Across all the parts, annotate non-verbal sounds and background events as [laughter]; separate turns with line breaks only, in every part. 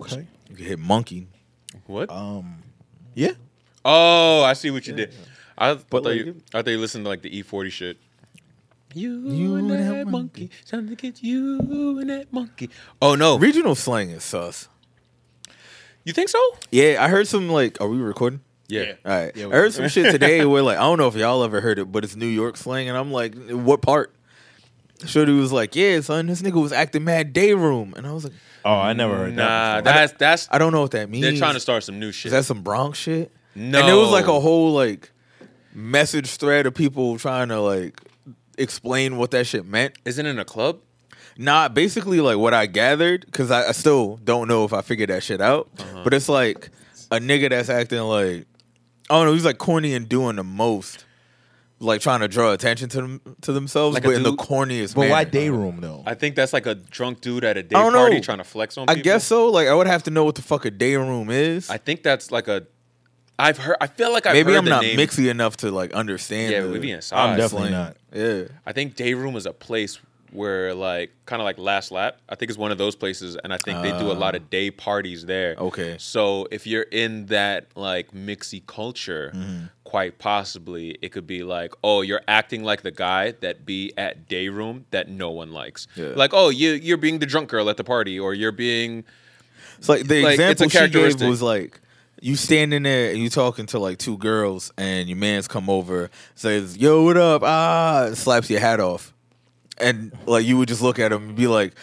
Okay.
You can hit monkey.
What?
Um, yeah.
oh, I see what you did. I thought
like
you, I thought you listened to like the E forty shit. You,
You and and that that monkey.
time to get you and that monkey. Oh no,
Regional slang is sus.
you think so?
Yeah, I heard some like. Are we recording?
Yeah.
All right.
Yeah,
I
we-
heard some
[laughs]
shit today where like I don't know if y'all ever heard it, but it's New York slang, and I'm like, what part? Shorty was like, yeah, son, this nigga was acting mad day room, and I was like,
Oh, I never heard
Nah,
that.
that's that's
I don't know what that means.
they're trying to start some new shit.
Is that some Bronx shit?
No.
And there was like a whole like message thread of people trying to like explain what that shit meant.
Isn't it in a club?
Nah, basically like what I gathered, because I, I still don't know if I figured that shit out.
Uh-huh.
But it's like a nigga that's acting like I don't know, he's like corny and doing the most. Like trying to draw attention to them to themselves,
Like a
but in the
dude?
corniest
But
manner.
why day room though?
I think that's like a drunk dude at a day
I don't
party
know.
trying to flex on.
I
people.
guess so. Like I would have to know what the fuck a day room is.
I think that's like a. I've heard. I feel like I've
Maybe
heard
I'm
the
not
name.
mixy enough to like understand.
Yeah,
the
we be inside.
I'm definitely
slang.
not.
Yeah.
I think day room is a place where like kind of like last lap. I think it's one of those places, and I think they do a lot of day parties there.
Ah. Okay.
So if you're in that like mixy culture,
Mm-hmm.
quite possibly it could be like, oh, you're acting like the guy that be at day room that no one likes.
Yeah.
Like, oh, you you're being the drunk girl at the party, or you're being
It's like the
Like, it's a
example she gave
characteristic.
was like you standing there and you talking to like two girls and your man's come over says yo what up ah and slaps your hat off and like you would just look at him and be like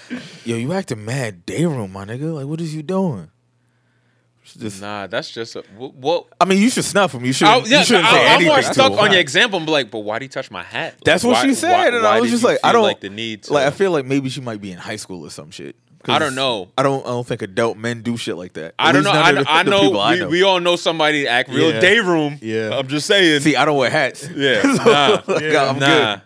yo you acting mad day room my nigga like what is you doing It's just-
nah. That's just a, what. what
I mean you should snuff him you
I,
shouldn't,
yeah,
you shouldn't say
I, am
anything
more
to
stuck
him.
on your example. I'm like, but why do you touch my hat? Like,
that's what
why-
she said
why-
and
why
I was
did
just
you
like I
feel
don't
like the need. To,
like I feel like maybe she might be in high school or some shit 'Cause
I don't know.
I don't I don't think adult men do shit like that
I
At
don't know.
least none
I,
of the-
I
the
know,
people
we, we all know somebody that act real
Yeah.
day room.
Yeah.
I'm just saying.
See, I don't wear hats.
yeah,
[laughs] So,
nah,
like,
Yeah.
I'm
nah.
good.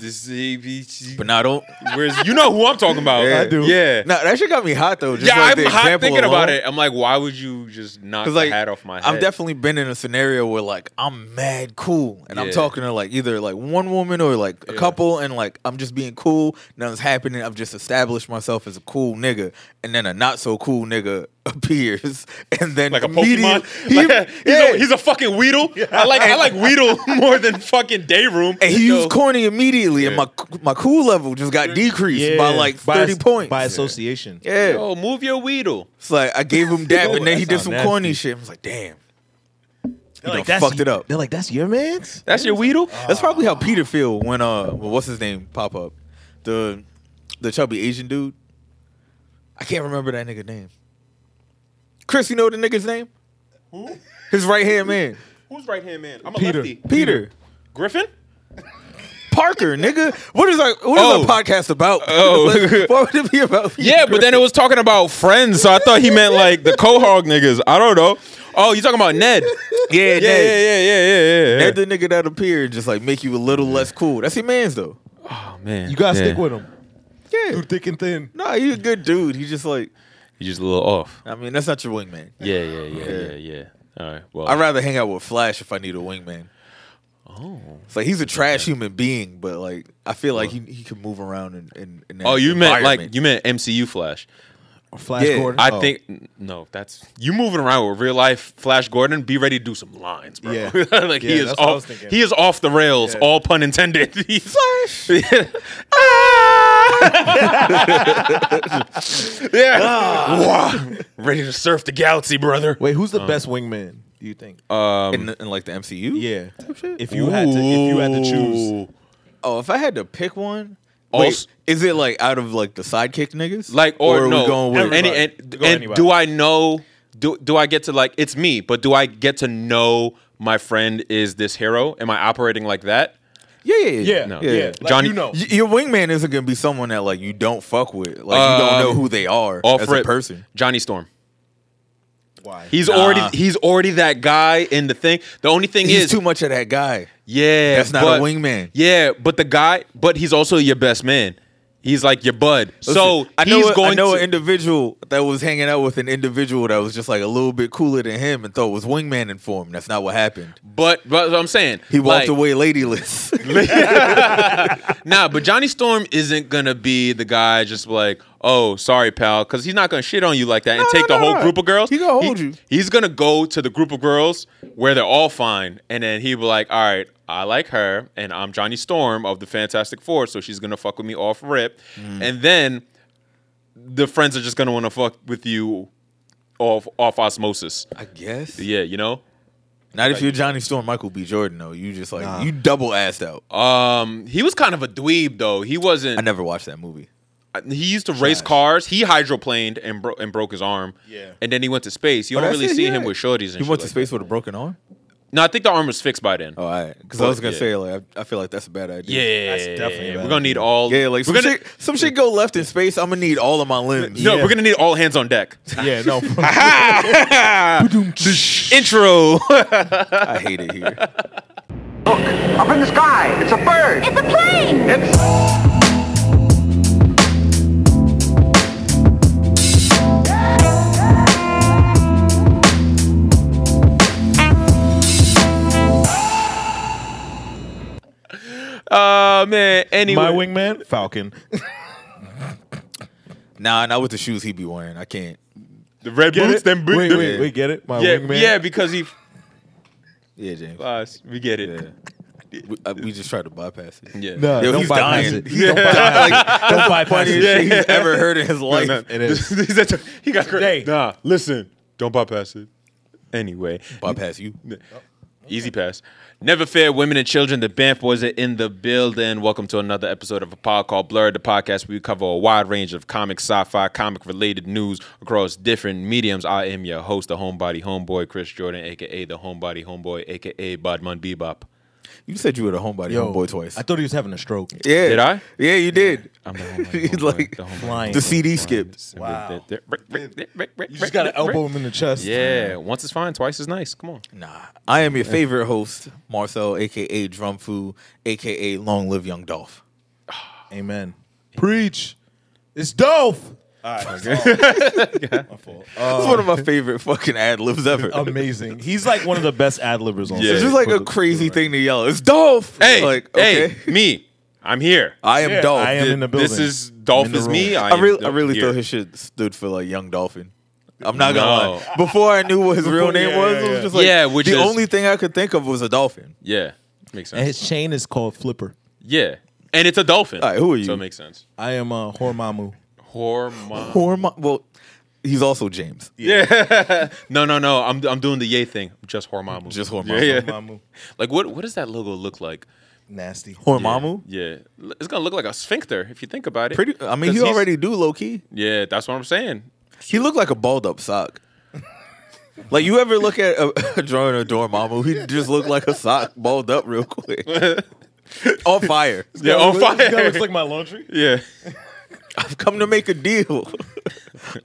This ABC.
But nah, don't.
Whereas you know who I'm talking about.
Yeah.
I do.
Oh, Yeah,
Nah, that shit got me hot though. Just
yeah.
like the
I'm hot
example
thinking about
alone.
it. I'm like, why would you just knock the
'Cause, like,
hat off my head?
I've definitely been in a scenario where like I'm mad cool and I'm
Yeah.
talking to like either like one woman or like a
Yeah.
couple and like I'm just being cool. Nothing's happening. I've just established myself as a cool nigga, and then a not so cool nigga [laughs] appears, and then
like a
immediate-
Pokemon.
He, [laughs]
Like, he's,
yeah.
a, he's a
[laughs]
fucking Weedle. I like I like Weedle [laughs] more than fucking day room.
and he
So-
was corny immediately, and
Yeah.
my my cool level just got decreased by like thirty points.
by association.
yeah,
Yo, move your Weedle.
It's like I gave him dap,
Oh,
and then
that
he did
sound
some
nasty.
corny shit. I was like, damn,
They're
done fucked it up.
They're like, that's your man's.
That's your Weedle.
Uh,
that's probably how Peter feel when uh, well, what's his name pop up, the the chubby Asian dude. I can't remember that nigga name. Chris, you know the nigga's name? Who? His right hand man,
Who's right hand man? I'm a
Peter.
lefty.
Peter
Griffin.
Parker, nigga. What is our what is
Oh.
our podcast about?
[laughs] Oh.
Like, [laughs] why would it be about? Peter
Yeah, but
Griffin?
then it was talking about friends, so I thought he meant like the Quahog niggas. I don't know. Oh, you talking about Ned?
yeah,
Yeah, yeah, yeah, yeah, yeah, yeah.
That the nigga that appeared just like make you a little less cool. That's your man's though.
oh man,
You gotta
Yeah.
stick with him
Yeah,
through thick and thin.
nah, he's a good dude. He just like
You just a little off.
I mean, that's not your wingman.
Yeah, yeah, yeah, yeah, yeah. All right. Well,
I'd rather hang out with Flash if I need a wingman. Oh, it's like he's a trash human being, but like I feel like he, he can move around and. in, in that
Oh, you meant like
environment.
you meant MCU Flash.
Or Flash
Yeah,
Gordon.
I
Oh.
think n- no, that's you moving around with real life Flash Gordon. Be ready to do some lines, bro.
Yeah.
[laughs] like
Yeah,
he is
that's what I was
off.
thinking.
He is off the rails. All pun intended. [laughs] He's-
Flash.
[laughs] yeah. Wah. Ready to surf the galaxy, brother.
Ah. Wait, who's the
uh,
best wingman? Do you think?
Um,
in, the- in like the MCU.
yeah.
shit?
If you had to, if you had to choose,
Ooh.
Oh, if I had to pick one,
Also-
wait, is it like out of like the sidekick niggas?
like or,
are
no,
we going with
any,
Everybody.
and,
Go with
and
anybody.
do I know? Do do I get to like it's me? But do I get to know my friend is this hero? Am I operating like that?
yeah, yeah, yeah,
yeah,
No.
yeah,
Yeah.
Like,
Johnny-
you know,
Y- your wingman isn't gonna be someone that like you don't fuck with. Like you don't
Um,
know who they are
Off
as a
rip,
person.
Johnny Storm.
why?
He's
Nah.
already he's already that guy in the thing. The only thing
He's
is,
too much of that guy.
yeah,
That's not a
but-
wingman.
Yeah, but the guy, but he's also your best man. He's like your bud. so
I know
he's
a-
going
I know
to
an individual that was hanging out with an individual that was just like a little bit cooler than him and thought was wingman in form. That's not what happened.
but, but I'm saying
He walked
like,
away
[laughs]
ladyless.
Nah, but Johnny Storm isn't gonna be the guy just like, oh, sorry, pal, because he's not gonna shit on you like that and
No,
take
no,
the
no,
whole
no.
group of girls.
He gonna hold you.
He's gonna go to the group of girls where they're all fine, and then he'll be like, all right, I like her, and I'm Johnny Storm of the Fantastic Four, so she's gonna fuck with me off rip,
Mm.
and then the friends are just gonna want to fuck with you off off osmosis.
I guess.
Yeah, you know.
Not if you're Johnny Storm, Michael B. Jordan though. You just like you double assed out.
Um, he was kind of a dweeb though. He wasn't.
I never watched that movie.
he used to race cars. He hydroplaned and bro- and broke his arm.
Yeah.
And then he went to space. You
Oh,
don't
that's
really
it,
see
yeah.
him with shorties and
You
shit
went to
like
space with a broken arm?
that. No, I think the arm was fixed by then.
Oh, all right. Because I
But-
was gonna
yeah.
say like I, I feel like that's a bad
yeah,
idea.
that's
definitely
definitely.
a
We're
bad
gonna need all.
Yeah, like some
we're gonna.
shit. Some shit go left in space. I'm gonna need all of my limbs.
No,
Yeah.
we're gonna need all hands
[laughs]
on deck.
[laughs] Yeah, no.
Intro. [laughs]
I hate it here.
Look, up in the sky, it's a bird.
It's a plane!
It's
uh man. Anyway,
My wingman, Falcon.
Nah, not with the shoes he be wearing. I can't.
the red
Get
boots.
it?
Them boots.
Wait,
them-
wait, wait, get it? My
Yeah,
wingman.
yeah, because he.
Yeah, James.
Uh, we get
Yeah.
it.
We, uh, we just tried to bypass it.
Yeah. [laughs]
No,
Yo,
don't
he's
bypass
dying.
it. Don't
[laughs]
bypass it. Don't bypass
Funniest
it.
shit he's ever heard
[laughs]
in his life.
No,
It is.
He's at- he got cra-
Hey.
Nah, listen. Don't bypass it. Anyway,
Bypass you.
Easy pass. Never fair women and children. The Banff Boys are in the building. Welcome to another episode of a pod called Blur, the podcast where we cover a wide range of comic, sci-fi, comic-related news across different mediums. I am your host, the homebody homeboy, Chris Jordan, aka the homebody homeboy, aka Bodman Bebop.
You said you were the homebody
Yo,
homeboy twice.
I thought he was having a stroke.
yeah.
Did I?
Yeah, you did.
I'm the
He's
homebody
like,
homeboy. the homebody
the
CD
homeboy.
skipped.
Wow. You just got to elbow him in the chest.
Yeah, once is fine, twice is nice. Come on.
Nah. I am your favorite host, Marcel, aka Drumfu, aka Long Live Young Dolph.
Amen. Preach. It's dope. All right. My fault. Uh,
That's one of my favorite fucking ad libs ever.
amazing. He's like one of the best ad libbers on.
Yeah.
stage.
it's just like
For
a
the-
crazy thing to yell. It's Dolph.
Hey,
like,
hey, me. I'm here.
I am
Yeah,
Dolph.
I am in the building.
This is Dolph
I'm in the
is me.
room.
I,
I
am
really, I
the-
really
here.
thought his shit stood for like Young Dolphin. I'm not
No.
gonna lie. Before I knew what his real
Before-
name
yeah,
was,
yeah,
it was
yeah.
just like
Yeah, which
the
is-
only thing I could think of was a dolphin.
Yeah, makes sense.
And his chain is called Flipper.
Yeah, and it's a dolphin.
All right, who are you?
So it makes sense.
I am uh, Hormamu.
[laughs]
Hormon.
Hormon. Well, he's also James.
[laughs] no, no, no. I'm I'm doing the yay thing. Just Hormamu.
Just Hormamu.
Yeah, yeah.
Hormamu.
Like what what does that logo look like?
Nasty.
Hormamu.
Yeah, L- it's gonna look like a sphincter if you think about it.
Pretty. I mean,
'Cause
he
he's-
already do low key.
Yeah, that's what I'm saying.
He looked like a balled up
[laughs]
sock. like you ever look at a, [laughs] a drawing of Dormammu, he just looked like a sock balled up real
[laughs]
quick. On fire.
Yeah, on
This guy
fire.
looks like my laundry.
yeah, [laughs]
I've come to make a deal.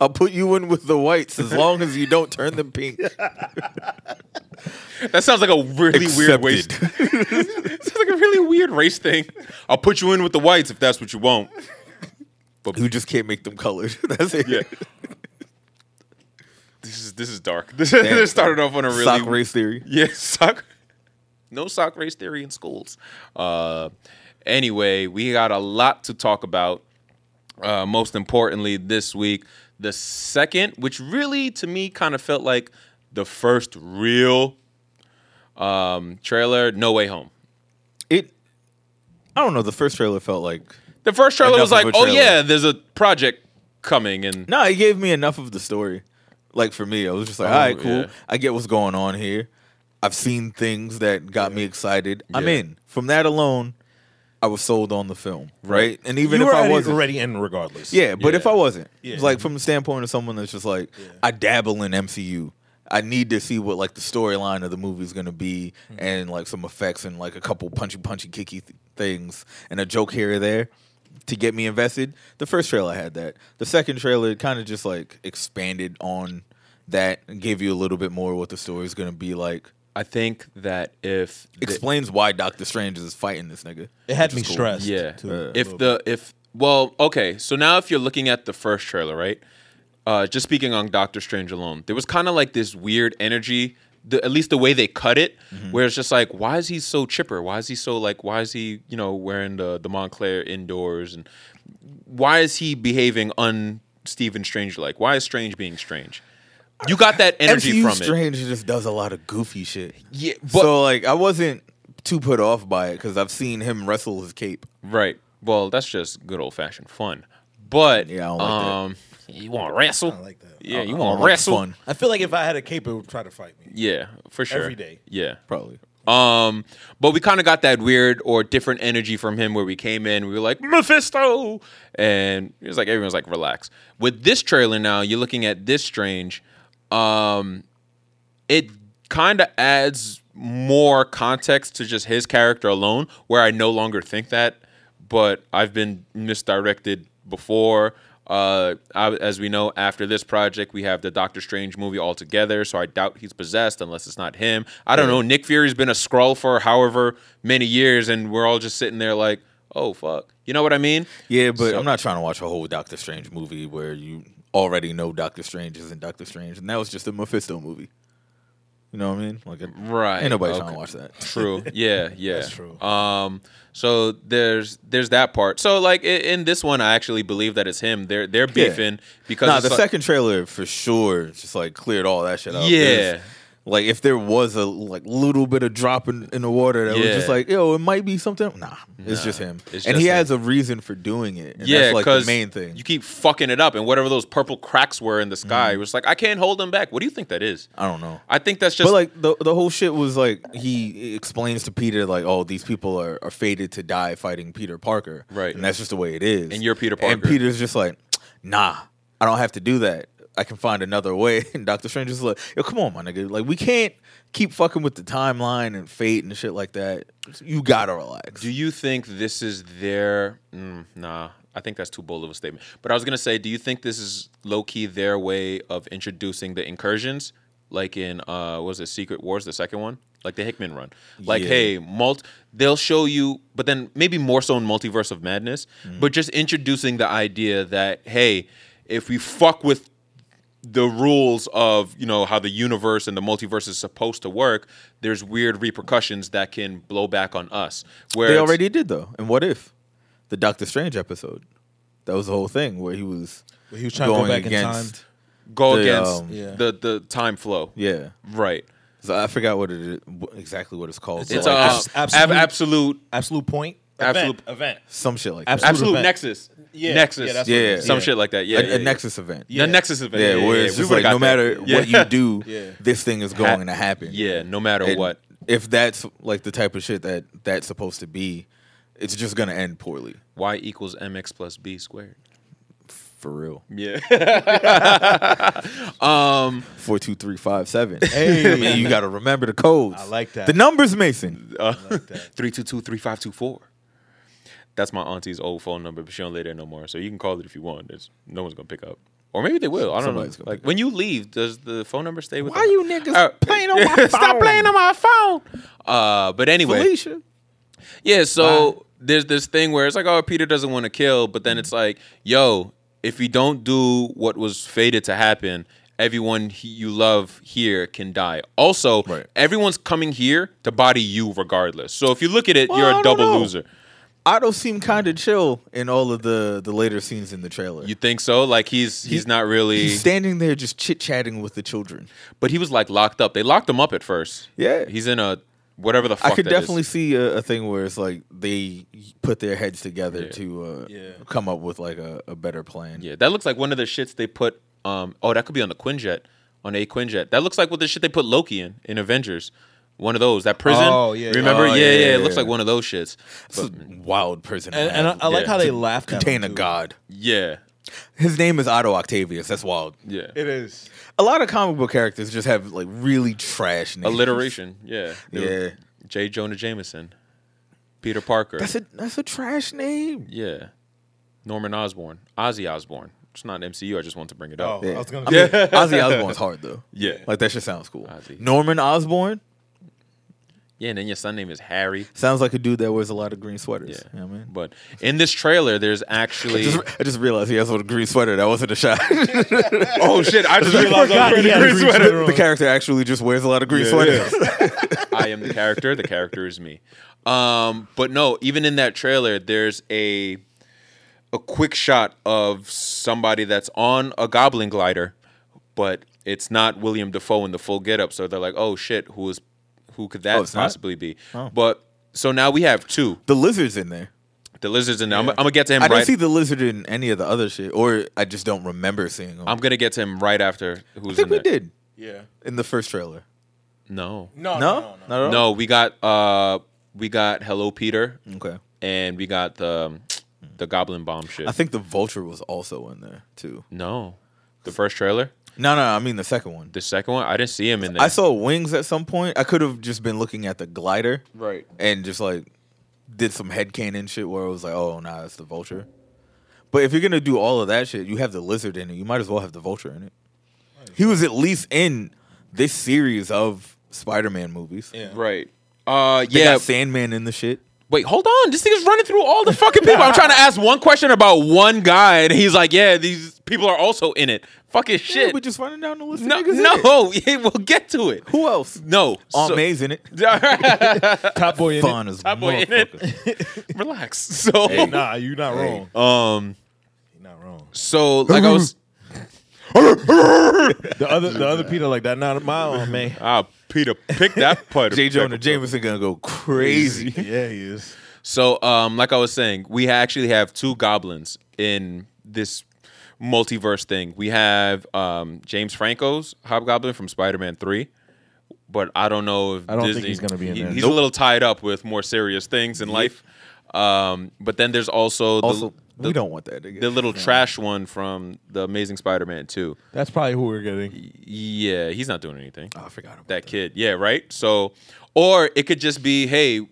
I'll put you in with the whites as long as you don't turn them
[laughs]
pink.
that sounds like a really weird race. [laughs]
Accepted.
sounds like a really weird race thing. I'll put you in with the whites if that's what you want.
You just can't make them colored. [laughs] That's it.
Yeah. This is this is dark. [laughs] This, this started off on a really
Sock race theory.
Yeah, [laughs] sock. No sock race theory in schools. Uh, anyway, we got a lot to talk about. Uh, most importantly, this week, the second, which really to me kind of felt like the first real um, trailer, No Way Home.
It. I don't know. The first trailer felt like.
The first trailer
Enough
was like,
of a
oh
trailer.
yeah, there's a project coming, and
No, it gave me enough of the story. Like for me, I was just like, all right, cool.
Oh, yeah.
I get what's going on here. I've seen things that got me excited. I'm
Yeah.
in. From that alone, I was sold on the film, right? And even
You
if
were
I
already-
wasn't,
already in regardless.
Yeah, but if
Yeah.
I wasn't,
Yeah.
it's like from the standpoint of someone that's just like, I dabble in MCU. I need to see what like the storyline of the movie is going to be, and like some effects and like a couple punchy, punchy, kicky th- things, and a joke here or there to get me invested. The first trailer had that. The second trailer kind of just like expanded on that, and gave you a little bit more what the story's going to be like.
I think that if the-
Explains why Doctor Strange is fighting this nigga.
It had
which
me
is cool.
stressed.
Yeah. uh,
too,
uh,
a
if
little
the if well, okay. So now if you're looking at the first trailer, right? Uh, just speaking on Doctor Strange alone, there was kind of like this weird energy the, at least the way they cut it,
Mm-hmm.
where it's just like, why is he so chipper? Why is he so like? Why is he you know wearing the the Montclair indoors and why is he behaving un Stephen Strange like? Why is Strange being Strange? You got that energy
MCU
from it.
Strange just does a lot of goofy shit.
Yeah, but
so like I wasn't too put off by it because I've seen him wrestle his cape.
right. Well, that's just good old fashioned fun. But
Yeah, I don't like that.
um, you want to wrestle?
I like that.
Yeah, you
I
want
don't
to
like
wrestle?
fun,
I feel like if I had a cape, it would try to fight me.
Yeah, for sure.
Every day.
Yeah.
probably.
Um, but we kind of got that weird or different energy from him where we came in, we were like, Mephisto! And it was like, everyone's like, relax. With this trailer now, you're looking at this strange. Um, it kind of adds more context to just his character alone, where I no longer think that, but I've been misdirected before. Uh, I, as we know, after this project, we have the Doctor Strange movie altogether, so I doubt he's possessed unless it's not him. I don't know. Nick Fury's been a Skrull for however many years, and we're all just sitting there like, oh, fuck. You know what I mean?
Yeah, but
So-
I'm not trying to watch a whole Doctor Strange movie where you already know Doctor Strange isn't Doctor Strange, and that was just a Mephisto movie. You know what I mean? Like, it-
Right,
Ain't nobody trying
okay.
to watch that. [laughs]
True. Yeah, yeah.
That's true.
Um so there's there's that part. So like i- in this one I actually believe that it's him. They're they're
Yeah.
beefing because
Nah,
it's
the
like-
second trailer for sure just like cleared all that shit out.
Yeah.
like if there was a like little bit of drop in, in the water that was
Yeah.
just like, yo, it might be something. Nah, it's just him.
it's
and
just
he
him.
has a reason for doing it. And
yeah,
that's like the
'cause
main thing. Mm.
You keep fucking it up and whatever those purple cracks were in the sky, it was like I can't hold them back. What do you think that is?
I don't know.
I think that's just
Uh, But like the the whole shit was like he explains to Peter like, oh, these people are, are fated to die fighting Peter Parker,
Right.
And that's just the way it is.
And you're Peter
And
Parker.
Peter's just like, nah, I don't have to do that. I can find another way. [laughs] And Doctor Strange is like, yo, come on, my nigga. Like we can't keep fucking with the timeline and fate and shit like that. You gotta relax.
Do you think this is their? Mm, nah, I think that's too bold of a statement. But I was gonna say, do you think this is low key their way of introducing the incursions, like in uh, what was it Secret Wars, the second one, like the Hickman run? Like,
Yeah.
hey, mult, they'll show you, but then maybe more so in Multiverse of Madness,
Mm.
but just introducing the idea that hey, if we fuck with the rules of you know how the universe and the multiverse is supposed to work there's weird repercussions that can blow back on us where
they
it's-
already did though. And what if the Doctor Strange episode? That was the whole thing where he was
But he was trying to go
Going
back in
against-
time.
go
the,
against
um,
Yeah.
the the time flow
yeah.
right
So I forgot what it is, wh- exactly what it's called. but
it's
like,
a
abs-
absolute,
absolute-
absolute
Absolute point.
Absolute-
event. event.
some shit like that.
Absolute event.
nexus
Yeah,
nexus
yeah, that's
what it is.
some
Yeah.
shit like that yeah,
a,
yeah,
a
yeah.
Nexus event.
yeah. the nexus event
Yeah, where it's
we
just
would've
like
got
no
that. [laughs]
matter
Yeah.
what you do,
Yeah.
this thing is going to happen.
yeah no matter
And
what
If that's like the type of shit that that's supposed to be, it's just gonna end poorly.
y E equals mx plus b squared
For real.
yeah
Four two three five
[laughs]
seven.
Hey.
I mean, you gotta remember the codes.
I like that.
The numbers, Mason.
Oh, Uh, [laughs] three two two three five two four that's my auntie's old phone number, but she don't live there no more. So you can call it if you want. There's no one's gonna pick up, or maybe they will. I don't
Somebody's
know.
gonna
Like
pick
when you leave, does the phone number stay with?
Why
them?
you niggas
Uh,
playing on my
[laughs] Stop
phone?
playing on my phone. Uh, but anyway,
Felicia.
yeah, so there's this thing where it's like, oh, Peter doesn't want to kill, but then it's like, yo, if you don't do what was fated to happen, everyone he, you love here can die. Also,
Right.
everyone's coming here to body you regardless. So if you look at it,
Well, I
you're a
don't
double
know.
loser.
Otto seemed kind of chill in all of the the later scenes in the trailer.
You think so? Like he's he's not really,
He's standing there just chit chatting with the children.
but he was like locked up. They locked him up at first.
Yeah.
he's in a whatever the fuck.
I could
that is.
definitely see a, a thing where it's like they put their heads together to uh,
Yeah.
come up with like a, a better plan.
Yeah, that looks like one of the shits they put. Um, oh, that could be on the Quinjet, on a Quinjet. That looks like what the shit they put Loki in in Avengers. One of those. That prison.
Oh, yeah, yeah.
Remember?
Oh,
yeah, yeah,
yeah,
It
yeah,
looks
yeah.
like one of those shits.
It's a wild person. to
And, and I,
have.
I like
Yeah.
how they
To
laughed. at
contain
him,
a
too.
god.
Yeah,
His name is Otto Octavius. That's wild.
yeah.
It [laughs] is.
A lot of comic book characters just have like really trash names.
Alliteration. Yeah. They
Yeah,
were- J. Jonah Jameson, Peter Parker.
that's a that's a trash name.
yeah. Norman Osborn, Ozzy Osborn. It's not MCU. I just want to bring it up.
Oh, I was gonna.
I mean, Ozzy Osbourne's hard though.
[laughs] Yeah.
like that shit sounds cool.
Ozzy.
Norman Osborn.
Yeah, and then your son name is Harry.
Sounds like a dude that wears a lot of green sweaters.
Yeah.
Yeah, man.
But in this trailer, there's actually
[laughs] Just, I just realized he has on a green sweater. That wasn't a shot. [laughs]
oh shit! I just realized
forgot
I'm wearing a
he had a
green
green
sweater.
sweater
the character actually just wears a lot of green sweaters.
I am the character. The character is me. Um, but no, even in that trailer, there's a a quick shot of somebody that's on a goblin glider, but it's not William Defoe in the full getup. So they're like, "Oh shit, who is who could that
Oh, it's not?
possibly be?" But so now we have two.
the lizard's in there.
The lizards in there. I'm, I'm gonna get to him.
I
right.
didn't see the lizard in any of the other shit, or I just don't remember seeing him.
I'm gonna get to him right after. Who's
I think
in
we
there.
did
Yeah.
in the first trailer.
No,
No.
No,
Oh, No.
not at all.
no, we got uh, we got Hello Peter,
Okay,
and we got the the Goblin Bomb shit.
I think the vulture was also in there too.
No. The first trailer?
No, no, I mean the second one.
The second one? I didn't see him in there.
I saw wings at some point. I could have just been looking at the glider
right.
and just like did some headcanon shit where I was like, oh, nah, it's the vulture. But if you're gonna do all of that shit, you have the lizard in it. You might as well have the vulture in it. He was at least in this series of Spider-Man movies.
Yeah.
Right. Uh
They
yeah.
got Sandman in the shit.
Wait, hold on. This nigga's running through all the fucking people. I'm trying to ask one question about one guy, and he's like, "Yeah, these people are also in it." Fucking
Yeah,
shit.
we just running down the list.
no,
of niggas in it.
no. [laughs] Yeah, we'll get to it.
Who else?
No.
Aunt
So-
May's in it.
Top boy in
Fun as
Boy in [laughs]
motherfucker.
[laughs] Relax. So,
it. Nah, you not wrong.
um,
you not wrong.
[laughs]
so like I was.
The other the other Peter like that. Not my own man. [laughs]
Ah, Peter, pick that part.
J. Jonah Jameson gonna go crazy.
Yeah, he is.
So, um, like I was saying, we actually have two goblins in this multiverse thing. We have um, James Franco's Hobgoblin from Spider-Man Three, but I don't know if
I don't think
Disney-
he's gonna be in
he-
there.
He's a little tied up with more serious things in life. Um, but then there's also the,
Also,
the,
we don't want that. Nigga.
the little trash one from the Amazing Spider-Man Two.
That's probably who we're getting.
Yeah, he's not doing anything
Oh, I forgot about
that kid. Yeah, right. So, or it could just be, hey,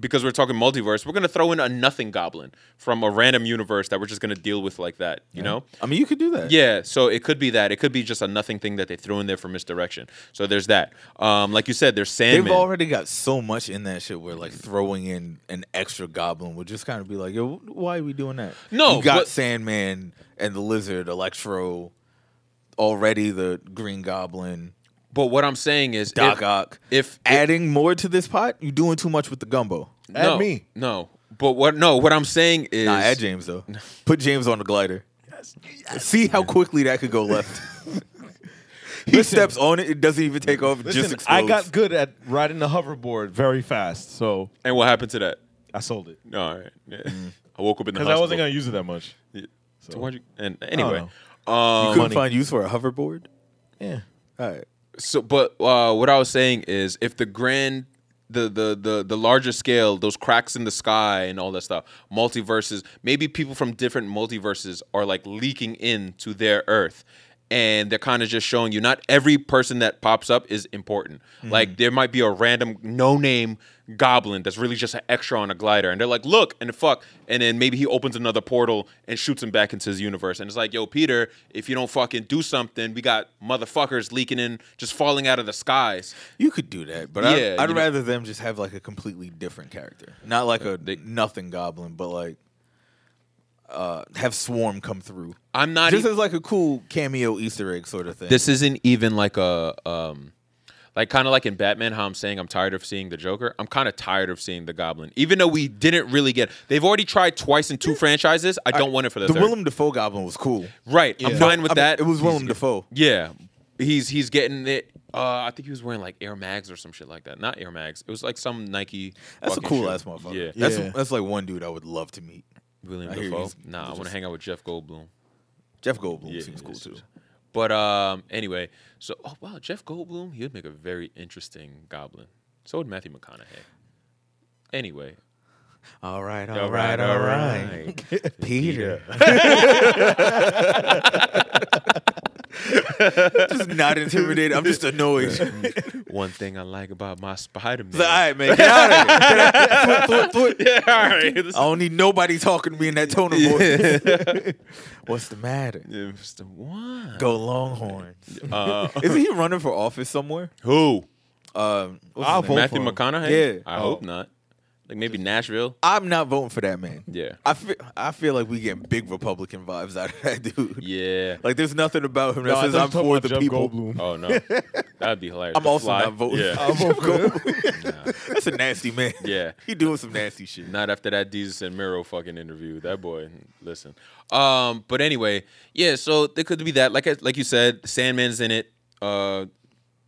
because we're talking multiverse, we're gonna throw in a nothing goblin from a random universe that we're just gonna deal with like that. You know?
I mean, you could do that.
Yeah. So it could be that. It could be just a nothing thing that they threw in there for misdirection. So there's that. Um, like you said, there's
They've
Sandman.
already got so much in that shit where like throwing in an extra goblin would just kind of be like, yo, why are we doing that?
No,
you got
but-
Sandman and the Lizard, Electro, already the Green Goblin,
but what I'm saying is,
Doc
if,
Ock.
if-
adding more to this pot, you're doing too much with the gumbo.
Add
no,
me.
no. But what? No. What I'm saying is,
Nah, add James
[laughs]
though. Put James on the glider. See how quickly that could go left.
[laughs]
he steps on it; it doesn't even take off. it just
Listen,
explodes.
I got good at riding the hoverboard very fast, so
and what happened to that?
I sold it
All right. Yeah. [laughs] I woke up in the hospital.
because Mm. I wasn't gonna use it that much.
So why'd you- and anyway.
know.
you
Um,
couldn't find use for a hoverboard.
Yeah.
All right.
So, but uh, what I was saying is, if the grand, the the the the larger scale, those cracks in the sky and all that stuff, multiverses, maybe people from different multiverses are like leaking into their Earth, and they're kind of just showing you not every person that pops up is important.
Mm-hmm.
Like there might be a random no name goblin that's really just an extra on a glider, and they're like, look and fuck, and then maybe he opens another portal and shoots him back into his universe, and it's like, yo, Peter, if you don't fucking do something, we got motherfuckers leaking in, just falling out of the skies.
You could do that, but
Yeah,
I, I'd
you know-
rather them just have like a completely different character, not like a nothing goblin, but like uh, have Swarm come through.
I'm not.
Just
e-
as like a cool cameo Easter egg sort of thing.
this isn't even like a um like kind of like in Batman how I'm saying I'm tired of seeing the Joker. I'm kind of tired of seeing the Goblin. Even though we didn't really get They've already tried twice in two franchises. I don't want it for the,
the
third.
Willem Dafoe goblin was cool.
right. I'm fine
I
with
mean,
that.
It was
He's-
Willem Dafoe.
Yeah. He's he's getting it uh, I think he was wearing like Air Mags or some shit like that. Not Air Mags. It was like some Nike.
That's a
fucking
cool
shoe.
ass motherfucker.
Yeah.
That's
Yeah.
that's like one dude I would love to meet.
William
I hear
Dafoe.
he's-
Nah,
he's
I want to
just-
hang out with Jeff Goldblum.
Jeff Goldblum
Yeah,
seems
yeah,
cool
it's-
too.
But um, anyway, so oh wow, Jeff Goldblum, he would make a very interesting Goblin. So would Matthew McConaughey. Anyway,
All right, all right, all right.
[laughs]
Peter. [laughs] just not intimidated. I'm just annoyed.
One thing I like about my Spider Man.
It's like, all
[laughs]
right, man, get out of here. Get out. Thwip, thwip, thwip.
yeah,
[laughs]
all right. This
I don't need nobody talking to me in that tone of voice. [laughs] What's the matter?
is the one.
[laughs]
Go Longhorns. Isn't he running for office somewhere?
Uh, Who?
Um, what's
I'll
his
vote
name?
Matthew
for him.
McConaughey.
Yeah. Oh.
I hope not. Like maybe Nashville.
I'm not voting for that man.
Yeah.
I feel I feel like we getting big Republican vibes out of that [laughs] dude.
Yeah.
Like there's nothing about him that
No, I
says
thought you
I'm
were talking
for the people.
about Jeff Goldblum.
[laughs]
Oh no, that'd be hilarious.
I'm
The
also
Fly.
not voting.
Yeah.
I'll vote for him.
[laughs] That's a nasty man.
Yeah.
he doing some nasty shit.
[laughs] Not after that Jesus and Miro fucking interview. That boy, listen. Um, but anyway, yeah. So there could be that. Like I, like you said, Sandman's in it. Uh,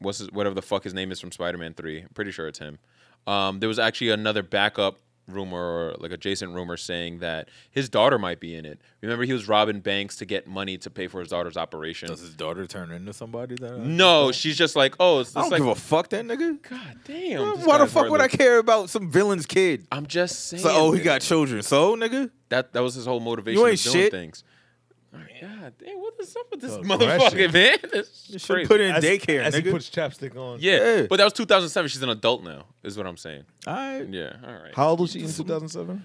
what's his, whatever the fuck his name is from Spider-Man Three. I'm pretty sure it's him. Um, there was actually another backup rumor or like adjacent rumor saying that his daughter might be in it. Remember, he was robbing banks to get money to pay for his daughter's operation.
Does his daughter turn into somebody? That uh,
No, she's Mm, just like, oh, it's, it's
I don't
like,
give a fuck, that nigga.
god damn. this
Why the
guy's
fuck would I
worthless."
care about some villain's kid?
I'm just saying.
So, oh, he
nigga.
got children. So, nigga,
That that was his whole motivation.
You
of
ain't
doing
shit.
things. God damn, what is up with this [laughs]
aggression.
motherfucker, man? This is
should
crazy.
put in
As-
daycare,
As he
nigga.
puts chapstick on.
yeah,
Yeah.
but that was 2007. She's an adult now, is what I'm saying.
All right.
Yeah, all right.
How old was she in 2007?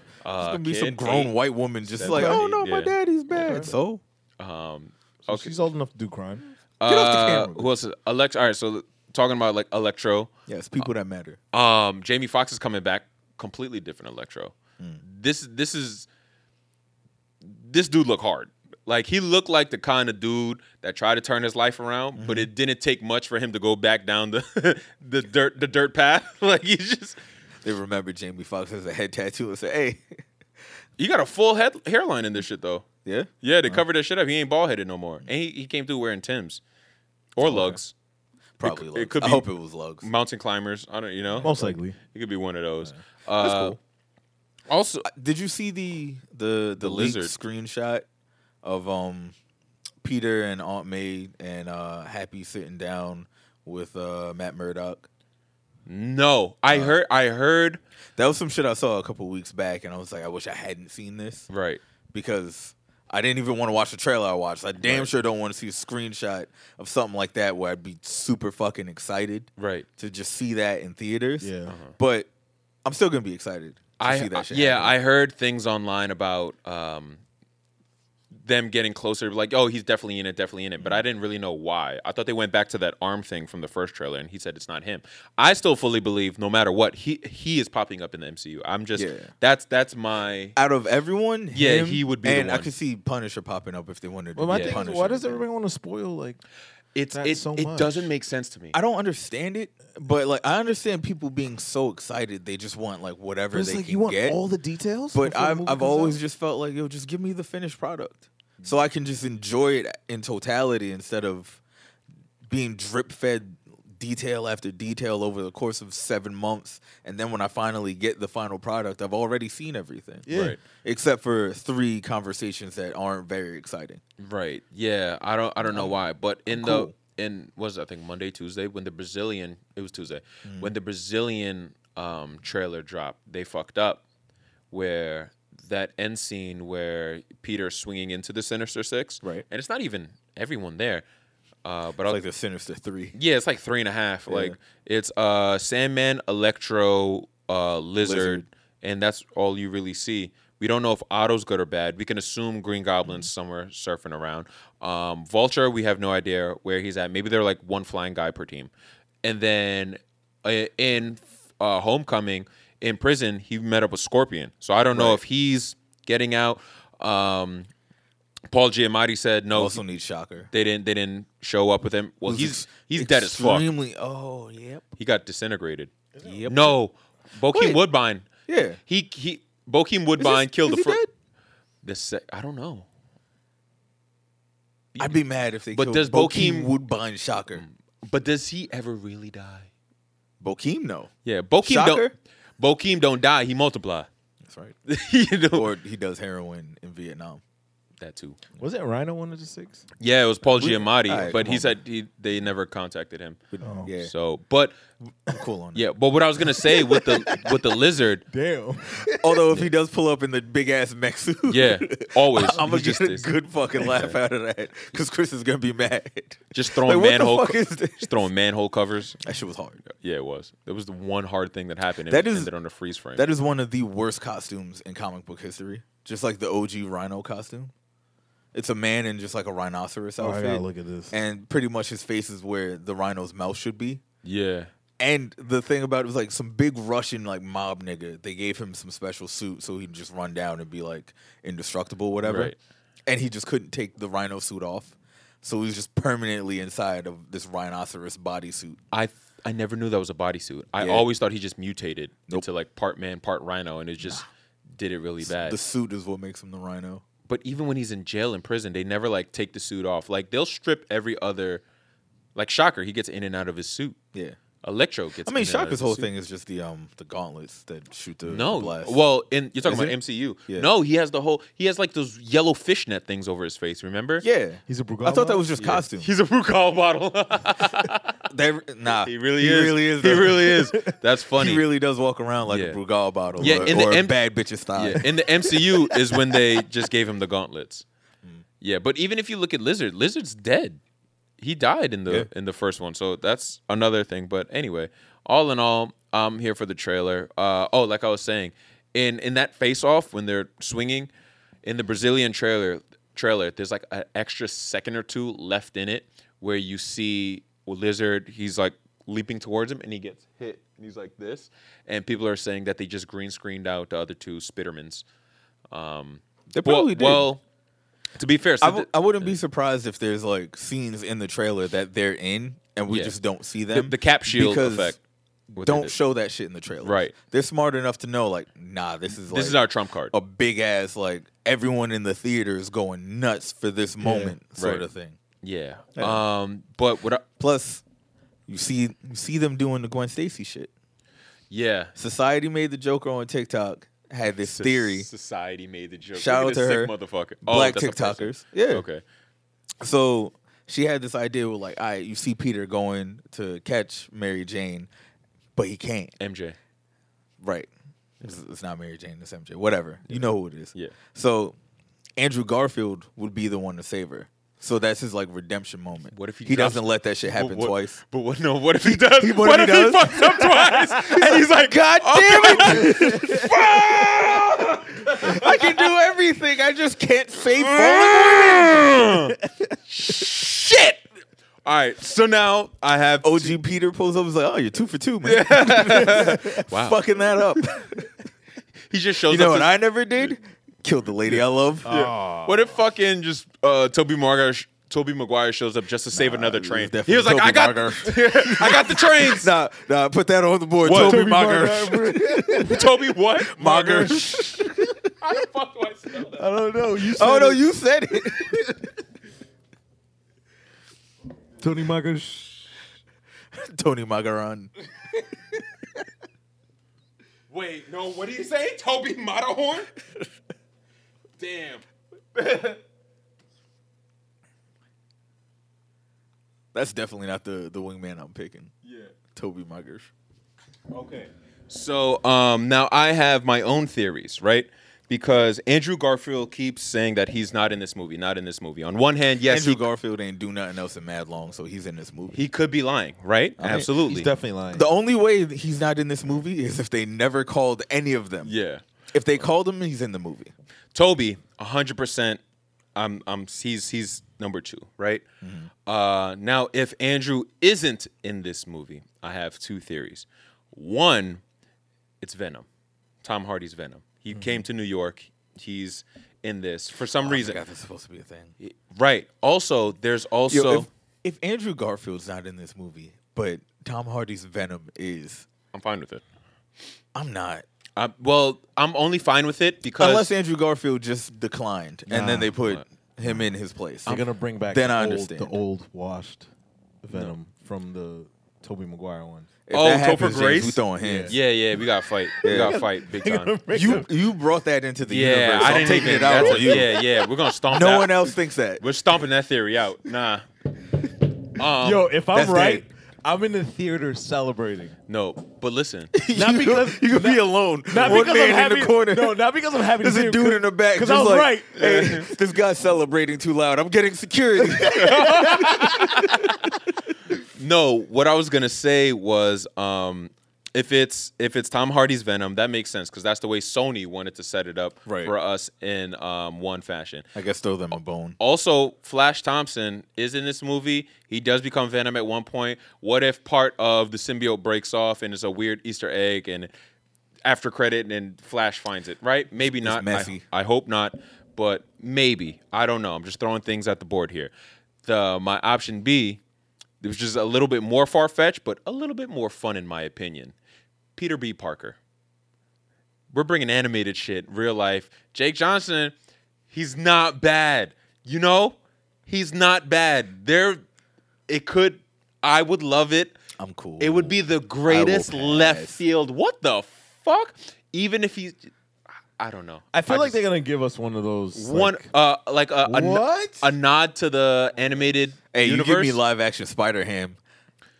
uh,
It's gonna be
kid,
some grown
eight.
white woman just
Seven,
like, oh
eight,
no, my
yeah.
daddy's bad. So
Um,
So
okay.
She's old enough to do crime.
off
Get
the camera,
uh, Who else? Is, Elect- all right, so talking about like Electro.
yes, people that matter.
Um, Jamie Foxx is coming back, completely different Electro. This this is this dude look hard. Like he looked like the kind of dude that tried to turn his life around, but it didn't take much for him to go back down the [laughs] the dirt the dirt path. [laughs] like he's just
They remember Jamie Foxx has a head tattoo and say, hey,
he got a full head hairline in this shit though.
yeah,
Yeah, they covered that shit up. He ain't bald headed no more, and he, he came through wearing Tims or lugs,
probably.
it
lugs.
could
I
be-
hope it was lugs.
mountain climbers. I don't, you know,
Most likely.
it could be one of those. Uh, Also,
Did you see the the the, leaked
lizard.
screenshot of um Peter and Aunt May and uh Happy sitting down with uh Matt Murdock?
no, I heard I heard
That was some shit I saw a couple weeks back, and I was like, I wish I hadn't seen this
right.
because I didn't even want to watch the trailer I watched. I damn sure don't want to see a screenshot of something like that where I'd be super fucking excited
Right.
to just see that in theaters.
Yeah. Uh-huh.
but I'm still gonna be excited to
I
see that shit.
yeah,
happen.
I heard things online about um, them getting closer. Like, oh, he's definitely in it, definitely in it. But I didn't really know why. I thought they went back to that arm thing from the first trailer, and he said it's not him. I still fully believe, no matter what, he he is popping up in the MCU. I'm just
Yeah.
that's that's my
out of everyone,
Yeah,
him,
he would be the
And I
one.
could see Punisher popping up if they wanted to.
But my
do
Yeah.
thing
Punisher.
is, why does everybody want to spoil? Like,
it's
That's
it
so
it
much.
doesn't make sense to me.
I don't understand it, but like I understand people being so excited they just want like whatever
it's
they
like
can
you want
get.
all the details.
but
before the
I've
movie
I've
comes
always
out?
just felt like yo, just give me the finished product so I can just enjoy it in totality instead of being drip fed detail after detail over the course of seven months, and then when I finally get the final product, I've already seen everything.
Yeah.
Right.
Except for three conversations that aren't very exciting.
Right. Yeah. I don't. I don't know why. But in
Cool.
the in what was it, I think Monday, Tuesday when the Brazilian it was Tuesday
Mm-hmm.
when the Brazilian um, trailer dropped, they fucked up where that end scene where Peter swinging into the Sinister Six.
Right.
And it's not even everyone there. Uh, but I
It's
was
like the Sinister Three.
yeah, it's like three and a half. Like it's uh Sandman, Electro, uh Lizard,
Lizard.
and that's all you really see. We don't know if Otto's good or bad. We can assume Green Goblin's somewhere surfing around. Um Vulture, we have no idea where he's at. Maybe they're like one flying guy per team. And then uh, in uh Homecoming in prison, he met up with Scorpion. So I don't know if he's getting out. Um Paul Giamatti said no.
Also need Shocker.
they didn't. They didn't show up with him. Well,
was
Oh, he's
ex-
he's dead as fuck.
Extremely. Oh, yep.
He got disintegrated.
Yep.
No, Bokeem
Wait.
Woodbine.
Yeah.
He he. Bokeem Woodbine killed
is
the
he
fir-
dead?
The sec- I don't know.
I'd be mad if they.
But
killed
does Bokeem-
Woodbine Shocker?
But does he ever really die?
Bokeem, no.
Yeah, Bokeem
Shocker?
don't. Bokeem don't die. He multiply. [laughs]
That's right.
you know
or he does heroin in Vietnam.
that too.
was it Rhino one of the six?
Yeah, it was Paul Giamatti,
alright,
but
come
he
on.
said he, they never contacted him.
Yeah,
So, but
I'm cool on that.
yeah, but what I was gonna say with the with the lizard,
Damn.
[laughs] Although if he does pull up in the big ass mech suit,
yeah,
[laughs]
always
I'm gonna
he's just
get a
this-
good fucking laugh out of that because Chris is gonna be mad.
just throwing
Like, what the
manhole,
fuck
co-
is this?
just throwing manhole covers.
That shit was hard.
Yeah, it was. That was the one hard thing that happened. It
That is-
ended on a freeze frame.
That is one of the worst costumes in comic book history. Just like the OG Rhino costume. It's a man in just like a rhinoceros
Oh, I
outfit.
gotta look at this.
And pretty much his face is where the rhino's mouth should be.
yeah.
And the thing about it was like some big Russian like mob nigga. They gave him some special suit so he'd just run down and be like indestructible, whatever.
Right.
And he just couldn't take the rhino suit off, so he was just permanently inside of this rhinoceros bodysuit.
I I never knew that was a bodysuit. I
Yeah.
always thought he just mutated
Nope.
into like part man, part rhino, and it just did it really bad.
The suit is what makes him the rhino.
but even when he's in jail and prison, they never like take the suit off. Like they'll strip every other. Like Shocker, he gets in and out of his suit.
Yeah.
Electro gets.
I mean,
in and out of
Shaka's
his
whole
suit.
thing is just the um the gauntlets that shoot the
No,
the blast.
well, in you're talking
Is
about
it?
MCU.
Yeah.
No, he has the whole. He has like those yellow fishnet things over his face. Remember?
yeah,
[laughs] He's a Brugal
I thought that
now?
was just costume.
He's a Rukal
[laughs]
bottle.
That- nah,
he really is.
He really is.
He really is. That's
[laughs]
funny.
He really does walk around like
Yeah.
a Brugal bottle.
Yeah,
or,
in the
or a
M-
bad bitch's thigh.
Yeah, in the MCU is when they just gave him the gauntlets. Yeah, but even if you look at Lizard, Lizard's dead. He died in the
Yeah.
in the first one, so that's another thing. But anyway, all in all, I'm here for the trailer. Uh, oh, like I was saying, in in that face off when they're swinging, in the Brazilian trailer trailer, there's like an extra second or two left in it where you see Lizard. He's like leaping towards him, and he gets hit, and he's like this. And people are saying that they just green screened out the other two Spittermans.
[laughs] they
Well,
probably did.
well, to be fair, so
I w-
th-
I wouldn't be surprised if there's like scenes in the trailer that they're in and we
Yeah.
just don't see
the,
them.
the cap shield
because
effect. what they
Don't
did.
show that shit in the trailer.
Right.
They're smart enough to know, like, nah, this is like
This is our trump card.
a big ass like everyone in the theater is going nuts for this moment sort
Right.
of thing.
yeah. Um. But what? I,
Plus, you see you see them doing the Gwen Stacy shit.
yeah.
Society made the Joker on TikTok had this theory.
Society made the joke.
Shout
Look
out
at
to
this
her.
sick motherfucker. Oh,
Black
that's a person.
TikTokers. Yeah.
Okay.
So she had this idea with like, all right, you see Peter going to catch Mary Jane, but he can't.
MJ.
Right. It's, it's not Mary Jane, it's MJ. Whatever. You know who it is.
Yeah.
So Andrew Garfield would be the one to save her. So that's his like redemption moment.
What if he
he
drops-
doesn't let that shit happen
But what-
twice?
But what? No. What if he
[laughs]
does?
he-
what,
what
if
if
he,
he does?
fucks
[laughs]
up twice? and he's like,
God damn it! [laughs]
[laughs]
I can do everything. I just can't
[laughs]
save Bowling.
shit. All right. So now I have
OG Peter pulls up and is like, oh, you're two for two, man. [laughs]
Wow.
Fucking that up.
He just shows
You know
up.
what
to-
I never did? Killed the lady I love.
What if fucking just uh, Toby Maguire? Toby Maguire shows up just to save another
it was
train.
definitely
He was like,
Tobey
"I got, [laughs] I got the trains."
nah, Uh, nah, put that on the board.
What?
Toby
Toby
Maguire.
[laughs] Toby what?
Maguire.
[laughs] How the fuck do I spell that?
I don't know. You said
[laughs] Oh no,
it.
you said it.
Tony Magus.
[laughs] Tony Magaran.
Wait, no. What do you say? Toby Matterhorn? Damn.
That's definitely not the the wingman I'm picking.
Yeah.
Toby Maguire.
Okay. So um, now I have my own theories, right? Because Andrew Garfield keeps saying that he's not in this movie, not in this movie. On one hand, yes,
Andrew
he,
Garfield ain't do nothing else in Mad Long, so he's in this movie.
he could be lying, right?
mean,
Absolutely.
He's definitely lying.
the only way that he's not in this movie is if they never called any of them.
yeah.
If they called him, he's in the movie.
Toby, hundred percent. I'm, I'm. He's, he's number two, right?
Mm-hmm.
Uh, now, if Andrew isn't in this movie, I have two theories. One, it's Venom, Tom Hardy's Venom. He
Mm-hmm.
came to New York. He's in this for some reason,
God, that's supposed to be a thing.
right? Also, there's also
so if, if Andrew Garfield's not in this movie, but Tom Hardy's Venom is,
I'm fine with it.
I'm not.
Uh, well, I'm only fine with it because
Unless Andrew Garfield just declined and then
Nah.
they put him in his place.
They're gonna bring back
Then
the
I
old,
understand.
the old washed Venom from the Toby Maguire [laughs] one.
If
Oh,
that
Topher
happens, James,
Grace?
we throwing hands.
yeah, yeah, we got to fight. We got
[laughs]
to fight big time.
You you brought that into the
Yeah,
universe.
I
I'm
didn't
taking
even,
it out
that's
on
a-
you.
Yeah, yeah, we're gonna stomp.
No
that.
one else thinks that.
We're stomping that theory out. Nah. Um,
Yo, if I'm
that's
right,
dead.
I'm in the theater celebrating.
no, but listen.
Not because
[laughs] you could be alone.
Not
One
because
man
I'm happy.
in the corner.
No, not because I'm
[laughs]
happy.
There's a dude in the back.
Because
just
I was
like,
right.
Hey, [laughs] this guy's celebrating too loud. I'm getting security.
No, what I was gonna say was, um, if it's if it's Tom Hardy's Venom, that makes sense because that's the way Sony wanted to set it up
Right.
for us in um, one fashion.
[laughs] I guess throw them a bone.
Also, Flash Thompson is in this movie. He does become Venom at one point. What if part of the symbiote breaks off and it's a weird Easter egg and after credit and Flash finds it, right? Maybe not. I-
messy.
I, hope not, but maybe. I don't know. I'm just throwing things at the board here. The my option B, which is a little bit more far fetched, but a little bit more fun in my opinion. Peter B. Parker we're bringing animated shit, real life. Jake Johnson, he's not bad. You know, he's not bad. There, it could. I would love it.
I'm cool.
It would be the greatest left
pass.
field. What the fuck? Even if he, I don't know.
I feel like
just-
they're gonna give us one of those
one
like-
uh like a a,
What?
a nod to the animated
Hey,
universe.
you give
[laughs]
me live action Spider Ham.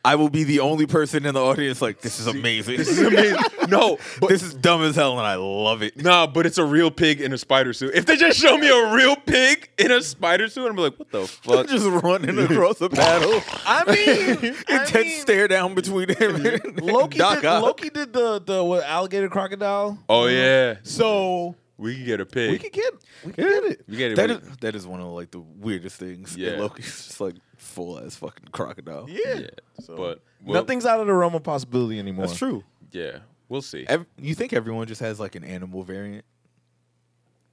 I will be the only person in the audience like this is amazing. This is amazing.
no, but
this is dumb as hell and I love [laughs] it.
Nah, but it's a real pig in a spider suit. If they just show me a real pig in a spider suit, I'm
[laughs]
like, what the fuck?
Just running across the [laughs] battle.
[laughs] I mean,
Intense stare down between him [laughs] and
Loki
Doc
did,
Ock.
Loki did the the what, alligator crocodile.
Oh yeah,
So
we can get a pig.
we could get we could get it.
We get it.
That
we-
is, that is one of like the weirdest things.
Yeah.
Yeah. Loki's just like full ass fucking crocodile.
Yeah.
yeah, but we'll,
Nothing's out of the realm of possibility anymore.
That's true.
Yeah, we'll see.
Ev- you think everyone just has like an animal variant?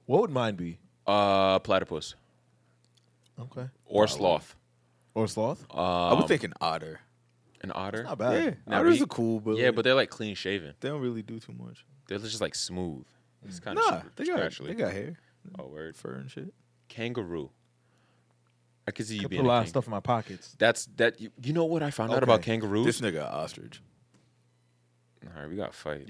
What would mine be?
Uh, platypus
Okay.
or sloth,
Or sloth?
Uh,
I would think an otter.
an otter.
Not bad.
Now
otters
he-
are cool, but
Yeah,
like,
Um, but they're like clean shaven.
they don't really do too much.
They're just like smooth. It's kind
Nah,
of
they got
scratchly.
they got hair,
oh word,
fur and shit.
kangaroo. I could see you
Could
being
put a lot of
kangaroo.
stuff in my pockets.
[laughs] That's that. You, you know what I found out about
Okay.
kangaroos?
This nigga a ostrich.
All right, we got to fight.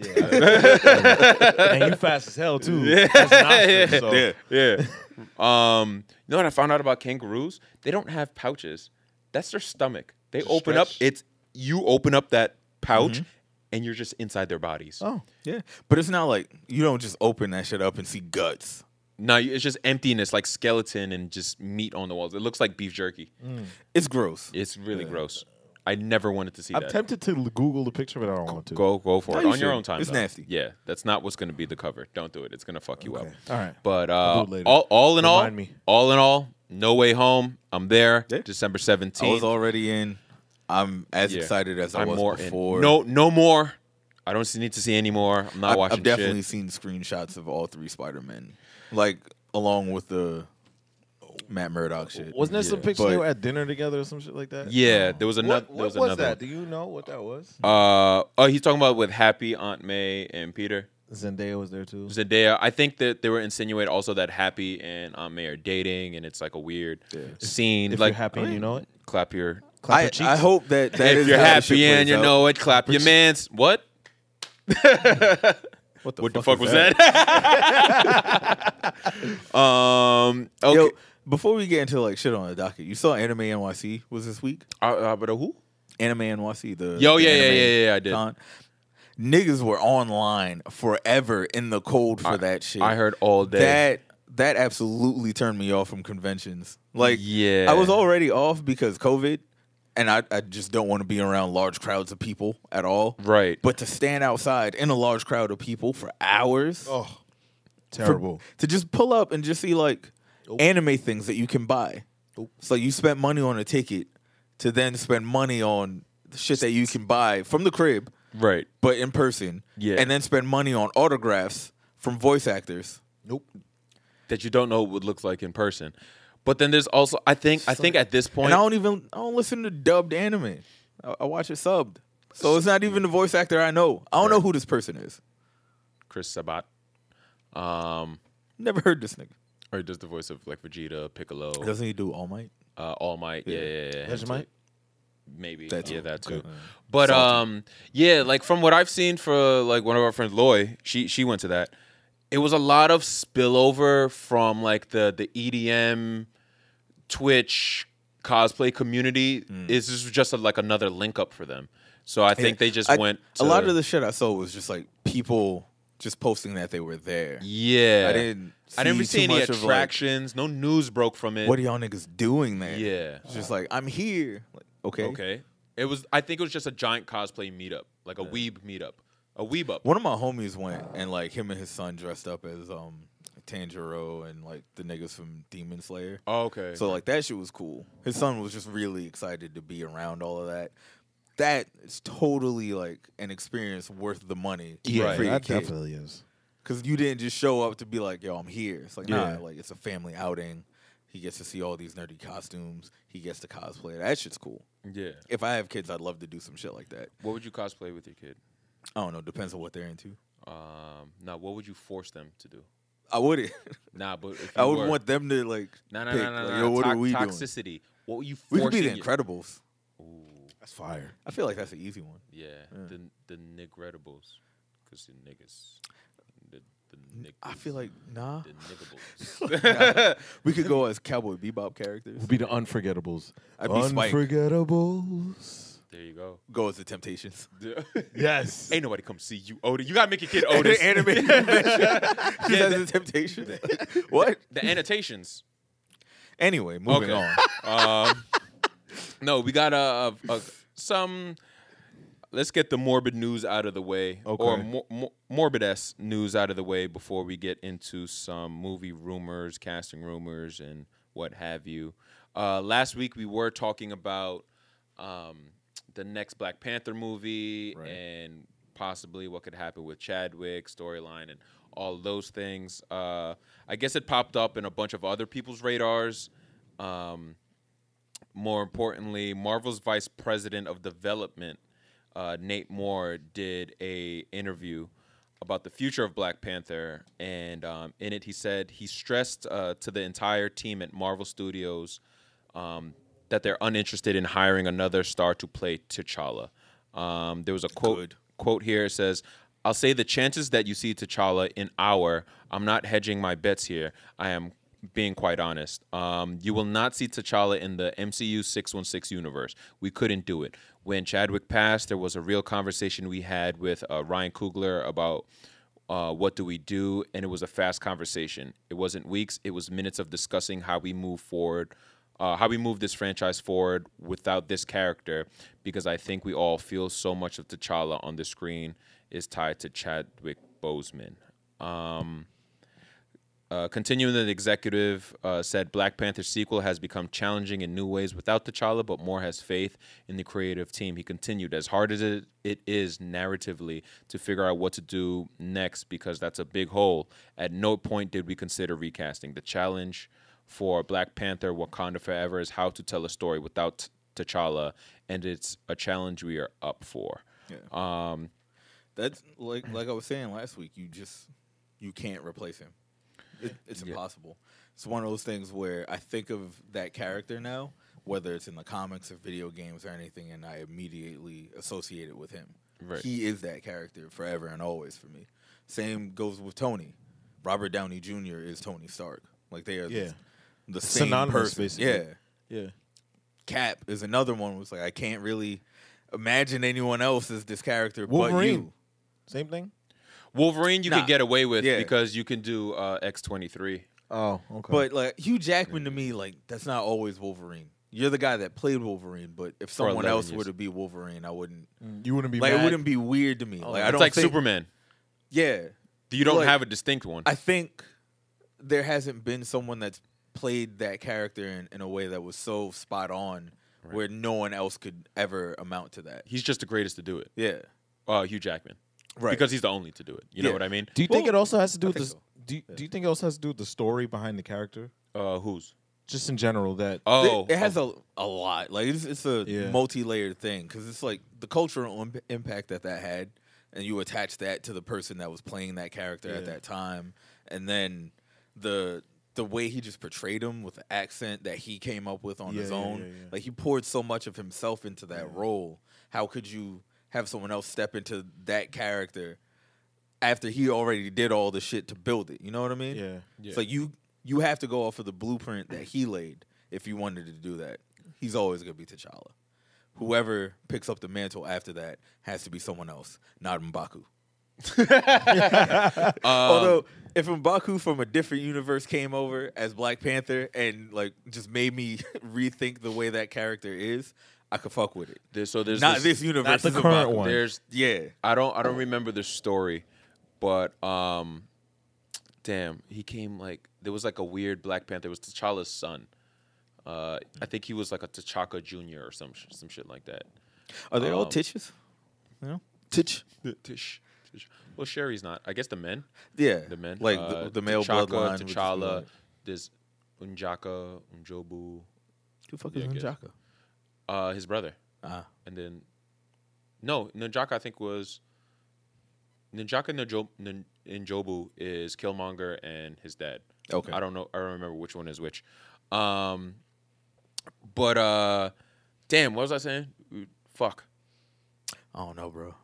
and you fast as hell too. That's an ostrich, so-
[laughs] [laughs] yeah. Um, you know what I found out about kangaroos? They don't have pouches. That's their stomach. They open up.
stretch.
It's you open up that pouch,
Mm-hmm.
and you're just inside their bodies.
Oh,
Yeah, but it's not like you don't just open that shit up and see guts.
No, you- it's just emptiness, like skeleton and just meat on the walls. It looks like beef jerky.
Mm-hmm. It's gross.
It's really gross. I never wanted to see
I'm
that.
tempted to l- Google the picture, but I don't want to.
go go for
No,
it
you
on your
shouldn't.
own time.
It's
though.
nasty.
Yeah, that's not what's going to be the cover. Don't do it. It's going to fuck you up.
All right.
But uh,
I'll do it later.
all all in all,
Remind me.
all in all, no way home. I'm there.
Yeah.
December seventeenth.
I was already in. I'm as
Yeah.
excited as I
I'm
was
more in.
before.
No, no more. I don't see- need to see any more. I'm not
I,
watching
have definitely
shit.
seen screenshots of all three Spider Men, like along with the Matt Murdock shit.
Wasn't there some
Yeah.
picture they
But-
were at dinner together or some shit like that? Uh,
Yeah, there was another.
What,
There was,
what was
another.
that? Do you know what that was?
One. Uh, oh, he's talking about with Happy Aunt May and Peter
Zendaya was there too.
Zendaya. I think that they were insinuating also that Happy and Aunt May are dating, and it's like a weird scene.
If
like oh,
you're happy and you know it,
clap your.
clap
I,
your cheeks.
I hope that that
if
is
you're
how this shit
happy and
plays
you
out.
know it, clap your man's. What?
what the
What the
fuck,
fuck was that? [laughs] um. Okay.
Yo, before we get into like shit on the docket, you saw Anime NYC was this week.
uh, uh, but who?
Anime NYC, the
Yo,
the
yeah, yeah,
anime
yeah, yeah, I did.
con. Niggas were online forever in the cold for that shit.
I heard all day.
that that absolutely turned me off from conventions. Like,
Yeah.
I was already off because COVID, and I, I just don't want to be around large crowds of people at all.
Right.
But to stand outside in a large crowd of people for hours,
Oh, terrible.
to just pull up and just see like anime things that you can buy. So you spent money on a ticket to then spend money on the shit that you can buy from the crib,
Right.
but in person.
Yeah.
And then spend money on autographs from voice actors.
nope.
that you don't know what would look like in person. But then there's also I think I think at this point
And I don't even I don't listen to dubbed anime. I, I watch it subbed. So it's not even the voice actor I know. I don't know who this person is.
Chris Sabat
Never heard this nigga.
or he does the voice of like Vegeta, Piccolo,
Doesn't he do All Might?
uh, All Might, yeah, yeah, yeah,
That's Mike.
maybe,
That
yeah,
too.
that too.
Okay.
But um, yeah, like from what I've seen for like one of our friends, Loy, she she went to that. It was a lot of spillover from like the the EDM, Twitch cosplay community.
Mm.
Is this was just a, like another link up for them? So I think they just
I-
went.
a lot
to-
of the shit I saw was just like people just posting that they were there.
Yeah,
I didn't see
I didn't really see
too
any
much of, like-
attractions. no news broke from it.
What are y'all niggas doing there?
Yeah.
It's just like, I'm here. Like, okay.
okay, it was. I think it was just a giant cosplay meetup, like a weeb meetup. A Weebup.
One of my homies went and like him and his son dressed up as um Tanjiro and like the niggas from Demon Slayer.
Oh, okay.
So like that shit was cool. His son was just really excited to be around all of that. That is totally like an experience worth the money.
Yeah,
for your
that
kid.
definitely is.
Cause you didn't just show up to be like, yo, I'm here. It's like,
Yeah.
nah, like it's a family outing. He gets to see all these nerdy costumes. He gets to cosplay. That shit's cool.
yeah.
If I have kids, I'd love to do some shit like that.
What would you cosplay with your kid?
I don't know. Depends on what they're into.
Um, now, what would you force them to do?
I [laughs] would.
Nah, but if
I
you
would
were-
want them to like.
No, no,
pick,
no, no,
like,
no.
Yo, what
Tox-
are we doing?
toxicity. What were you
We
forcing?
could be the
your-
Incredibles.
That's fire.
I feel like that's an easy one.
Yeah, the the nigredables, because the niggas, the the niggas,
I feel like nah.
the niggables.
[laughs]
[laughs]
We could go as Cowboy Bebop characters.
Would be the unforgettables.
I'd be Spike.
unforgettables.
there you go. [laughs]
Go as the Temptations.
Yes.
Ain't nobody come see you, Otis. You gotta
[laughs]
make your kid Otis.
animated convention. Just as the Temptations. [laughs] what?
[laughs] the annotations.
Anyway, moving
Okay.
on.
No, we got a, a, a some. Let's get the morbid news out of the way, or
Okay.
mor- mor- morbid s news out of the way before we get into some movie rumors, casting rumors, and what have you. Uh, last week we were talking about um, the next Black Panther movie
Right.
and possibly what could happen with Chadwick storyline and all those things. Uh, I guess it popped up in a bunch of other people's radars. Um, more importantly, Marvel's vice president of development, uh, Nate Moore, did a interview about the future of Black Panther, and um, in it he said he stressed uh, to the entire team at Marvel Studios um, that they're uninterested in hiring another star to play T'Challa. Um, there was a quote
Good.
quote here it says. I'll say the chances that you see T'Challa in our, I'm not hedging my bets here. I am being quite honest. Um, you will not see T'Challa in the MCU 616 universe. We couldn't do it. When Chadwick passed, there was a real conversation we had with uh, Ryan Coogler about uh, what do we do, and it was a fast conversation. It wasn't weeks; it was minutes of discussing how we move forward, uh, how we move this franchise forward without this character, because I think we all feel so much of T'Challa on the screen is tied to Chadwick Boseman. Uh, continuing the executive uh, said Black Panther sequel has become challenging in new ways without T'Challa, but Moore has faith in the creative team. He continued, as hard as it, it is narratively to figure out what to do next because that's a big hole. At no point did we consider recasting. The challenge for Black Panther Wakanda Forever is how to tell a story without T'Challa, and it's a challenge we are up for.
That's like like I was saying last week. You just you can't replace him. It, it's impossible. It's one of those things where I think of that character now, whether it's in the comics or video games or anything, and I immediately associate it with him.
Right.
He is that character forever and always for me. Same goes with Tony. Robert Downey Jr. is Tony Stark. Like they are
Yeah.
the, the same
Synonymous,
person.
basically.
Yeah.
Yeah.
Cap is another one. Who's like I can't really imagine anyone else as this character but
Wolverine.
you.
Same thing.
Wolverine, you
Nah.
can get away with
Yeah.
because you can do uh, X23.
Oh, okay.
But like Hugh Jackman to me, like that's not always Wolverine. You're the guy that played Wolverine, but if
For
someone
11
else were
years.
to be Wolverine, I wouldn't.
you wouldn't be
Like
mad?
it wouldn't be weird to me. like I
Oh, it's
don't
like
think,
Superman.
Yeah,
You don't
Like-
have a distinct one.
I think there hasn't been someone that's played that character in, in a way that was so spot on, where no one else could ever amount to that.
he's just the greatest to do it.
Yeah,
Uh, Hugh Jackman,
Right.
Because he's the only to do it. You know
Yeah.
what I mean?
Do you think it also has to do with the?
think
s- Do you, do you think it also has to do with the story behind the character,
Uh, who's?
just in general? That
Oh,
it, it has a a lot. Like it's, it's a
Yeah.
multi-layered thing because it's like the cultural imp- impact that that had, and you attach that to the person that was playing that character at
Yeah.
that time, and then the the way he just portrayed him with the accent that he came up with on
Yeah,
his
yeah,
own.
yeah, yeah.
Like he poured so much of himself into that role. How could you have someone else step into that character? after he already did all the shit to build it. You know what I mean?
Yeah.
Yeah.
So you you have to go off of the blueprint that he laid if you wanted to do that. He's always gonna be T'Challa. Whoever picks up the mantle after that has to be someone else, not
[laughs]
Mbaku. Um, Although, if Mbaku from a different universe came [laughs] over as Black Panther and like just made me rethink the way that character is, I could fuck with it.
oh, There- so there's
Not this universe,
not the
it's
current
about-
one.
There's
Yeah,
I don't I don't remember the story, but um, damn, he came like there was like a weird Black Panther. It was T'Challa's son. Uh, I think he was like a T'Chaka Junior or some sh- some shit like that.
are they all
Um,
titches? No.
Titch.
Tish, Tish. Well, Sherry's not. I guess the men.
Yeah,
The men.
like
uh,
the, the male
T'Chaka,
bloodline. which is
T'Challa.
like-
There's Unjaka, Unjobu.
Who the fuck
Yeah, I
is
guess.
Njaka?
Uh, his brother.
Ah,
and then no Ninjaka I think was Ninjaka Njo- Nin- Njobu is Killmonger and his dad.
Okay.
I don't know. I don't remember which one is which. Um, but uh, damn, what was I saying? Fuck.
I don't know, bro.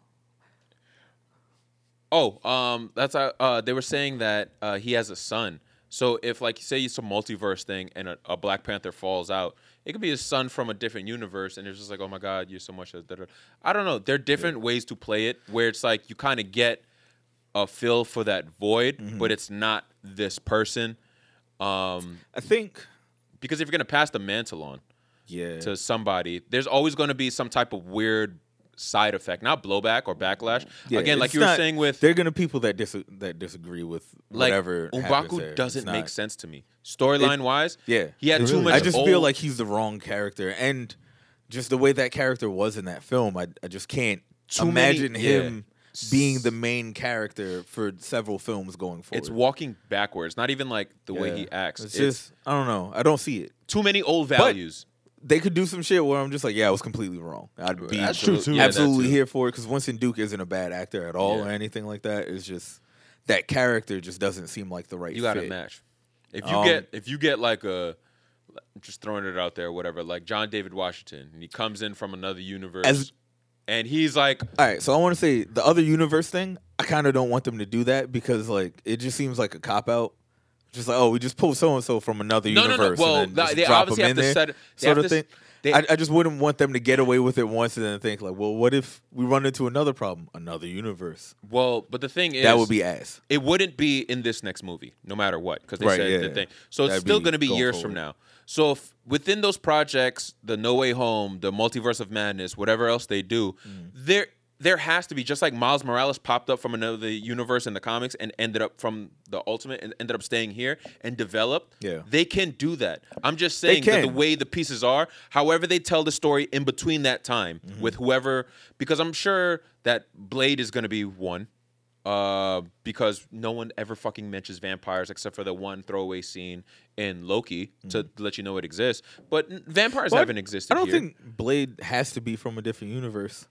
Oh, um, that's uh, uh, they were saying that uh, he has a son. So if like say it's a multiverse thing and a, a Black Panther falls out, it could be his son from a different universe, and it's just like, oh my God, you're so much. as- da, da, da." I don't know. There are different ways to play it where it's like you kind of get a feel for that void,
Mm-hmm.
but it's not this person. Um,
I think.
because if you're gonna pass the mantle on,
Yeah.
to somebody, there's always going to be some type of weird side effect, not blowback or backlash.
Yeah,
Again, like
it's
you were
not-
saying with
they're gonna people that dis- that disagree with
like
whatever. happens there.
Umbaku
It's
doesn't make
not-
sense to me storyline wise.
Yeah,
he had
It
too
really
much.
I just
old-
feel like he's the wrong character, and just the way that character was in that film, I I just can't
Too many-
imagine
yeah.
him being the main character for several films going forward.
it's walking backwards. Not even like the way
Yeah.
he acts.
It's,
It's,
just I don't know. I don't see it.
too many old values.
They could do some shit where I'm just like, yeah, I was completely wrong. I'd be
That's true, too.
Absolutely-
Yeah, that
absolutely
too.
here for it because Winston Duke isn't a bad actor at all or
Yeah.
anything like that. It's just that character just doesn't seem like the right.
You got to
fit.
match. If you
Um,
get if you get like a I'm just throwing it out there, whatever. Like John David Washington, and he comes in from another universe,
As-
and he's like,
All right, so I want to say the other universe thing. I kind of don't want them to do that because like it just seems like a cop out. Just like oh, we just pulled so and so from another
No, no, no.
universe.
Well,
and then just
they
drop
obviously
them
have
in
to
there,
set- they
sort of
have to
thing.
s- they-
I, I just wouldn't want them to get away with it once and then think like, well, what if we run into another problem, another universe?
well, but the thing is,
that would be ass.
it wouldn't be in this next movie, no matter what, because they
Right,
said
yeah,
the
yeah.
thing. So it's
That'd
still
be
going to be
going
years
forward.
from now. So if within those projects, the No Way Home, the Multiverse of Madness, whatever else they do,
Mm.
there there has to be just like Miles Morales popped up from another universe in the comics and ended up from the Ultimate and ended up staying here and developed.
Yeah.
they can do that. I'm just saying that the
can.
way the pieces are, however they tell the story in between that time
Mm-hmm.
with whoever, because I'm sure that Blade is going to be one uh, because no one ever fucking mentions vampires except for the one throwaway scene in Loki to let you know it exists. But n- vampires
But
haven't existed.
Mm-hmm. I don't
here.
think Blade has to be from a different universe.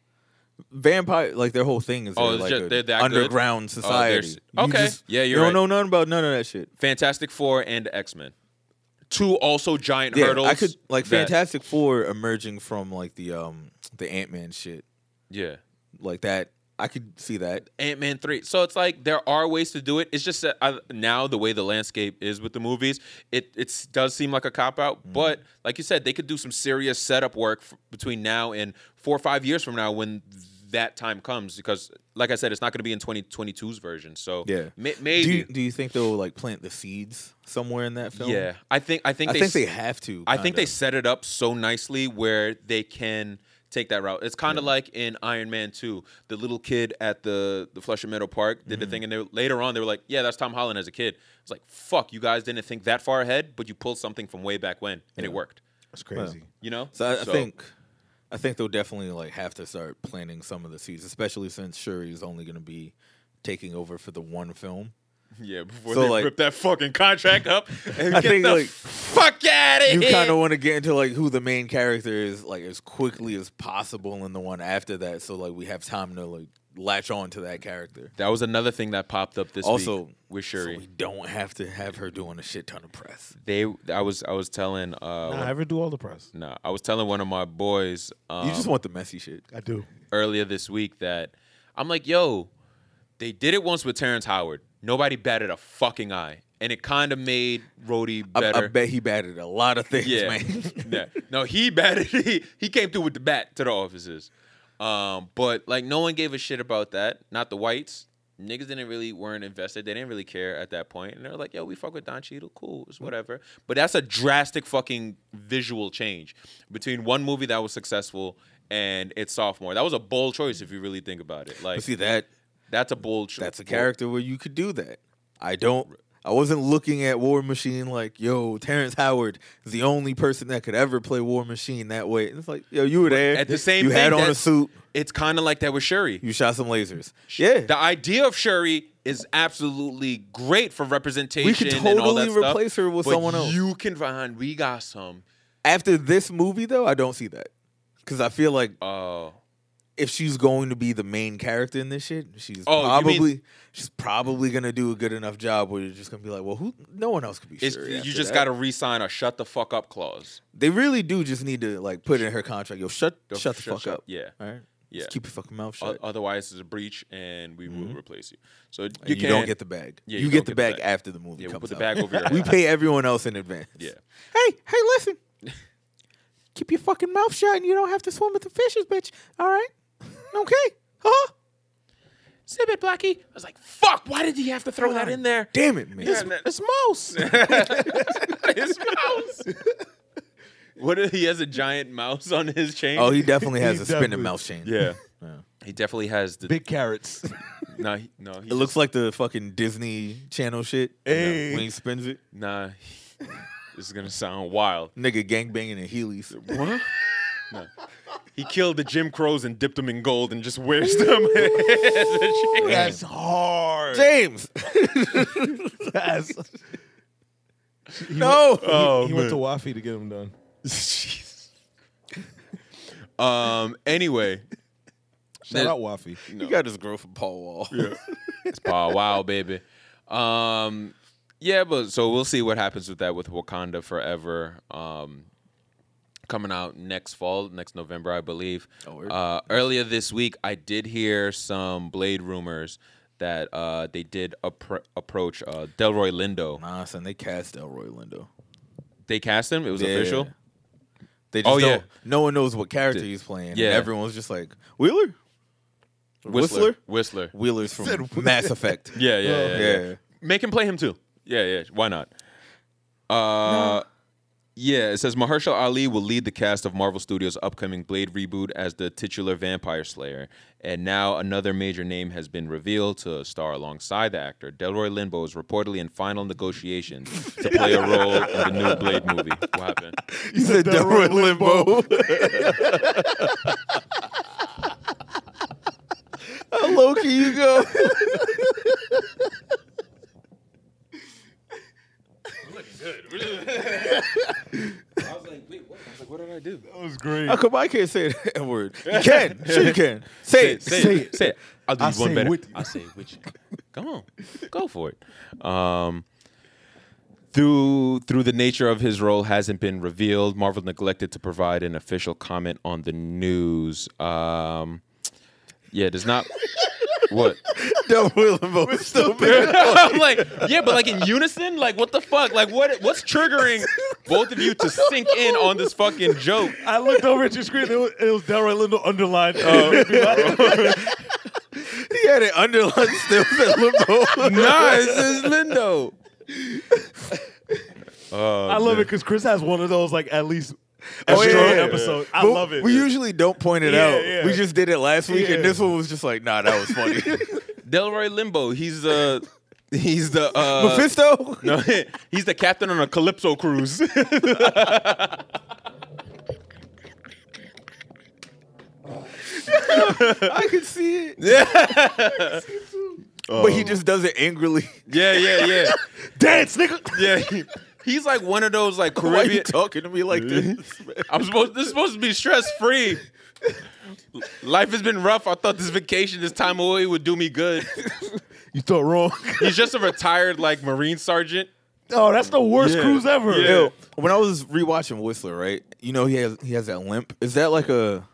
Vampire, like their whole thing is
Oh,
they're
it's
like
just-
a
they're that good?
underground
Oh, they're s-
society. You
okay.
just-
Yeah, you're
You don't
right.
know nothing about none of that shit.
Fantastic Four and X Men, two also giant
yeah,
hurdles.
I could like
that-
Fantastic Four emerging from like the um the Ant Man shit
Yeah,
like that. I could see that.
Ant Man three. So it's like there are ways to do it. It's just that I, now the way the landscape is with the movies, it it does seem like a cop out.
Mm-hmm.
But like you said, they could do some serious setup work f- between now and four or five years from now when that time comes. Because like I said, it's not going to be in 2022's version. So
Yeah,
ma-
Do
maybe
you, do you think they'll like plant the seeds somewhere in that film?
yeah. I think I think
I
they
think they
s-
have to.
I think they
kinda.
set it up so nicely where they can take that route. It's kind of like in Iron Man 2, the little kid at the the Flushing Meadow Park
Mm-hmm.
did the thing, and they, later on they were like, "Yeah, that's Tom Holland as a kid." It's like, "Fuck, you guys didn't think that far ahead, but you pulled something from way back when, and it worked."
That's crazy.
You know?
So I, I think I think they'll definitely like have to start planting some of the seeds, especially since Shuri's only going to be taking over for the one film.
yeah, before
so,
they
like-
rip that fucking contract
[laughs]
up, and
I
get
think,
the
like,
fuck out of
You
here.
kind of want to get into like who the main character is like as quickly as possible in the one after that, so like we have time to like latch on to that character.
that was another thing that popped up this
Also,
week with
so
Shuri.
we don't have to have her doing a shit ton of press.
they, I was, I was telling, uh,
Nah,
one-
I ever do all the press.
nah, I was telling one of my boys. Um,
You just want the messy shit.
I do.
earlier this week that I'm like, yo, they did it once with Terrence Howard. Nobody batted a fucking eye. And it kind of made Rhodey
I,
better.
I bet he batted a lot of things,
yeah.
man. [laughs]
[laughs] yeah. No, he batted. [laughs] He, he came through with the bat to the offices. Um, but like no one gave a shit about that. Not the whites. niggas didn't really weren't invested. They didn't really care at that point, and they're like, "Yo, we fuck with Don Cheadle, cool,
Mm-hmm.
it's whatever." But that's a drastic fucking visual change between one movie that was successful and its sophomore. That was a bold choice if you really think about it. Like,
But see that
that's a bold. Cho-
that's a
bold-
character where you could do that. I don't. I wasn't looking at War Machine like, yo, Terrence Howard is the only person that could ever play War Machine that way. It's like, yo, you were there.
At the same,
you had
thing,
on a
that's-
suit.
It's kind of like that with Shuri.
You shot some lasers. Yeah,
The idea of Shuri is absolutely great for representation. and all that
totally
stuff,
replace her with
but
someone else.
You can find. We got some.
after this movie though, I don't see that because I feel like
Uh,
if she's going to be the main character in this shit, she's
Oh, you mean-
probably she's probably gonna do a good enough job where you're just gonna be like, well, who? No one else could be.
it's,
Shuri
you
after
just
that.
got to re-sign a shut the fuck up clause.
They really do just need to like put in her contract. Yo, shut
Go
shut the
shut-
fuck
shut-
up.
yeah.
All right.
Yeah. Uh,
Just keep your fucking mouth
O-
shut. Mm-hmm.
Otherwise, it's a breach, and we will replace you. So you,
And you
can,
don't get the bag.
Yeah,
you,
you don't
get the bag after the movie.
Yeah, we
comes
put the
out.
bag over your
[laughs] we
head.
pay everyone else in advance.
Yeah.
Hey, hey, listen. [laughs] Keep your fucking mouth shut and you don't have to swim with the fishes, bitch. All right? Okay. Huh?
Zip it, Blackie. I was like, fuck. Why did he have to throw that in there?
Damn it, man.
Yeah, it's mouse. it's mouse. What if he has a giant mouse on his chain?
Oh, he definitely has
He
a spinning
definitely-
mouse chain.
yeah. He definitely has the
Big carrots.
no, he, no. He
It looks like the fucking Disney Channel shit.
Hey.
When he spins it.
nah. he- this is gonna sound wild.
Nigga gangbanging in Heelys.
What? no. He killed the Jim Crows and dipped them in gold and just wears [laughs] them as a chain.
That's hard.
James! [laughs]
That's. He
No!
Went, he-
Oh,
he, went
man.
to Wafi to get him done.
Jeez. um. Anyway,
Shout
That-
out Wafi.
You got his girl from Paul Wall.
it's Paul Wow, baby. Um. Yeah, but so we'll see what happens with that with Wakanda Forever. Um. Coming out next fall, next November, I believe.
Oh, word.
uh, earlier this week, I did hear some Blade rumors that uh, they did appro- approach uh, Delroy Lindo.
Nah, son, they cast Elroy Lindo.
They cast him. It was official.
They just
Oh, yeah.
don't, no one knows what character he's playing. and
Yeah.
everyone's just like Wheeler,
Whistler.
Whistler?
Whistler.
Wheeler's from Oh. Mass Effect.
[laughs] Yeah, yeah, yeah, yeah.
yeah.
Make him play him too. Yeah, yeah. Why not? Uh, Yeah, it says Mahershala Ali will lead the cast of Marvel Studios' upcoming Blade reboot as the titular vampire slayer. And now another major name has been revealed to star alongside the actor. Delroy Linbo is reportedly in final negotiations to play a role in the new Blade movie. What happened?
You said Delroy Limbo. [laughs] How low can you go?
I was like, wait, what? I was like, what did I do?
That was great.
How come I can't say that word?
[laughs]
You can. Sure you can. Say it.
Say,
Say
it.
it.
Say it. I'll do
I
you one
say
better.
with you.
I'll say it with you. Come on. Go for it. Um, through through the nature of his role hasn't been revealed. Marvel neglected to provide an official comment on the news. Um, yeah, does [laughs] not what?
Delroy Limbo is still there.
I'm like, yeah, but like in unison, like what the fuck? Like what what's triggering both of you to sink in on this fucking joke?
I looked over at your screen. It was, it was Delroy Lindo underlined. um,
[laughs]
[laughs] Uh,
He had it underlined still said Limbo.
Nah, this is Lindo.
I love it because Chris has one of those, like, at least
Oh,
every
yeah, yeah, yeah.
episode. I
But
love it.
We usually don't point it
Yeah,
out.
yeah.
We just did it last week,
Yeah.
and this one was just like, nah, that was funny.
Delroy Limbo. He's the he's the
[laughs]
uh,
Mephisto?
no, [laughs] he's the captain on a Calypso cruise.
I can see it. But he just does it angrily.
[laughs] yeah, yeah, yeah,
Dance, nigga.
yeah. He's like one of those like
[laughs] Why are you
Caribbean.
talking to me like this?
I'm supposed this is supposed to be stress free. Life has been rough. I thought this vacation, this time away, would do me good.
You thought wrong. [laughs]
He's just a retired like Marine sergeant.
oh, that's the worst
Yeah.
cruise ever. Oh,
Yeah.
Yo, when I was rewatching Whistler, right? You know he has he has that limp. Is that like a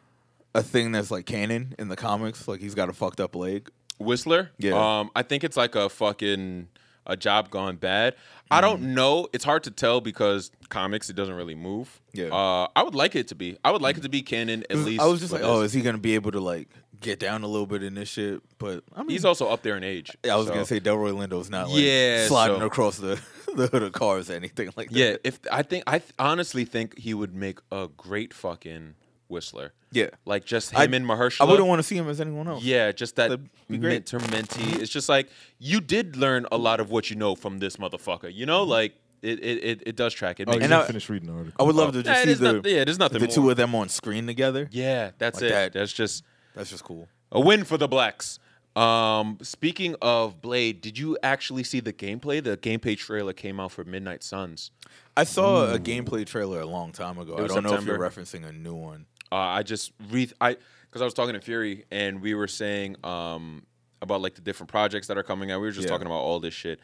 a thing that's like canon in the comics? Like he's got a fucked up leg.
Whistler.
Yeah.
Um, I think it's like a fucking a job gone bad. I
Mm.
don't know. It's hard to tell because comics it doesn't really move.
Yeah. Mm.
Uh, I would like it to be. I would like it to be canon at least.
I was just
for
like,
this.
oh, is he gonna be able to like get down a little bit in this shit, but I mean,
He's also up there in age.
I was
so-
gonna say Delroy Lindo's not like
Yeah,
sliding
so-
across the, [laughs] the hood of cars or anything like that.
Yeah, if I think I th- honestly think he would make a great fucking whistler.
Yeah.
like just
I-
him and
I
Mahershala.
wouldn't want to see him as anyone else.
Yeah, just that
That'd be great.
mentor mentee. It's just like you did learn a lot of what you know from this motherfucker. You know, like it it, it, it does track. It
Oh, you
makes
Mm-hmm. And
didn't
I-
finish reading the
I
article.
would love to
yeah,
just
it
see
is
the
not- yeah, Oh. there's nothing
the two
more.
of them on screen together.
yeah, that's
Like
it.
that.
That's just
That's just cool.
a win for the blacks. Um, speaking of Blade, did you actually see the gameplay? The gameplay trailer came out for Midnight Suns.
I saw a gameplay trailer a long time ago. I
Mm. was
don't know if you're referencing a new one.
uh, I just re I because I was talking to Fury and we were saying um about like the different projects that are coming out. We were just
Yeah.
talking about all this shit,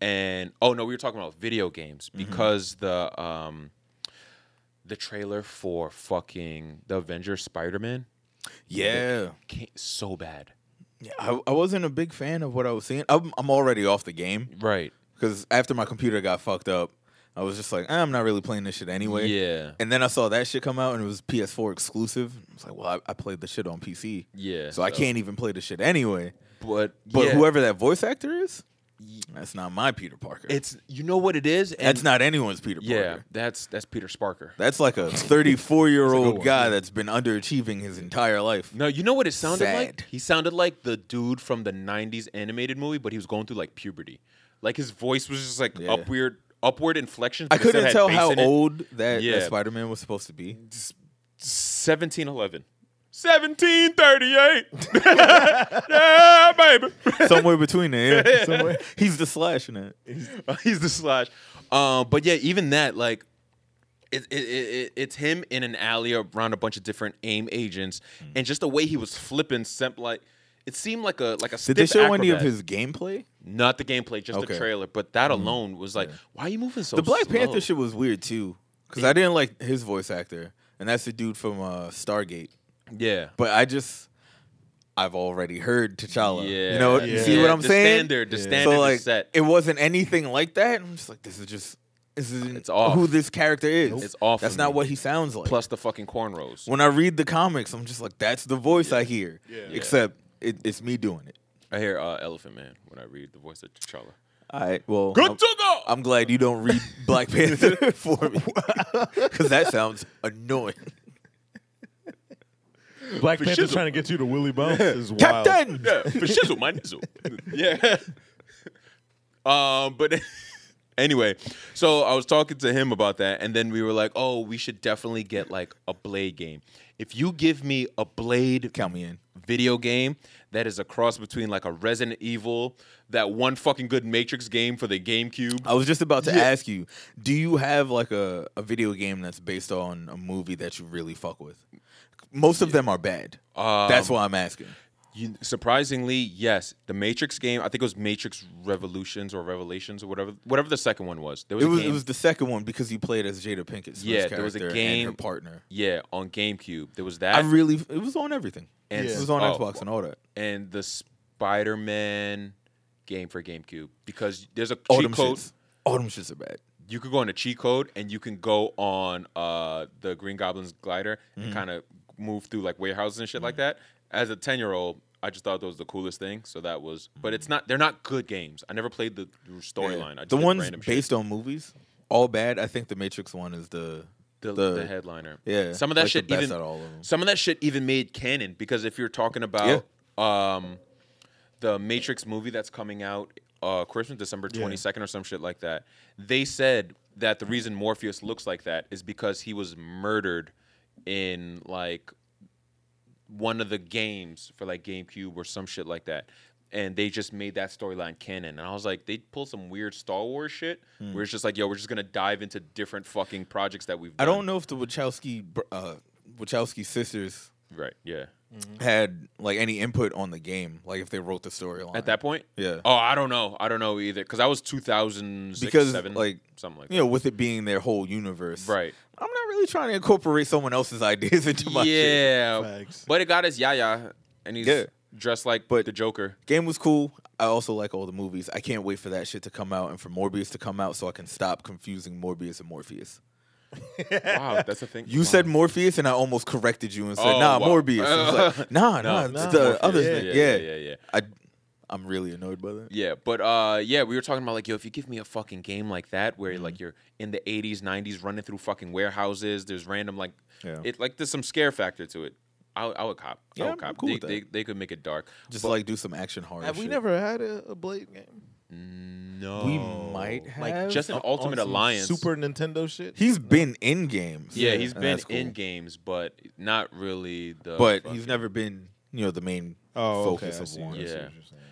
and oh no, we were talking about video games
Mm-hmm.
because the um the trailer for fucking the Avengers Spider Man
Yeah.
came so bad.
yeah I, I wasn't a big fan of what I was seeing. I'm, I'm already off the game
Right.
because after my computer got fucked up, I was just like, eh, I'm not really playing this shit anyway.
Yeah.
And then I saw that shit come out and it was PS4 exclusive. I was like, well, I, I played the shit on PC.
Yeah,
So I
so-
can't even play the shit anyway.
But
But
yeah,
whoever that voice actor is, that's not my Peter Parker.
it's you know what it is. And
that's not anyone's Peter
Yeah,
Parker.
that's that's Peter Sparker.
That's like
[laughs]
a 34 year
That's a
old
good
guy
one, yeah.
that's been underachieving his entire life.
No, you know what it sounded like?
Sad.
He sounded like the dude from the 90s animated movie, but he was going through like puberty. Like his voice was just like
Yeah.
up weird, upward inflections.
I
but it
couldn't tell
still had bass
how
in it.
old that,
Yeah.
Spider Man was supposed to be.
1711. 1738. [laughs] yeah, baby.
Somewhere between there.
[laughs]
yeah. Somewhere. He's the slash in it.
He's the slash. Um, but yeah, even that, like, it, it, it, it- it's him in an alley around a bunch of different AIM agents,
Mm.
and just the way he was flipping, sem- like, it seemed like a like a.
Did they
stiff
show any of
acrobat.
his gameplay?
Not the gameplay, just the
Okay. Mm-hmm.
trailer. But that alone was like, why are you moving so?
The Black Panther
slow?
shit was weird too, because I didn't like his voice actor, and that's the dude from uh, Stargate.
Yeah.
But I just, I've already heard T'Challa.
Yeah.
You know, what you see what I'm
the
saying?
Standard, the
Yeah. So,
standard
so like,
is set.
it wasn't anything like that. I'm just like, this is just, this is
It's off.
who this character is.
It's off
That's
for
not
me.
what he sounds like.
Plus the fucking cornrows.
when I read the comics, I'm just like, that's the voice I hear.
Yeah.
Except it, it's me doing it.
I hear uh, Elephant Man when I read the voice of T'Challa.
All right. Well, I'm,
Good to go.
I'm glad you don't
[laughs]
read Black Panther [laughs] for me, because that sounds annoying.
Black
For
Panther's
shizzle.
trying to get you to Willie Bounce is wild.
Captain.
yeah, for shizzle,
[laughs]
my nizzle. Yeah. [laughs] Um, but [laughs] anyway, so I was talking to him about that, and then we were like, "Oh, we should definitely get like a Blade game. If you give me a Blade
Count me in.
video game that is a cross between like a Resident Evil, that one fucking good Matrix game for the GameCube.
I was just about to ask you, do you have like a, a video game that's based on a movie that you really fuck with? Most of them are bad. that's
Um,
why I'm asking.
You, surprisingly, yes, the Matrix game. I think it was Matrix Revolutions or Revelations or whatever, whatever the second one was. There was
It
a
was it
game-
was the second one because you played as Jada Pinkett Smith's
Yeah,
character
there was a
and her
game-
partner.
yeah on GameCube. There was that.
I really it was on everything.
And-
It was on
Oh.
Xbox and all that.
and the Spider Man game for GameCube because there's a cheat
All them
code.
shits. All them shits are bad.
You could go on a cheat code and you can go on uh, the Green Goblin's glider and
Mm-hmm.
kind of move through like warehouses and shit like that. As a ten year old, I just thought that was the coolest thing. So that was, but it's not. They're not good games. I never played the storyline. I just
Mm-hmm. The
did
ones
random shit.
based on movies, all bad. I think the Matrix one is the
the,
the,
the, headliner.
yeah,
some of that
like the
shit
best
even
out of all of 'em.
some of that shit even made canon because if you're talking about um, the Matrix movie that's coming out uh, Christmas December twenty second or some shit like that, they said that the reason Morpheus looks like that is because he was murdered in like one of the games for like GameCube or some shit like that. And they just made that storyline canon. And I was like, they pulled some weird Star Wars shit
Hmm.
where it's just like, yo, we're just gonna dive into different fucking projects that we've
I
done.
don't know if the Wachowski br- uh, Wachowski sisters
Right. Yeah.
had like any input on the game, like if they wrote the storyline
At that point.
Yeah.
Oh, I don't know. I don't know either. Because I was two thousand six,
because
seven,
like
something like
you know, with it being their whole universe,
that. Right.
I'm not really trying to incorporate someone else's [laughs] ideas into [laughs] my shit.
yeah.
Facts.
But it got his yaya, and he's
Yeah.
dressed like
But-
the Joker.
Game was cool. I also like all the movies. I can't wait for that shit to come out and for Morbius to come out so I can stop confusing Morbius and Morpheus.
Wow, that's a thing.
You
Wow.
said Morpheus, and I almost corrected you and said,
Oh,
"Nah,
wow.
Morbius." It's
[laughs]
like, nah, nah,
no,
it's
it's
the
Morpheus.
other
Yeah,
thing.
yeah,
Yeah,
yeah, yeah.
I, I'm really annoyed by that.
Yeah, but uh, yeah, we were talking about like, yo, if you give me a fucking game like that,
Mm-hmm.
where like you're in the '80s, '90s, running through fucking warehouses, there's random like,
Yeah.
it like there's some scare factor to it. I, would- I would cop.
Yeah,
I
I'm
would cop.
cool
they,
with that.
they they could make it dark.
Just
But-
like do some action horror.
Have we
shit.
never had a, a Blade game?
no,
We might have
Oh, like just an
On-
Ultimate
on some
Alliance.
Super Nintendo shit.
He's been in games.
yeah, he's
and
been
that's cool.
in games, but not really the.
but
fucking-
he's never been, you know, the main
oh, okay,
focus
I
of
see,
one.
I see
Yeah.
what you're saying.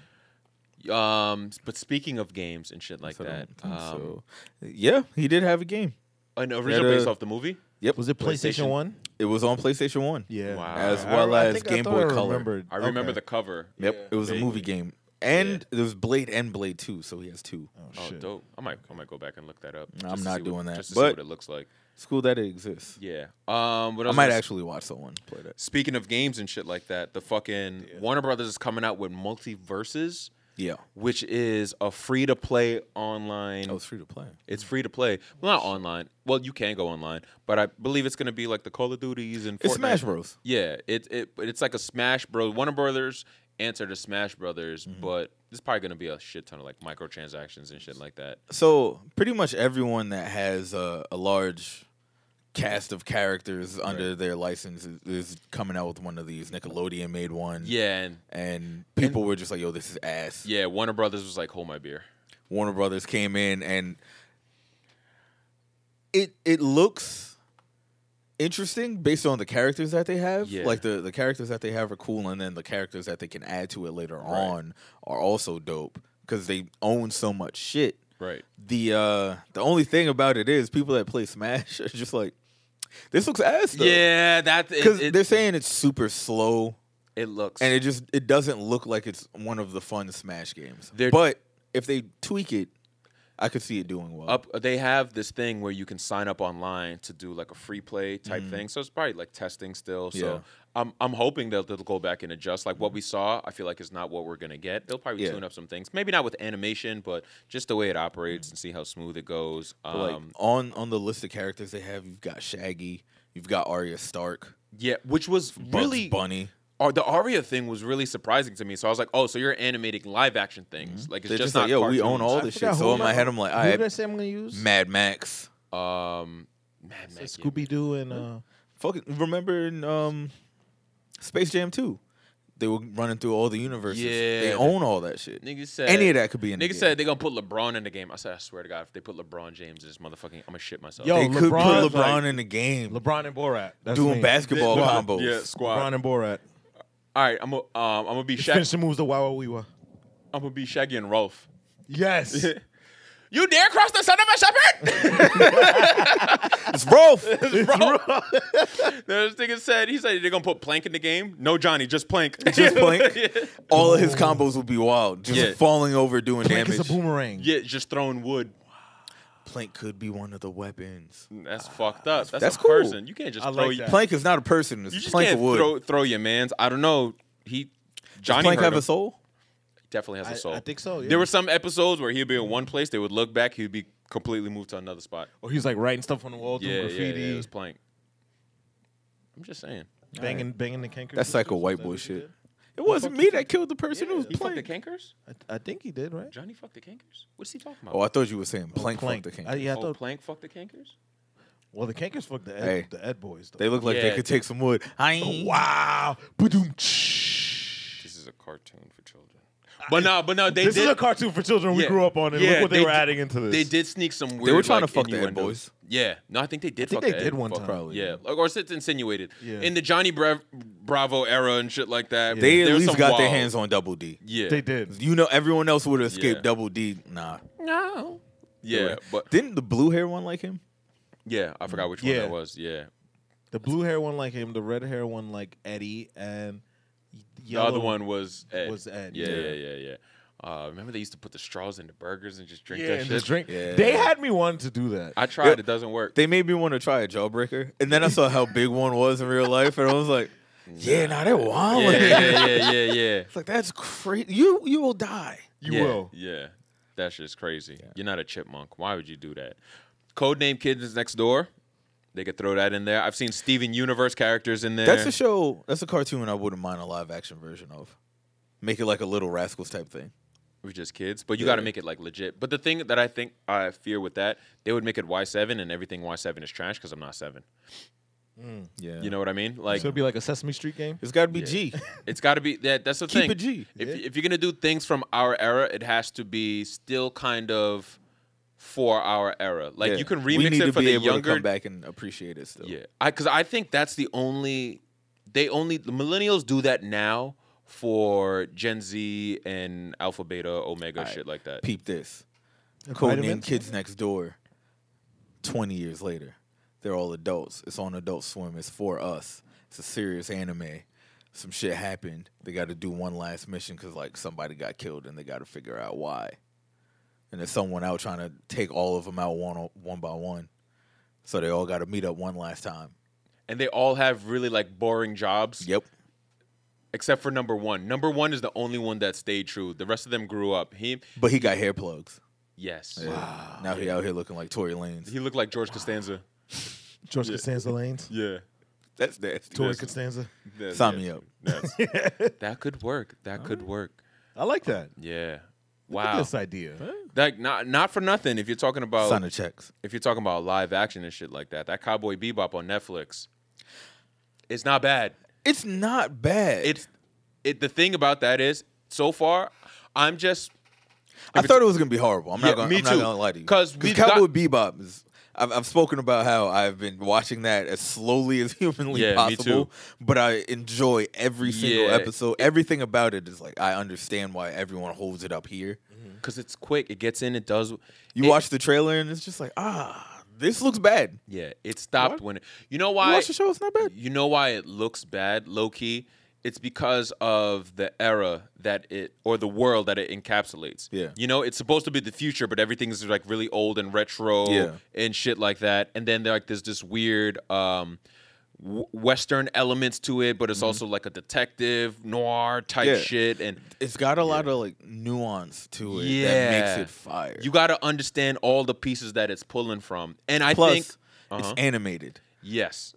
Um, but speaking of games and shit like
So I
that,
don't think
um, oh,
so. yeah, he did have a game.
an original
Yeah,
based
the-
off the movie.
Yep,
Was it PlayStation,
PlayStation?
One?
It was on PlayStation One.
Yeah.
Wow.
As
I-
well
I
as
think I
Game
thought
Boy
I
Color.
remembered.
I remember
Okay.
the cover.
Yep,
Yeah.
it was a
Vaguely.
movie game, and there was Blade and Blade Two, so he has two.
Oh,
shit.
dope! I might, I might go back and look that up.
I'm
just to
not
see
doing
what,
that,
Just to see
but-
what it looks like.
It's cool that it exists.
Yeah. Um. What
I
else
might
was-
actually watch someone play that.
Speaking of games and shit like that, the fucking Warner Brothers is coming out with Multiverses,
Yeah,
which is a free to play online.
oh, it's free to play.
It's free to play. Well, not online. Well, you can go online, but I believe it's going to be like the Call of Duties and
It's
Fortnite.
Smash Bros.
Yeah, it it but it's like a Smash Bros. Warner Brothers answer to Smash Brothers, but there's probably going to be a shit ton of like microtransactions and shit like that.
So pretty much everyone that has a, a large cast of characters under their license is, is coming out with one of these. Nickelodeon made one.
Yeah, and
and people were just like, "Yo, this is ass."
yeah, Warner Brothers was like, "Hold my beer."
Warner Brothers came in and it it looks interesting based on the characters that they have.
Yeah.
Like the, the characters that they have are cool and then the characters that they can add to it later on are also dope cuz they own so much shit.
Right.
The uh the only thing about it is people that play Smash [laughs] are just like this looks ass though.
Yeah, that it-
Cuz
it-
they're saying it's super slow
it looks
and it just it doesn't look like it's one of the fun Smash games.
They're-
but if they tweak it, I could see it doing well.
up they have this thing where you can sign up online to do like a free play type thing so it's probably like testing still so
Yeah.
I'm, I'm hoping that they'll go back and adjust like what we saw i feel like is not what we're going to get they'll probably
Yeah.
tune up some things maybe not with animation but just the way it operates and see how smooth it goes um,
like on on the list of characters they have, you've got Shaggy, you've got Arya Stark,
yeah which was
Bugs
really
Bunny.
uh, the aria thing was really surprising to me so i was like oh so you're animating live action things like it's
They're
just,
Mm-hmm. just
not
like, yo, we own
cartoons."
all
I
this shit.
forgot
So
who
in my
that-
head, I'm like, all
Who did I
right,
say I'm gonna use?
Mad Max.
um man, man, yeah,
Scooby Doo and uh,
Fuck it. Remember in um, Space Jam 2? They were running through all the universes.
Yeah.
They own all that shit.
Niggas said
Any of that could be in the
Niggas
game.
said they're gonna put LeBron in the game. I said, I swear to God, if they put LeBron James in this motherfucking, I'm gonna shit myself.
Yo,
They could put
LeBron's
LeBron
like-
in the game.
LeBron and Borat That's
doing
me.
basketball
Yeah,
combos.
Yeah, squad.
LeBron and Borat.
All right, I'm gonna um, I'm gonna be
Finish
Shag-
the moves. The Wawa Weewa.
I'm gonna be Shaggy and Rolf.
[laughs] Yes.
You dare cross the son of
[laughs]
a shepherd?
It's Rolf.
[laughs] this nigga said he said they're gonna put Plank in the game. No Johnny, just Plank.
just Plank.
yeah.
[laughs] All of his combos would be wild. Just
Yeah.
falling over, doing
Blink is a
damage.
boomerang.
[laughs] Yeah, just throwing wood.
Plank could be one of the weapons.
That's fucked up. Ah, That's,
that's
a
cool.
person. You can't just
I
throw.
like
you,
that.
Plank is not a person. It's
you just
plank
can't
of wood.
throw throw your man's. I don't know. He Johnny
plank
hurt
have
him.
a soul?
definitely has
I-
a soul.
I think so, yeah.
There were some episodes where he'd be in one place, they would look back, he'd be completely moved to another spot.
Or he's like writing stuff on the wall, doing
Yeah, yeah,
graffiti,
yeah, it was Plank. I'm just saying.
banging, banging the cankers.
That's
and
like a
stuff.
white
Is that
boy
what he
shit.
did?
It wasn't me that killed the person. it was
He fucked the
Plank.
cankers?
I, I think he did, right?
Johnny fucked the cankers? What's he talking about?
Oh, I thought you were saying Plank,
Plank.
fucked the king.
I, yeah, I
Oh,
thought,
Plank fucked the cankers?
well, the cankers fucked the Ed,
Hey.
the Ed boys. Though. Oh,
they look like they
Yeah.
could take some wood. I
wow. Ba-doom-tsh.
This is a cartoon for children. But no, but no, they
this
did.
is a cartoon for children we
Yeah.
grew up on, and
Yeah,
look what they,
they
were
d-
adding into this.
They did sneak some weird.
were trying to
like,
fuck the Ed
innuendos.
boys.
Yeah, no, I think they did. fuck
think they
the Ed
did one
fuck.
time.
Probably,
Yeah,
yeah.
like, or it's insinuated
Yeah.
in the Johnny Bra- Bravo era and shit like that.
They at
there's
least
some
got their
wild-
hands on Double D.
Yeah,
They did.
You know, everyone else would have escaped
Yeah.
Double D. Nah.
No. Yeah, but
Didn't the blue hair one like him?
yeah, I forgot which one
Yeah.
that was. Yeah,
The blue hair one like him, the red hair one like Eddie, and y-
The
yellow
other one was Ed.
was Ed,
Yeah, yeah,
yeah.
yeah, yeah. Uh, remember they used to put the straws in the burgers and just drink
Yeah,
that
and
shit.
just drink.
Yeah.
They had me wanting to do that.
I tried. it doesn't work.
They made me want to try a jawbreaker. And then I saw how big one was in real life. And I was [laughs] like, yeah, nah, they're wild.
yeah, yeah, yeah, yeah, yeah.
It's like that's crazy. You you will die.
you
yeah,
will.
Yeah, that's just crazy. You're not a chipmunk. Why would you do that? Codename Kids Next Door. They could throw that in there. I've seen Steven Universe characters in there.
That's a show. That's a cartoon I wouldn't mind a live action version of. Make it like a Little Rascals type thing.
We're just kids, but you got to make it like legit. But the thing that I think I fear with that, they would make it Y seven, and everything Y seven is trash because I'm not seven.
Yeah,
You know what I mean? Like
so it'd be like a Sesame Street game.
it's got to be
[laughs]
G.
It's got to be that. That's the
Keep
thing.
it G,
If,
yeah.
if you're gonna do things from our era, it has to be still kind of for our era. Like
Yeah.
you can
We
remix
need
it
to
for
be
the
able
younger.
To come back and appreciate it still.
Yeah, I because I think that's the only they only the millennials do that now for Gen Z and Alpha Beta Omega shit like that.
Peep this. Codename
vitamins?
Kids Next Door. Twenty years later, they're all adults. It's on Adult Swim. It's for us. It's a serious anime. Some shit happened. They got to do one last mission because like somebody got killed and they got to figure out why. And there's someone out trying to take all of them out one o- one by one. So they all got to meet up one last time.
and they all have really like boring jobs.
Yep.
Except for number one. Number one is the only one that stayed true. The rest of them grew up. He
But he got hair plugs.
yes.
Now he out here looking like Tory Lanez.
He looked like George Costanza.
George Costanza Lanes.
Yeah.
That's nasty.
Tori Costanza.
That-
Sign
yeah.
me up. [laughs]
That's- that could work. That could work.
I like that.
Yeah.
I like
Wow.
this idea.
Like not not for nothing. If you're talking about
Sign the checks.
if you're talking about live action and shit like that, that Cowboy Bebop on Netflix, it's not bad.
It's not bad.
It's it. The thing about that is, so far, I'm just
I thought it was gonna be horrible. I'm
Yeah,
not gonna.
me
I'm
too.
not gonna lie to you.
'Cause we've
Cowboy
got-
Bebop is. I've, I've spoken about how I've been watching that as slowly as [laughs] humanly
Yeah, me
possible,
too.
but I enjoy every single
Yeah.
episode. Everything about it is like I understand why everyone holds it up here.
because it's quick. It gets in. It does.
You
it-
watch the trailer and it's just like ah, this looks bad.
Yeah, it stopped when it, you know
You
why.
watch the show, it's not bad.
You know why it looks bad, low key? It's because of the era that it or the world that it encapsulates.
Yeah.
You know, it's supposed to be the future, but everything's like really old and retro
Yeah.
and shit like that. And then like there's this weird um w- western elements to it, but it's also like a detective noir type
Mm-hmm. Yeah.
shit and
It's got a lot of like nuance to it that
Yeah.
makes it fire.
you got to understand all the pieces that it's pulling from. And I
Plus,
think Uh-huh.
it's animated.
yes.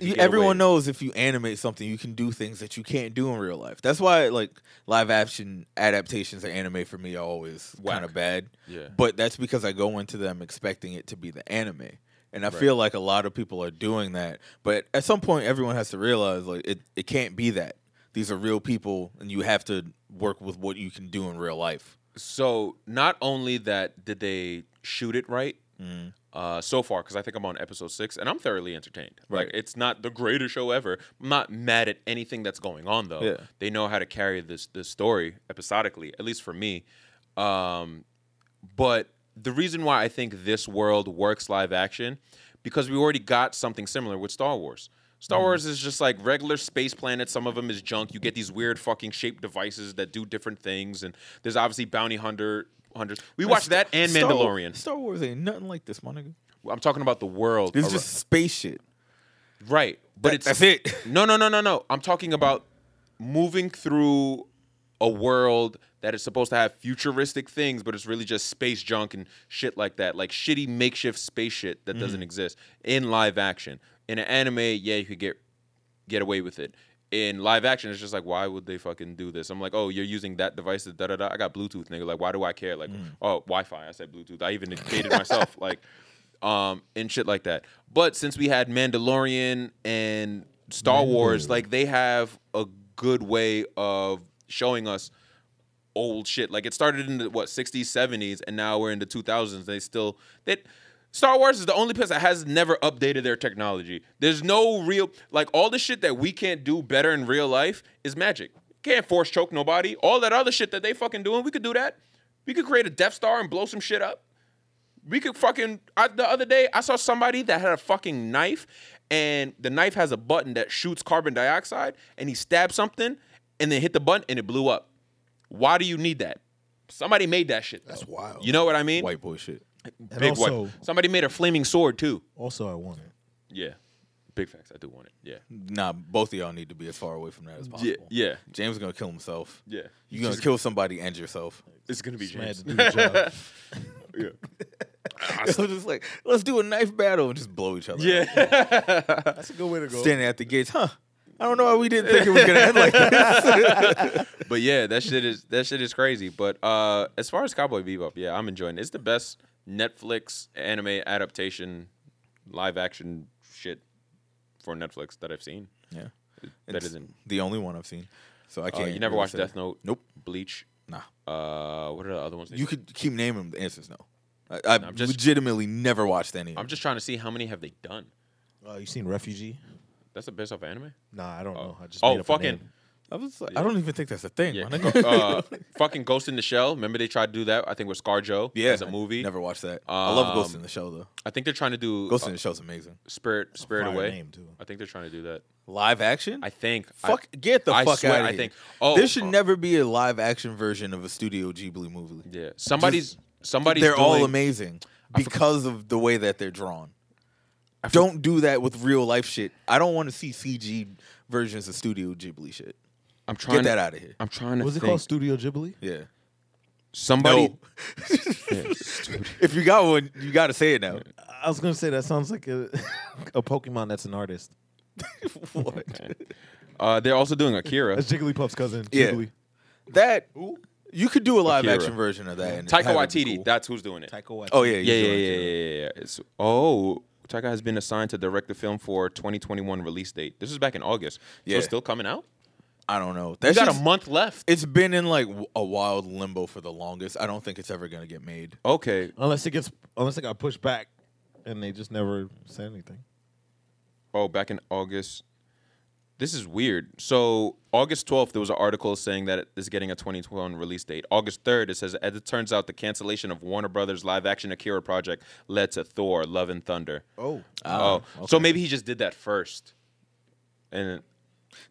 you,
get away-
everyone knows if you animate something, you can do things that you can't do in real life. That's why like live action adaptations of anime for me are always
Whack.
kind of bad.
Yeah.
But that's because I go into them expecting it to be the anime. And I feel like a lot of people are doing that. But at some point everyone has to realize like it, it can't be that. These are real people and you have to work with what you can do in real life.
So not only that did they shoot it right
Mm.
uh, so far, because I think I'm on episode six and I'm thoroughly entertained.
Right.
Like it's not the greatest show ever. I'm not mad at anything that's going on though.
Yeah.
They know how to carry this this story episodically, at least for me. Um, but the reason why I think this world works live action, because we already got something similar with Star Wars.
Mm-hmm.
Star Wars is just like regular space planets. Some of them is junk. You get these weird fucking shaped devices that do different things, and there's obviously bounty hunter hunters. We watched that and
Star-
Mandalorian.
Star Wars ain't nothing like this, my nigga.
I'm talking about the world.
This
ar-
is just space shit.
right, but it's
that's it.
No, no, no, no, no. I'm talking about moving through a world that is supposed to have futuristic things, but it's really just space junk and shit like that, like shitty makeshift space shit that doesn't exist in live action. In an anime, yeah, you could get get away with it. In live action, it's just like, why would they fucking do this? I'm like, oh, you're using that device, da da da. I got Bluetooth, nigga. Like, why do I care? Like, oh, Wi-Fi. I said Bluetooth. I even [laughs] dated myself, like, um, and shit like that. But since we had Mandalorian and Star Wars, like, they have a good way of showing us old shit. Like, it started in the what 60s, 70s, and now we're in the 2000s. They still that. Star Wars is the only place that has never updated their technology. There's no real like all the shit that we can't do better in real life is magic. Can't force choke nobody. All that other shit that they fucking doing, we could do that. We could create a Death Star and blow some shit up. We could fucking. I, the other day, I saw somebody that had a fucking knife, and the knife has a button that shoots carbon dioxide, and he stabbed something, and then hit the button, and it blew up. Why do you need that? Somebody made that shit. That's
wild.
You know what I mean?
[laughs] White boy shit.
And
Big
also,
white. Somebody made a flaming sword too.
also I want it.
Yeah. Big facts. I do want it. Yeah.
Nah, both of y'all need to be as far away from that as
Yeah.
possible.
Yeah.
James is gonna kill himself.
Yeah.
You're gonna kill somebody and yourself.
[laughs] It's gonna be
Man had
James.
to do the job.
Yeah.
[laughs] so just like, let's do a knife battle and just blow each other. up.
[laughs] Yeah. [laughs]
That's a good way to go.
Standing at the gates, huh? I don't know why we didn't think it was gonna end
[laughs]
like this.
but yeah, that shit is that shit is crazy. But uh as far as Cowboy Bebop, yeah, I'm enjoying it. It's the best Netflix anime adaptation live action shit for Netflix that I've seen.
yeah,
That isn't
the only one I've seen. So I
uh,
can't.
you never
really
watched
say.
Death Note?
Nope.
Bleach.
Nah,
Uh what are the other ones?
you could keep naming them. The answer's no. I, I
I'm just-
legitimately never watched any.
I'm just trying to see how many have they done.
Uh, you seen Refugee?
That's the best of anime?
Nah, I don't know. I just made
Oh
up a
fucking
name.
I was like, I don't even think that's a thing.
yeah.
my nigga.
[laughs] uh, fucking Ghost in the Shell. Remember they tried to do that? I think with ScarJo
yeah,
as a movie.
Never watched that. I love Ghost in
Um,
the Shell though.
I think they're trying to do
Ghost
uh,
in the Shell's amazing.
Spirit Spirit
Fire
Away.
name, too.
I think they're trying to do that.
Live action?
I think I-
fuck get the
I
fuck
swear,
out of
I
here.
think- oh,
there should
uh,
never be a live action version of a Studio Ghibli movie.
Yeah, somebody's somebody's.
they're all
doing-
amazing because of the way that they're drawn. Don't do that with real life shit. I don't want to see CG versions of Studio Ghibli shit.
I'm trying
Get
to-
that out of here.
I'm trying to.
Was it
think.
called Studio Ghibli?
Yeah.
Somebody. [laughs]
No. [laughs] if you got one, you got to say it now. [laughs]
I was gonna say that sounds like a, [laughs] a Pokemon that's an artist.
What?
Uh, they're also doing Akira.
That's Jigglypuff's cousin.
Yeah.
Jiggly.
That you could do a live
Akira.
action version of that. and
Taika
have it be
Waititi.
cool.
That's who's doing it.
Oh yeah,
yeah, yeah, yeah, yeah, yeah, yeah. It's, oh, Taika has been assigned to direct the film for 2021 release date. This is back in August. So
Yeah.
it's still coming out.
I don't know.
You
That's
got a month left.
It's been in like w- a wild limbo for the longest. I don't think it's ever gonna get made.
Okay.
Unless it gets, unless it got pushed back, and they just never said anything.
Oh, back in August. This is weird. So August 12th, there was an article saying that it is getting a 2021 release date. August 3rd, it says, as it turns out, the cancellation of Warner Brothers' live-action Akira project led to Thor: Love and Thunder.
Oh,
Oh, so maybe he just did that first, and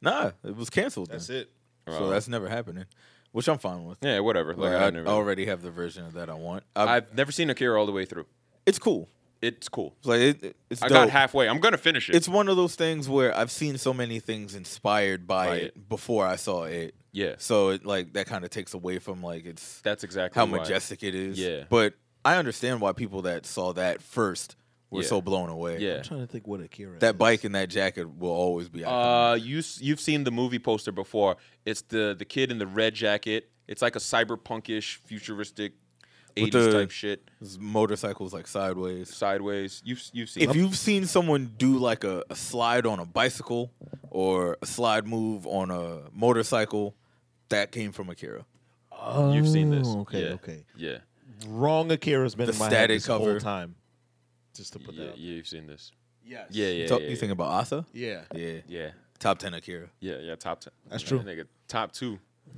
Nah, it was canceled.
Uh,
That's
it.
So that's never happening, which I'm fine with.
yeah, whatever. Like,
Like,
I
I
never,
already have the version of that I want. I,
I've never seen Akira all the way through.
it's cool.
It's cool.
It's Like it, it- it's
I
dope.
got halfway. I'm gonna finish it.
It's one of those things where I've seen so many things inspired by,
By
it,
it.
before I saw it.
Yeah.
So it like that kind of takes away from like it's
that's exactly
how
why.
majestic it is.
Yeah.
But I understand why people that saw that first were
Yeah.
so blown away.
Yeah.
I'm trying to think what Akira.
That bike and that jacket will always be. iconic.
Uh, you s- you've seen the movie poster before. It's the the kid in the red jacket. It's like a cyberpunkish, futuristic,
With
eighties
the-
type shit.
His motorcycle's like sideways.
Sideways. You've s- you've seen.
If you've seen someone do like a, a slide on a bicycle or a slide move on a motorcycle, that came from Akira.
Oh,
you've seen this.
Okay,
Yeah.
okay.
Yeah.
Wrong Akira's been
The
in my head
static
this whole
cover.
time. Just to put
Yeah,
that. Out.
yeah, you've seen this.
Yes.
Yeah, yeah,
you talk,
yeah,
you
yeah.
think about Asa?
Yeah.
Yeah.
yeah,
Top 10 Akira.
yeah, yeah. Top ten.
That's true.
Nigga, top two.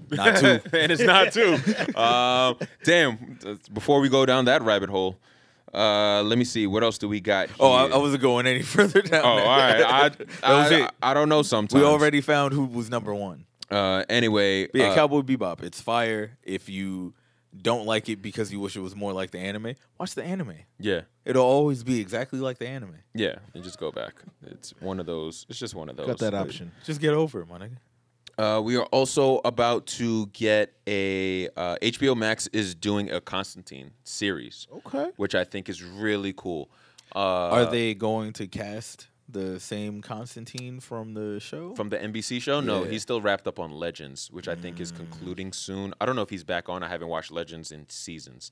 Not two.
[laughs] and it's not two. um, damn. th- Before we go down that rabbit hole, uh, let me see. What else do we got?
Oh, I,
here?
I wasn't going any [laughs] further down
Oh, all
there. [laughs]
right. I,
was
I,
it.
I, don't know. Sometimes
we already found who was number one.
Uh, anyway,
But yeah,
uh,
Cowboy Bebop. It's fire. If you don't like it because you wish it was more like the anime, watch the anime.
yeah,
It'll always be exactly like the anime.
yeah. And just go back. It's one of those. It's just one of those.
Got that option.
Just get over it, my nigga.
Uh, we are also about to get a uh, HBO Max is doing a Constantine series,
Okay.
which I think is really cool. Uh,
Are they going to cast the same Constantine from the show?
from the NBC show? No,
Yeah.
he's still wrapped up on Legends, which I think is concluding soon. I don't know if he's back on. I haven't watched Legends in seasons.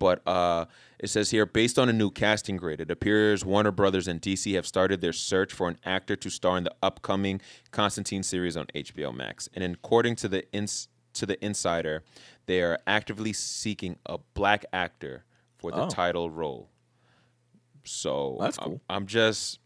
But uh, it says here, based on a new casting grade, it appears Warner Brothers and DC have started their search for an actor to star in the upcoming Constantine series on HBO Max. And according to the ins- to the Insider, they are actively seeking a black actor for the
Oh.
title role. So
That's
I'm-
cool.
I'm just,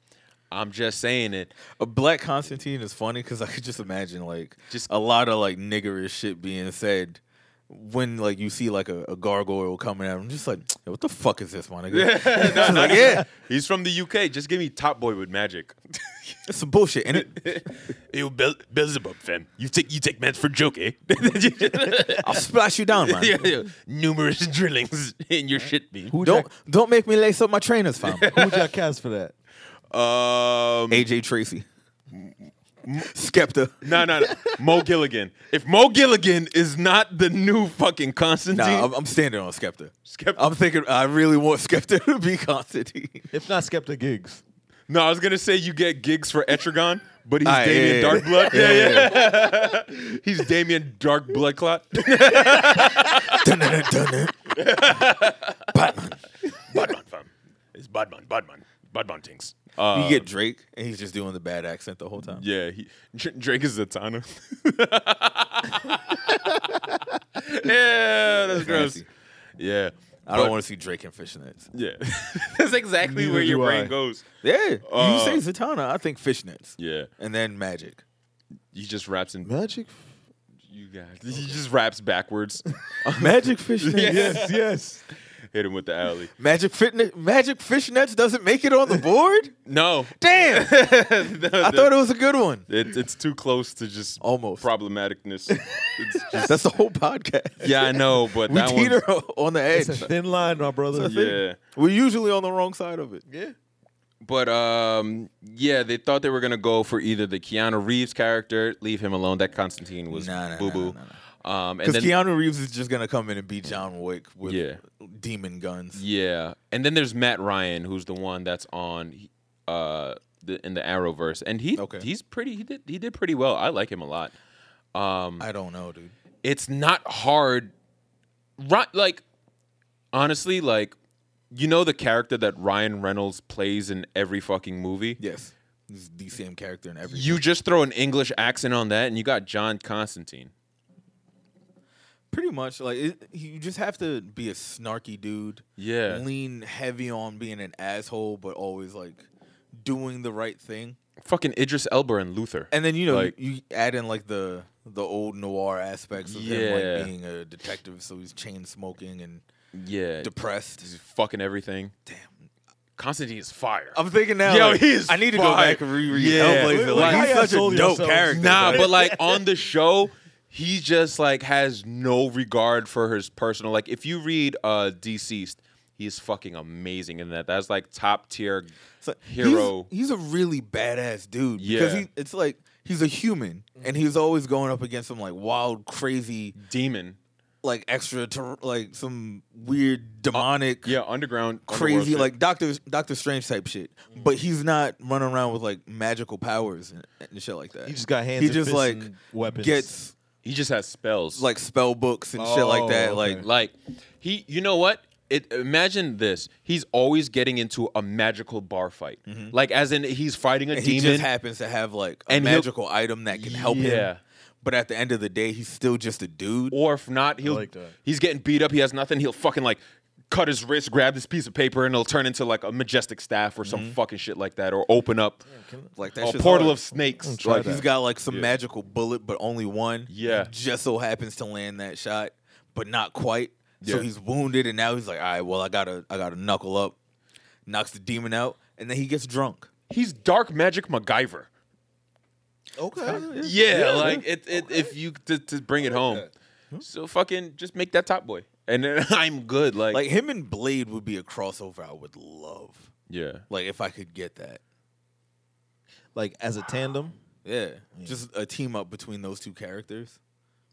I'm just saying it.
a black Constantine is funny because I could just imagine like just
Just-
a lot of like niggerish shit being said when like you see like a, a gargoyle coming at him. Just like, "Yo, what the fuck is this, my nigga? Just
[laughs]
like, yeah,
He's from the UK. Just give me Top Boy with magic.
[laughs] it's some bullshit. And
[laughs]
it,
You Bel- Beelzebub, fam. You take you take mans for joke, eh? [laughs]
I'll splash you down, man.
Yeah, yeah. Numerous [laughs] drillings in your shit beam.
Who
Don't
Jack,
don't make me lace up my trainers, fam.
who would y'all cast for that?
Um,
AJ Tracy.
[laughs]
Skepta.
No, no, no. Mo Gilligan. If Mo Gilligan is not the new fucking Constantine,
Nah, I'm, I'm standing on Skepta.
Skepta.
I'm thinking I really want Skepta to be
[laughs]
Constantine.
If not Skepta Gigs.
no, I was gonna say you get gigs for Etrigan, but he's
Ah, yeah,
Damien
yeah,
Darkblood. Yeah, yeah. [laughs] he's Damien Dark Bloodclot.
Dun-dun-dun, dun-dun. Batman.
Badman, fam. It's Badman, Badman, Badman things. Uh,
you get Drake, and he's just doing the bad accent the whole time.
yeah, he, Dr- Drake
[laughs]
is Zatanna. yeah, that's gross.
nasty.
Yeah.
I don't want to see Drake in fishnets.
Yeah, [laughs] that's exactly
Neither
where your
do
brain
I.
goes.
Yeah,
Uh,
you say Zatanna, I think fishnets.
Yeah,
and then
[laughs]
magic.
he just raps in
Magic.
You guys. He just
[laughs]
raps backwards. [laughs]
Magic fishnets.
Yes, yes.
Hit him with the alley.
Magic fitness. Magic fishnets doesn't make it on the
[laughs]
board. [laughs]
No.
Damn, I thought it was a good one.
It, it's too close to just
Almost. [laughs]
problematicness. It's just,
That's the whole podcast.
yeah, I know,
[laughs]
but
we
that one.
teeter [laughs] on the edge.
It's a thin line, my brother.
thing.
Yeah,
We're usually on the wrong side of it.
Yeah.
but um, yeah, they thought they were gonna go for either the Keanu Reeves character, leave him alone. That Constantine was
Nah, nah, nah,
boo boo.
nah,
Um, and then
Because Keanu Reeves is just gonna come in and beat John Wick with
Yeah.
demon guns.
Yeah, and then there's Matt Ryan, who's the one that's on uh the, in the Arrowverse, and he
Okay.
he's pretty. He did he did pretty well. I like him a lot.
I don't know, dude.
It's not hard, right? Like honestly, like you know the character that Ryan Reynolds plays in every fucking movie.
Yes, he's the same character in every.
You just throw an English accent on that, and you got John Constantine.
pretty much like it, you just have to be a snarky dude.
Yeah.
lean heavy on being an asshole, but always like doing the right thing.
Fucking Idris Elba and Luther.
And then you know
Like-
you, you add in like the the old noir aspects of him
Yeah.
like being a detective, so he's chain smoking and
yeah,
depressed.
fucking everything. Damn, Constantine is fire.
I'm thinking now,
Yo,
like,
he is
I need to go
fire.
back and reread
Yeah.
Hellblazer. Like,
Why
he's
y'all
such a dope
sold yourselves?
character.
Nah,
bro. [laughs]
but like on the show, he just like has no regard for his personal. Like if you read uh Deceased, he's fucking amazing in that. That's like top tier
So he's-
hero.
He's, a really badass dude. Because
Yeah.
he, it's like he's a human and he's always going up against some like wild, crazy,
demon.
like extra, ter- like some weird demonic,
Yeah, underground. underworld
crazy,
shit.
like Doctor Doctor Strange type shit. But he's not running around with like magical powers and, and shit like that.
He just got hands
He
and
just
fists
like
and weapons.
gets
he just has spells.
like spell books and shit like
Oh,
that.
okay.
Like
like he you know what it imagine this he's always getting into a magical bar fight like as in he's fighting a
Mm-hmm. and he
demon
just happens to have like a
And he'll-
magical item that can help
Yeah.
him. But at the end of the day, he's still just a dude.
or if not, he'll
like that.
he's getting beat up. He has nothing. He'll fucking like cut his wrist, grab this piece of paper, and it'll turn into like a majestic staff or some fucking shit like that, or open up
Like that
a
shit's
portal
hard.
of snakes.
try
Like
that.
He's got like some magical bullet, but only one.
Yeah.
He just so happens to land that shot, but not quite. So
Yeah.
he's wounded, and now he's like, all right, well, I gotta, I gotta knuckle up. Knocks the demon out, and then he gets drunk.
he's dark magic MacGyver.
okay.
Yeah, like it. it If you to, to bring it home, so fucking just make that top boy, and then [laughs] I'm good. Like,
Like him and Blade would be a crossover I would love.
yeah,
Like if I could get that.
Like as a tandem.
Yeah. Just a team up between those two characters.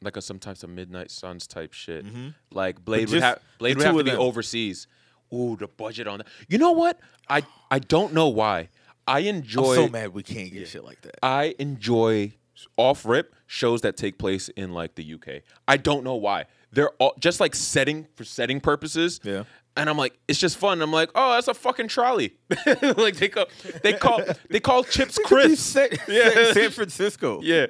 like a sometimes a Midnight Suns type shit. Like Blade would
Mm-hmm. just
have Blade
the
would
two
have to
of
be
them.
overseas. Ooh, the budget on that. You know what? I I don't know why. I
I'm
enjoy
so mad we can't get shit like
[laughs]
that.
I enjoy off rip shows that take place in like the UK. I don't know why. They're all just like setting for setting purposes.
Yeah.
And I'm like, it's just fun. I'm like, oh, that's a fucking trolley. [laughs] like they call they call they
[laughs]
call chips crisps.
Set,
Yeah.
set in San Francisco.
Yeah,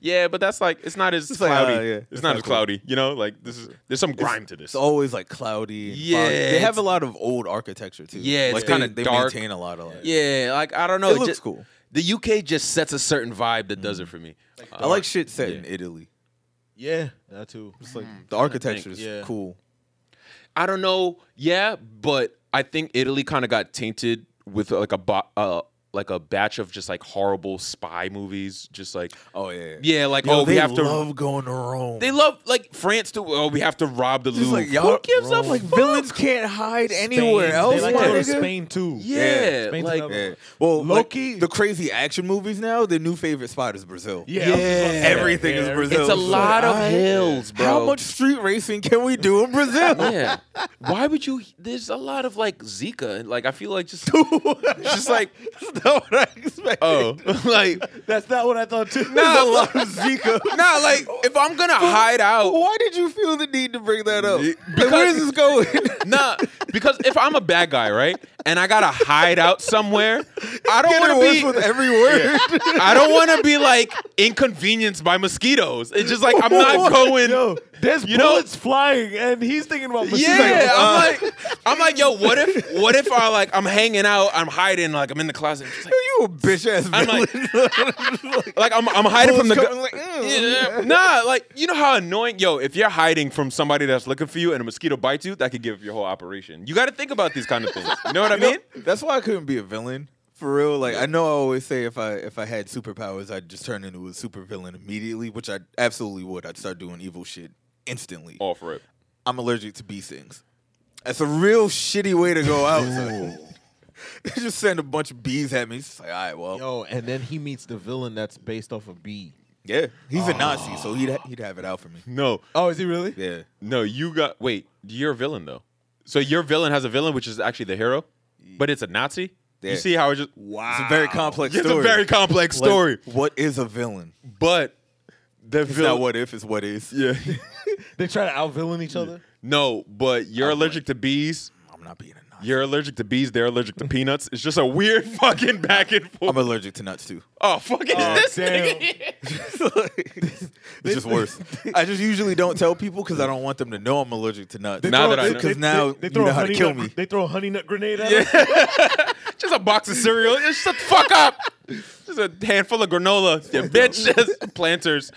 yeah, but that's like it's not as
like,
cloudy.
uh, yeah,
It's not as cloudy. You know, like this is there's some grime to this.
It's always like cloudy. and foggy.
Yeah,
they have
it's-
a lot of old architecture too.
Yeah, it's
like
kinda
they, they
dark.
maintain a lot of like.
Yeah, like I don't know.
It looks
just-
cool. Mm.
The UK just sets a certain vibe that does it for me.
I like shit set in Italy.
Yeah, that too.
It's like
Mm-hmm.
the architecture is
yeah.
cool.
I don't know. Yeah, but I think Italy kind of got tainted with uh, like a bo- uh, like a batch of just like horrible spy movies, just like
Oh yeah.
yeah, like
Yo,
oh
they
we have to.
love going to Rome.
they love like France too. Oh, we have to rob the
It's
Louvre.
like y'all
Who gives up?
Rome. like villains can't hide anywhere else.
They like to
my
go to
nigga.
Spain too.
Yeah,
Spain's
like-
another
Yeah.
one.
Well,
Low-key-
like, the crazy action movies now, their new favorite spot is Brazil.
Yeah, I was just gonna say that.
Everything is
Yeah,
Brazil.
it's a lot of
Alright.
hills, bro.
How much street racing can we do in Brazil?
Yeah. Why would you? There's a lot of like Zika, and like I feel
[laughs]
like just just like
[laughs] That's not what I expected.
oh, [laughs] like
That's not what I thought too. [laughs]
There's a lot of Zika.
nah, like if I'm gonna hide out,
Why did you feel the need to bring that up?
Ye-
Like, where is this going?
[laughs] nah, because if I'm a bad guy, right, and I gotta hide out somewhere, I don't
Getting
want
worse
to
with
be.
every [laughs] word.
I don't want to be like inconvenienced by mosquitoes. It's just like
[laughs]
I'm not going.
Yo, there's
You know-
bullets flying, and he's thinking about mosquitoes.
Yeah, I'm like, I'm like, yo, what if, what if I like, I'm hanging out, I'm hiding, like I'm in the closet, just like,
you a bitch ass [laughs]
I'm
villain.
like, like I'm, I'm hiding from the.
Bullets
gu-
coming, like, mm.
Yeah, nah, like you know how annoying, yo. If you're hiding from somebody that's looking for you and a mosquito bites you, that could give up your whole operation. You got to think about these kind of things. You know what I mean?
That's why I couldn't be a villain. For real, like I know I always say if I if I had superpowers, I'd just turn into a super villain immediately, which I absolutely would. I'd start doing evil shit instantly.
All for it.
I'm allergic to bee stings. That's a real shitty way to go out. son. [laughs] They just send a bunch of bees at me. It's just like, all right, well,
Yo, and then he meets the villain that's based off of B.
yeah, he's a Nazi, so he'd
Ah.
ha- he'd have it out for
[laughs]
me.
No,
Oh, is he really?
Yeah,
no, you got. Wait, you're a villain though. So your villain has a villain, which is actually the hero, but it's a Nazi.
Yeah.
You see how it just.
Wow.
it's a very complex
It's
story.
a very complex
Like,
story,
what is a villain?
but the
It's
villain.
not what if, it's what is.
yeah.
They try to out villain each other.
no, but you're allergic to bees.
I'm not being a Nazi.
You're allergic to bees. They're allergic to peanuts. It's just a weird [laughs] fucking back and forth.
I'm allergic to nuts too.
Oh, fucking
Oh,
is this
damn.
[laughs]
nigga?
it's just worse. I just usually don't tell people because I don't want them to know I'm allergic to nuts.
They
Now
throw-
that I
they-
know.
they-
'Cause now
they, they
you
throw
know
a
how to
honey
kill
nut-
me.
They throw a honey nut grenade at us.
[laughs] Just a box of cereal. Just shut the fuck up. [laughs] Just a handful of [laughs] granola. You bitch. Just [laughs] planters.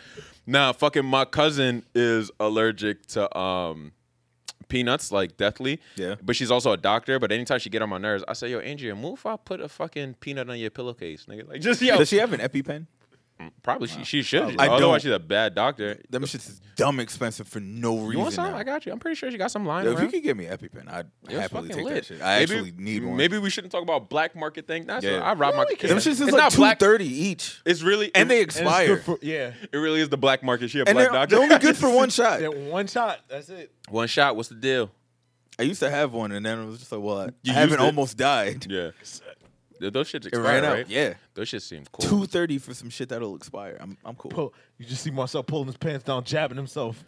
Nah, fucking my cousin is allergic to um peanuts, like deathly.
Yeah.
But she's also a doctor. But anytime she get on my nerves, I say, yo, Andrea, move if I put a fucking peanut on your pillowcase, nigga. Like just yo.
Does she have an EpiPen?
probably she, she should.
I don't.
Otherwise, she's a bad doctor.
Them shits is dumb expensive for no reason.
You want some?
now.
I got you. I'm pretty sure she got some lying
Yo, if you
around.
could give me EpiPen, I'd
It was
happily
fucking
take
lit.
that shit. I
Maybe-
actually need one.
Maybe we shouldn't talk about black market thing. That's
Yeah.
what- I rob my kids.
them shits is
It's
like
not
two
black.
thirty each,
It's really
and they
it's-
And it's
expire.
good for- yeah.
It really is the black market. She a
and
black
they're,
doctor.
they're only good for one shot.
That one shot. That's it.
[laughs] one shot. What's the deal?
I used to have one, and then it was just like, well, I, I
You
haven't
used it.
almost died.
Yeah. Th- Those shits
It
expire,
ran out.
right?
Yeah,
Those shits seem cool.
two thirty for some shit that'll expire. I'm I'm cool.
Pull, you just see Marcel pulling his pants down, jabbing himself.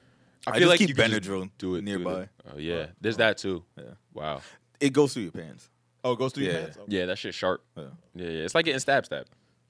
I,
feel
just
like you
keep
could just
Benadryl
do it do
nearby.
it. Oh yeah. There's that too. Yeah. Wow.
It goes through your pants.
Oh, it goes through your
Yeah.
pants.
Yeah, that shit sharp.
Yeah.
Yeah. yeah, It's like getting stab stab.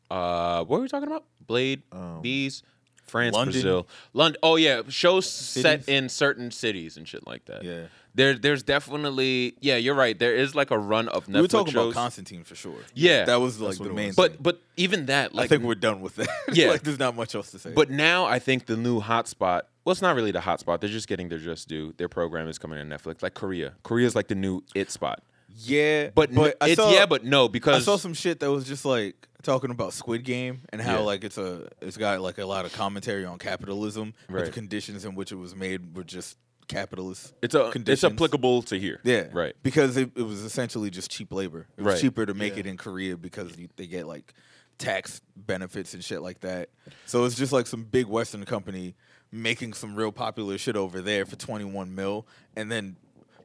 Uh, what were we talking about? Blade,
Um,
bees, France,
London.
Brazil, London. Oh yeah, shows set in certain cities and shit like that.
Yeah.
There, there's definitely. Yeah, you're right. There is like a run of Netflix
we were talking about
shows.
Constantine for sure.
Yeah.
that was like
what
the
it
main.
was.
thing.
but but even that, like,
I think we're done with that.
Yeah.
[laughs] like there's not much else to say.
But now I think the new hotspot. Well, it's not really the hotspot. They're just getting their just due. Their program is coming to Netflix. Like Korea. Korea's like the new it spot.
yeah,
But but
I
it's
saw-
yeah, but no
I
because
saw some shit that was just like talking about Squid Game and how
Yeah.
like it's a it's got like a lot of commentary on capitalism. but the
Right.
conditions in which it was made were just capitalist.
it's a
conditions.
it's applicable to here.
Yeah,
Right.
Because it, it was essentially just cheap labor. It was
Right.
cheaper to make it in Korea because you, they get like tax benefits and shit like that. So it's just like some big Western company making some real popular shit over there for twenty one mil, and then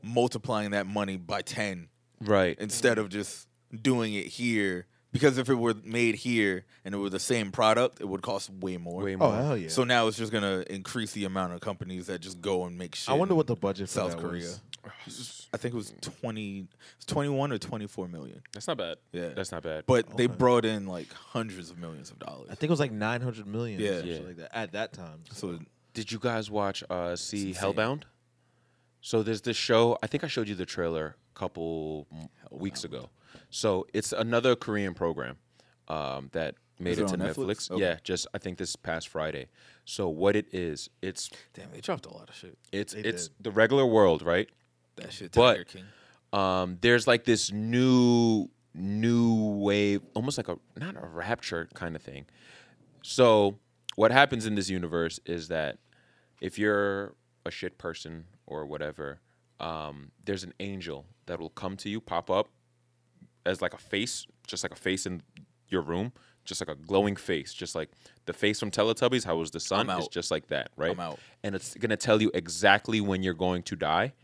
multiplying that money by ten
Right.
instead of just doing it here. Because if it were made here and it were the same product, it would cost way more.
Way more.
Oh hell yeah.
So now it's just gonna increase the amount of companies that just go and make shit.
I wonder
in
what the budget for
South
that
Korea.
was.
Oh,
I think it was twenty, it's twenty-one or twenty-four million.
That's not bad.
Yeah.
That's not bad.
But they brought in like hundreds of millions of dollars.
I think it was like nine hundred million.
Yeah.
or something
Yeah.
like that at that time.
so.
Did you guys watch uh see
insane.
Hellbound? So there's this show, I think I showed you the trailer a couple m- weeks ago. So it's another Korean program um, that made
Is
it,
it
to
on Netflix?
Netflix.
Okay.
Yeah, just I think this past Friday. So what it is, it's
Damn, they dropped a lot of shit.
it's
They
it's
did.
the regular world, right?
That shit.
But-
Tiger King.
Um, there's like this new new wave, almost like a not a rapture kind of thing. So what happens in this universe is that if you're a shit person or whatever, um, there's an angel that will come to you, pop up as like a face, just like a face in your room, just like a glowing face, just like the face from Teletubbies. How was the sun?
I'm
It's
out.
just like that, right?
I'm out.
And it's gonna tell you exactly when you're going to die,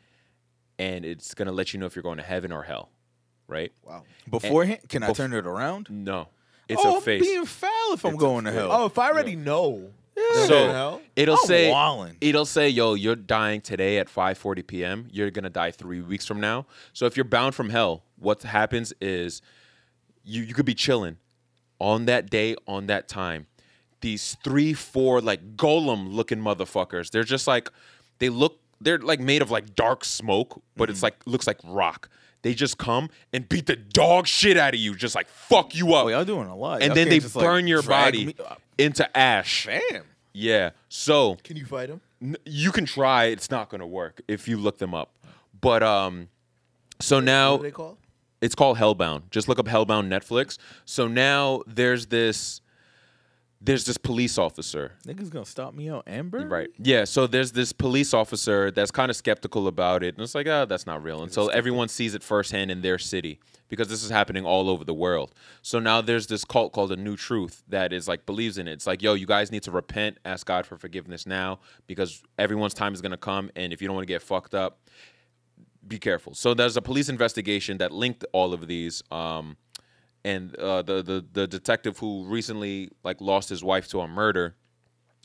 and it's gonna let you know if you're going to heaven or hell, right?
Wow.
Beforehand, can I
Bef-
turn it around?
No, it's
oh,
a face.
I'm being foul if I'm going to hell.
Oh, if I already know.
Yeah.
then
So
hell.
it'll
I'm
say
wildin'.
it'll say, "Yo, you're dying today at 5:40 p.m. You're gonna die three weeks from now." So if you're bound from hell, what happens is you you could be chilling on that day, on that time. These three, four like golem looking motherfuckers. They're just like they look. They're like made of like dark smoke, but
Mm-hmm.
it's like looks like rock. They just come and beat the dog shit out of you, just like fuck you up.
Oh, y'all doing a lot. Y'all
and then
can't
they
just, like,
burn your
drag
body
me up.
into ash.
Damn.
Yeah. So
Can you fight him?
n- you can try. It's not going to work if you look them up. But um, so
What do
Oh.
now
they call? [laughs]
it's called Hellbound. Just look up Hellbound Netflix. So now there's this there's this police officer
Niggas gonna stop me out, Amber.
Right. Yeah. So there's this police officer that's kind of skeptical about it, and it's like, oh, that's not real until everyone sees it firsthand in their city because this is happening all over the world. So now there's this cult called the New Truth that is like believes in it. It's like, yo, you guys need to repent, ask God for forgiveness now because everyone's time is gonna come, and if you don't want to get fucked up, be careful. So there's a police investigation that linked all of these. Um, and uh, the, the the detective who recently like lost his wife to a murder,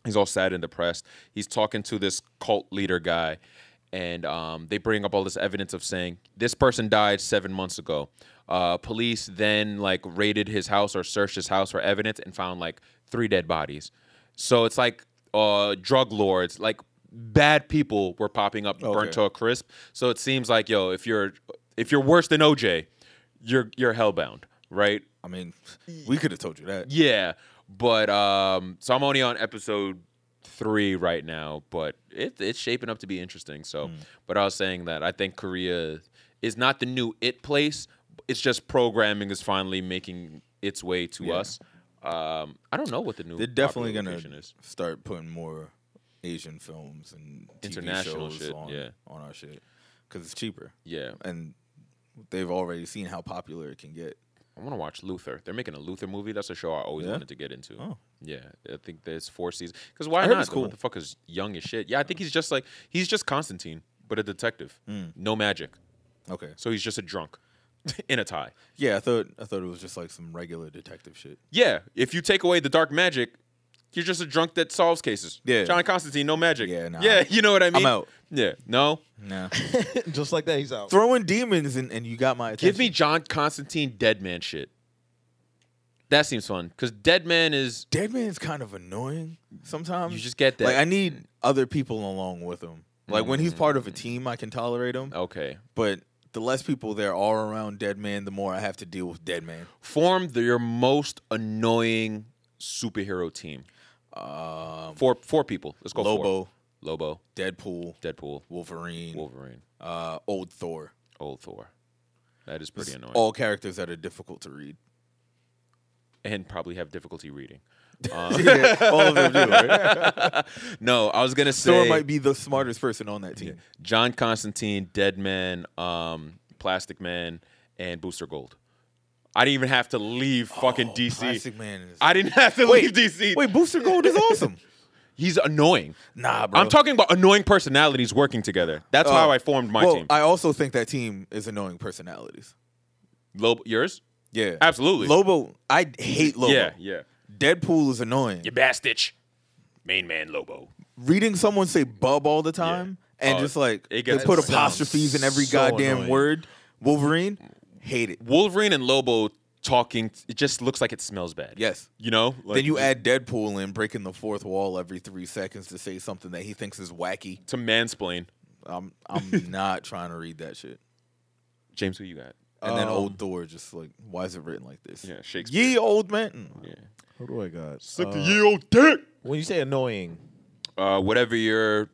he's all sad and depressed. He's talking to this cult leader guy, and um, they bring up all this evidence of saying this person died seven months ago. Uh, police then like raided his house or searched his house for evidence and found like three dead bodies. So it's like uh, drug lords, like bad people were popping up, burnt to a crisp. So it seems like yo, if you're if you're worse than OJ, you're you're hellbound, right?
I mean, we could have told you that.
Yeah, but um, so I'm only on episode three right now, but it it's shaping up to be interesting. So,
Mm.
but I was saying that I think Korea is not the new it place. It's just programming is finally making its way to us. Um, I don't know what the new
They're definitely
popular
gonna
location is.
start putting more Asian films and TV
International
shows
shit,
on,
yeah.
on our shit because it's cheaper.
Yeah,
and they've already seen how popular it can get.
I want to watch Luther. They're making a Luther movie. That's a show I always wanted to get into.
Oh.
Yeah, I think there's four seasons. Because why
I heard
not?
it's cool.
The motherfucker's young as shit. Yeah, I think he's just like he's just Constantine, but a detective.
Mm.
No magic.
Okay.
So he's just a drunk [laughs] in a tie.
Yeah, I thought I thought it was just like some regular detective shit.
Yeah, if you take away the dark magic, you're just a drunk that solves cases.
Yeah.
John Constantine, no magic.
Yeah, nah.
yeah, you know what I mean.
out.
Yeah,
[laughs]
no.
Nah.
Just like that, he's out.
Throwing demons and, and you got my attention.
Give me John Constantine dead man shit. That seems fun because dead man is
Dead Man's kind of annoying sometimes.
You just get that-
Um, Like I need other people along with him. Like when he's part of
Mm.
a team, I can tolerate him.
okay.
But the less people there are around Dead Man, the more I have to deal with Dead Man.
Form the, your most annoying superhero team. Um, four four people. Let's go.
Lobo,
Four. Lobo,
Deadpool,
Deadpool,
Wolverine,
Wolverine,
uh, old Thor.
Old Thor. That is pretty annoying.
All characters that are difficult to read.
and probably have difficulty reading. Uh, [laughs]
All of them do. Right?
No, I was gonna
Thor
say
might be the smartest person on that team.
John Constantine, Deadman, um, Plastic Man, and Booster Gold. I didn't even have to leave fucking DC.
Oh, Plastic Man is.
I didn't have to
Wait,
leave DC.
Wait, Booster Gold is awesome.
He's annoying.
[laughs] Nah, bro.
I'm talking about annoying personalities working together. That's how
Oh.
I formed my
well,
team.
I also think that team is annoying personalities.
Lobo, yours?
Yeah,
Absolutely.
Lobo, I hate Lobo.
Yeah, yeah.
Deadpool is annoying.
You bastitch. Main man Lobo.
Reading someone say "bub" all the time and
Oh,
just like
it
they
gets-
put
it sounds
apostrophes in every
so
goddamn
annoying.
word. Wolverine, hate it.
Wolverine and Lobo talking, it just looks like it smells bad.
Yes.
You know? Like,
then you add Deadpool in, breaking the fourth wall every three seconds to say something that he thinks is wacky.
to mansplain.
I'm
[laughs]
I'm not trying to read that shit.
James, who you got?
And then
Um,
old Thor just like, why is it written like this?
Yeah, Shakespeare.
Ye old man.
What do I got?
Suck the
Uh,
ye old dick.
when you say annoying,
uh, whatever your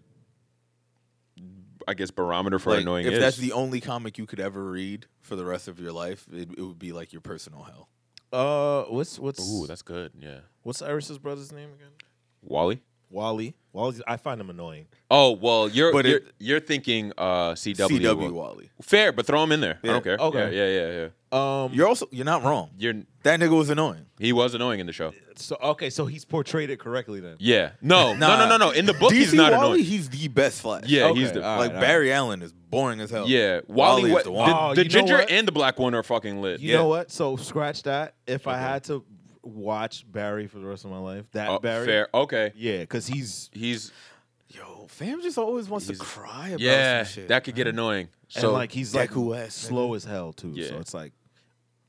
I guess, barometer for
Like,
annoying
if
is.
that's the only comic you could ever read for the rest of your life, it, it would be like your personal hell.
Uh, what's what's
Ooh, that's good. Yeah.
what's Iris's brother's name again?
Wally?
Wally. Wally. I find him annoying.
Oh, well, you're
But
you're,
it-
you're thinking uh, CW.
CW
Well,
Wally.
Fair, but throw him in there. I
Yeah,
don't care.
okay.
Yeah, yeah, yeah, yeah.
Um,
You're also you're not wrong.
You're
That nigga was annoying.
he was annoying in the show.
so okay. So he's portrayed it correctly then.
Yeah. No,
Nah.
no, no, no, no. In the book, he's
DC
not
Wally,
annoying.
He's the best Flash.
Yeah,
Okay,
he's the
all right.
like Barry Allen is boring as hell.
Yeah, Wally.
Oh, is
what,
the
the
one.
Oh,
the
you know
ginger
what?
and the black one are fucking lit.
You
yeah.
know what? So scratch that. If I
Okay.
had to watch Barry for the rest of my life, that
Oh,
Barry.
fair. Okay.
Yeah, because he's
He's
Yo, fam just always wants to
He's-
cry about
yeah.
some shit.
that could get annoying. So
and like he's like
Deku West,
slow as hell too. So
Yeah.
it's like,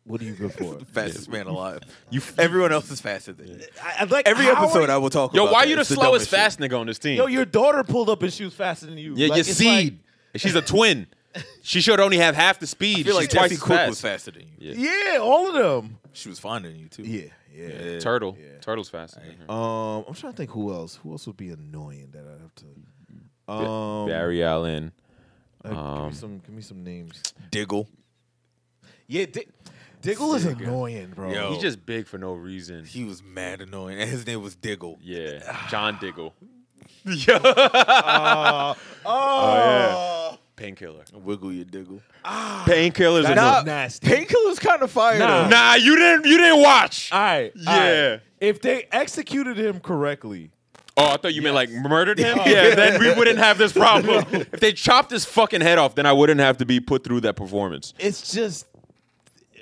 what are you good for?
fastest man
[laughs]
alive. You, everyone else is faster than you.
[laughs] I, I like
Every
how
episode,
are-
I will talk.
yo,
about
why
that.
you the
It's dumbest
slowest
shit.
fast nigga on this team?
Yo, your daughter pulled up and she was faster than you.
yeah,
Like,
your
it's like-
seed. And she's a twin. she should only have half the
I
speed.
feel
She's
like
twice
Jesse
as
Quick
fast.
was faster than you.
Yeah.
yeah, all of them.
She was finer than you too.
Yeah, yeah.
Turtle. Turtle's fast. Mhm.
Um, I'm trying to think who else. Who else would be annoying that I have to? Um,
Barry Allen.
uh, give me some. Give me some names.
Diggle.
Yeah, Dig- Diggle is annoying, bro.
Yo.
He's just big for no reason.
He was mad annoying, and his name was Diggle.
Yeah. John Diggle. yeah.
Oh,
Painkiller.
Wiggle your Diggle.
Painkiller's
That
annoying.
was nasty.
Painkiller's kind of fire.
Nah.
though.
Nah, you didn't. You didn't watch.
All right. all right.
Yeah.
If they executed him correctly,
Oh, I thought you meant like murdered him. yeah, then we wouldn't have this problem. If they chopped his fucking head off, then I wouldn't have to be put through that performance.
it's just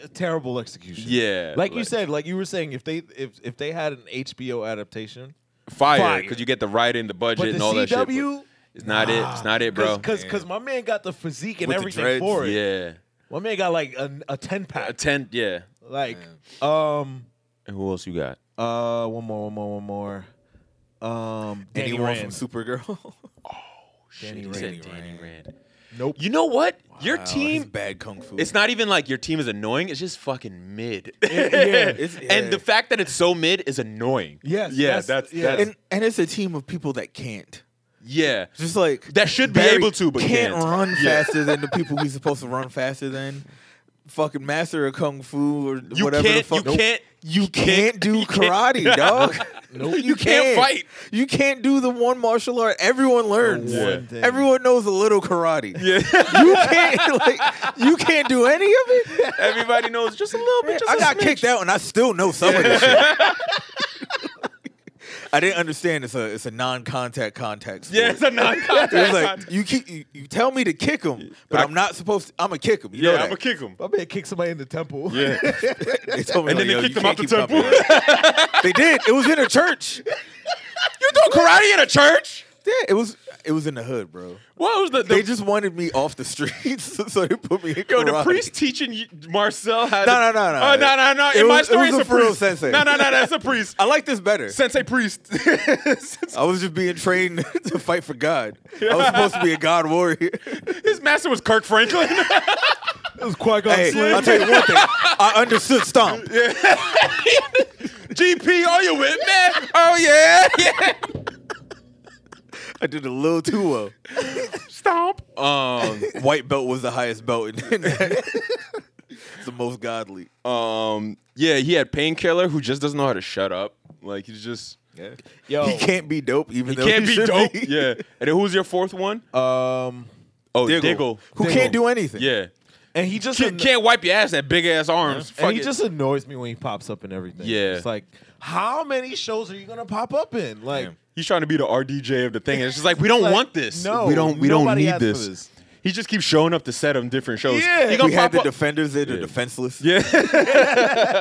a terrible execution.
Yeah,
Like, you
like-
said, like you were saying, if they if if they had an HBO adaptation,
Fire,
Fire.
because you get the writing, the budget,
but the
and all that shit.
CW,
but It's not it. It's not it, bro.
Because because my man got the physique and
With the
everything
dreads,
for it.
yeah,
My man got like a, a ten pack.
a ten. Yeah.
Like, um,
And who else you got?
uh, one more, one more, one more. Um, Danny
Anyone
Rand.
from Supergirl?
[laughs] Danny
Shit, he
Rand.
said Danny Rand.
Nope.
You know what? Your
Wow, he's
team.
bad kung fu.
It's not even like your team is annoying. It's just fucking mid. [laughs]
it's- yeah.
And the fact that it's so mid is annoying.
Yes,
Yeah.
that's-
That's.
yeah.
that's
and, and it's a team of people that can't.
yeah.
Just like
That should be
Barry
able to, but
can't,
can't.
run
Yeah.
faster than [laughs] the people he's supposed to run faster than. Fucking master of kung fu or
You
whatever
can't.
the fuck.
You can't.
You can't do karate, [laughs] dog.
Nope.
You,
You can't fight.
You can't do the one martial art everyone learns.
The one thing.
Everyone knows a little karate.
Yeah.
You can't [laughs] like you can't do any of [laughs] it.
Everybody knows [laughs] just a little bit. Just
I
a
got
smidge.
kicked out and I still know some of this shit.
[laughs]
I didn't understand it's a it's a non-contact contact sport.
Yeah, it's a non-contact.
It was like you keep you, you tell me to kick him, but I'm not supposed. to. I'm gonna kick him. You
yeah,
know
I'm
that.
gonna kick [laughs] him.
My man kicked somebody in the temple.
Yeah,
They
[laughs]
told me
and then
like, "Yo,
they kicked
you
him out the
can't
temple.
keep coming." [laughs] they did. It was in a church.
you doing karate in a church?
Yeah, it was. It was in the hood, bro.
What was the, the
They just wanted me off the streets, [laughs] so they put me in
yo the
karate.
priest teaching you, Marcel how?
No, no,
to-
no, no.
Oh, no, no, no.
It
In my
was- it
story,
was
it's
a
a,
full
priest.
sensei.
No, no, no, that's a [laughs] priest.
I like this better.
Sensei priest. [laughs]
I was just being trained [laughs] to fight for God. I was supposed to be a God warrior.
[laughs] His master was Kirk Franklin. [laughs]
It was Qui Gon
hey, I'll
Slim.
tell you one thing. I understood stomp.
GP, are you with man? Oh yeah, yeah.
[laughs] I did a little too well.
Stomp. Um,
White belt was the highest belt, in [laughs] the most godly.
um, yeah. He had painkiller who just doesn't know how to shut up. Like he's just
Yo,
He can't be dope, even though
can't
he
be
should
dope. Yeah. And then who's your fourth one?
Um,
Oh,
Diggle,
Diggle.
who
Diggle.
can't do anything.
Yeah.
and he just
Can't,
an-
can't wipe your ass that big ass arms. Fuck
and he
it.
just annoys me when he pops up in everything.
Yeah.
it's like how many shows are you gonna pop up in? Like,
He's trying to be the RDJ of the thing. and It's just like we don't
Like,
want this.
no,
we don't. We don't
nobody
need
asked for
this.
this.
He just keeps showing up to set him different shows.
Yeah.
He
we
gonna
had
pop
the
up-
defenders, they're the defenseless.
yeah. [laughs]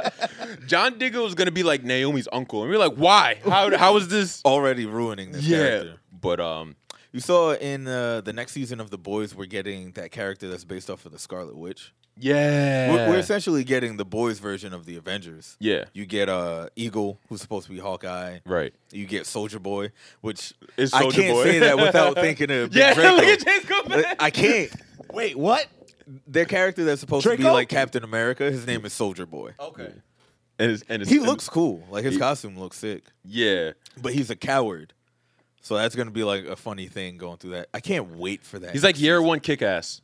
John Diggle is gonna be like Naomi's uncle, and we're like, why? How? How is this?
[laughs]
Already ruining this
yeah.
character.
But um,
You saw in uh, the next season of The Boys, we're getting that character that's based off of the Scarlet Witch.
yeah.
We're, we're essentially getting the boys version of the Avengers.
Yeah.
You get uh, Eagle, who's supposed to be Hawkeye.
Right.
You get Soldier Boy, which
It's
I
Soulja
can't
Boy.
say
[laughs]
that without thinking of Big
yeah.
Draco.
Look at James coming.
I can't.
wait, what?
Their character that's supposed to be
Draco?
like Captain America, his name is Soldier Boy.
Okay,
And, it's, and it's,
He
and-
looks cool. Like his
He-
costume looks sick,
Yeah.
but he's a coward. So that's gonna be like a funny thing going through that. I can't wait for that.
He's like
next
year
season.
one kick ass.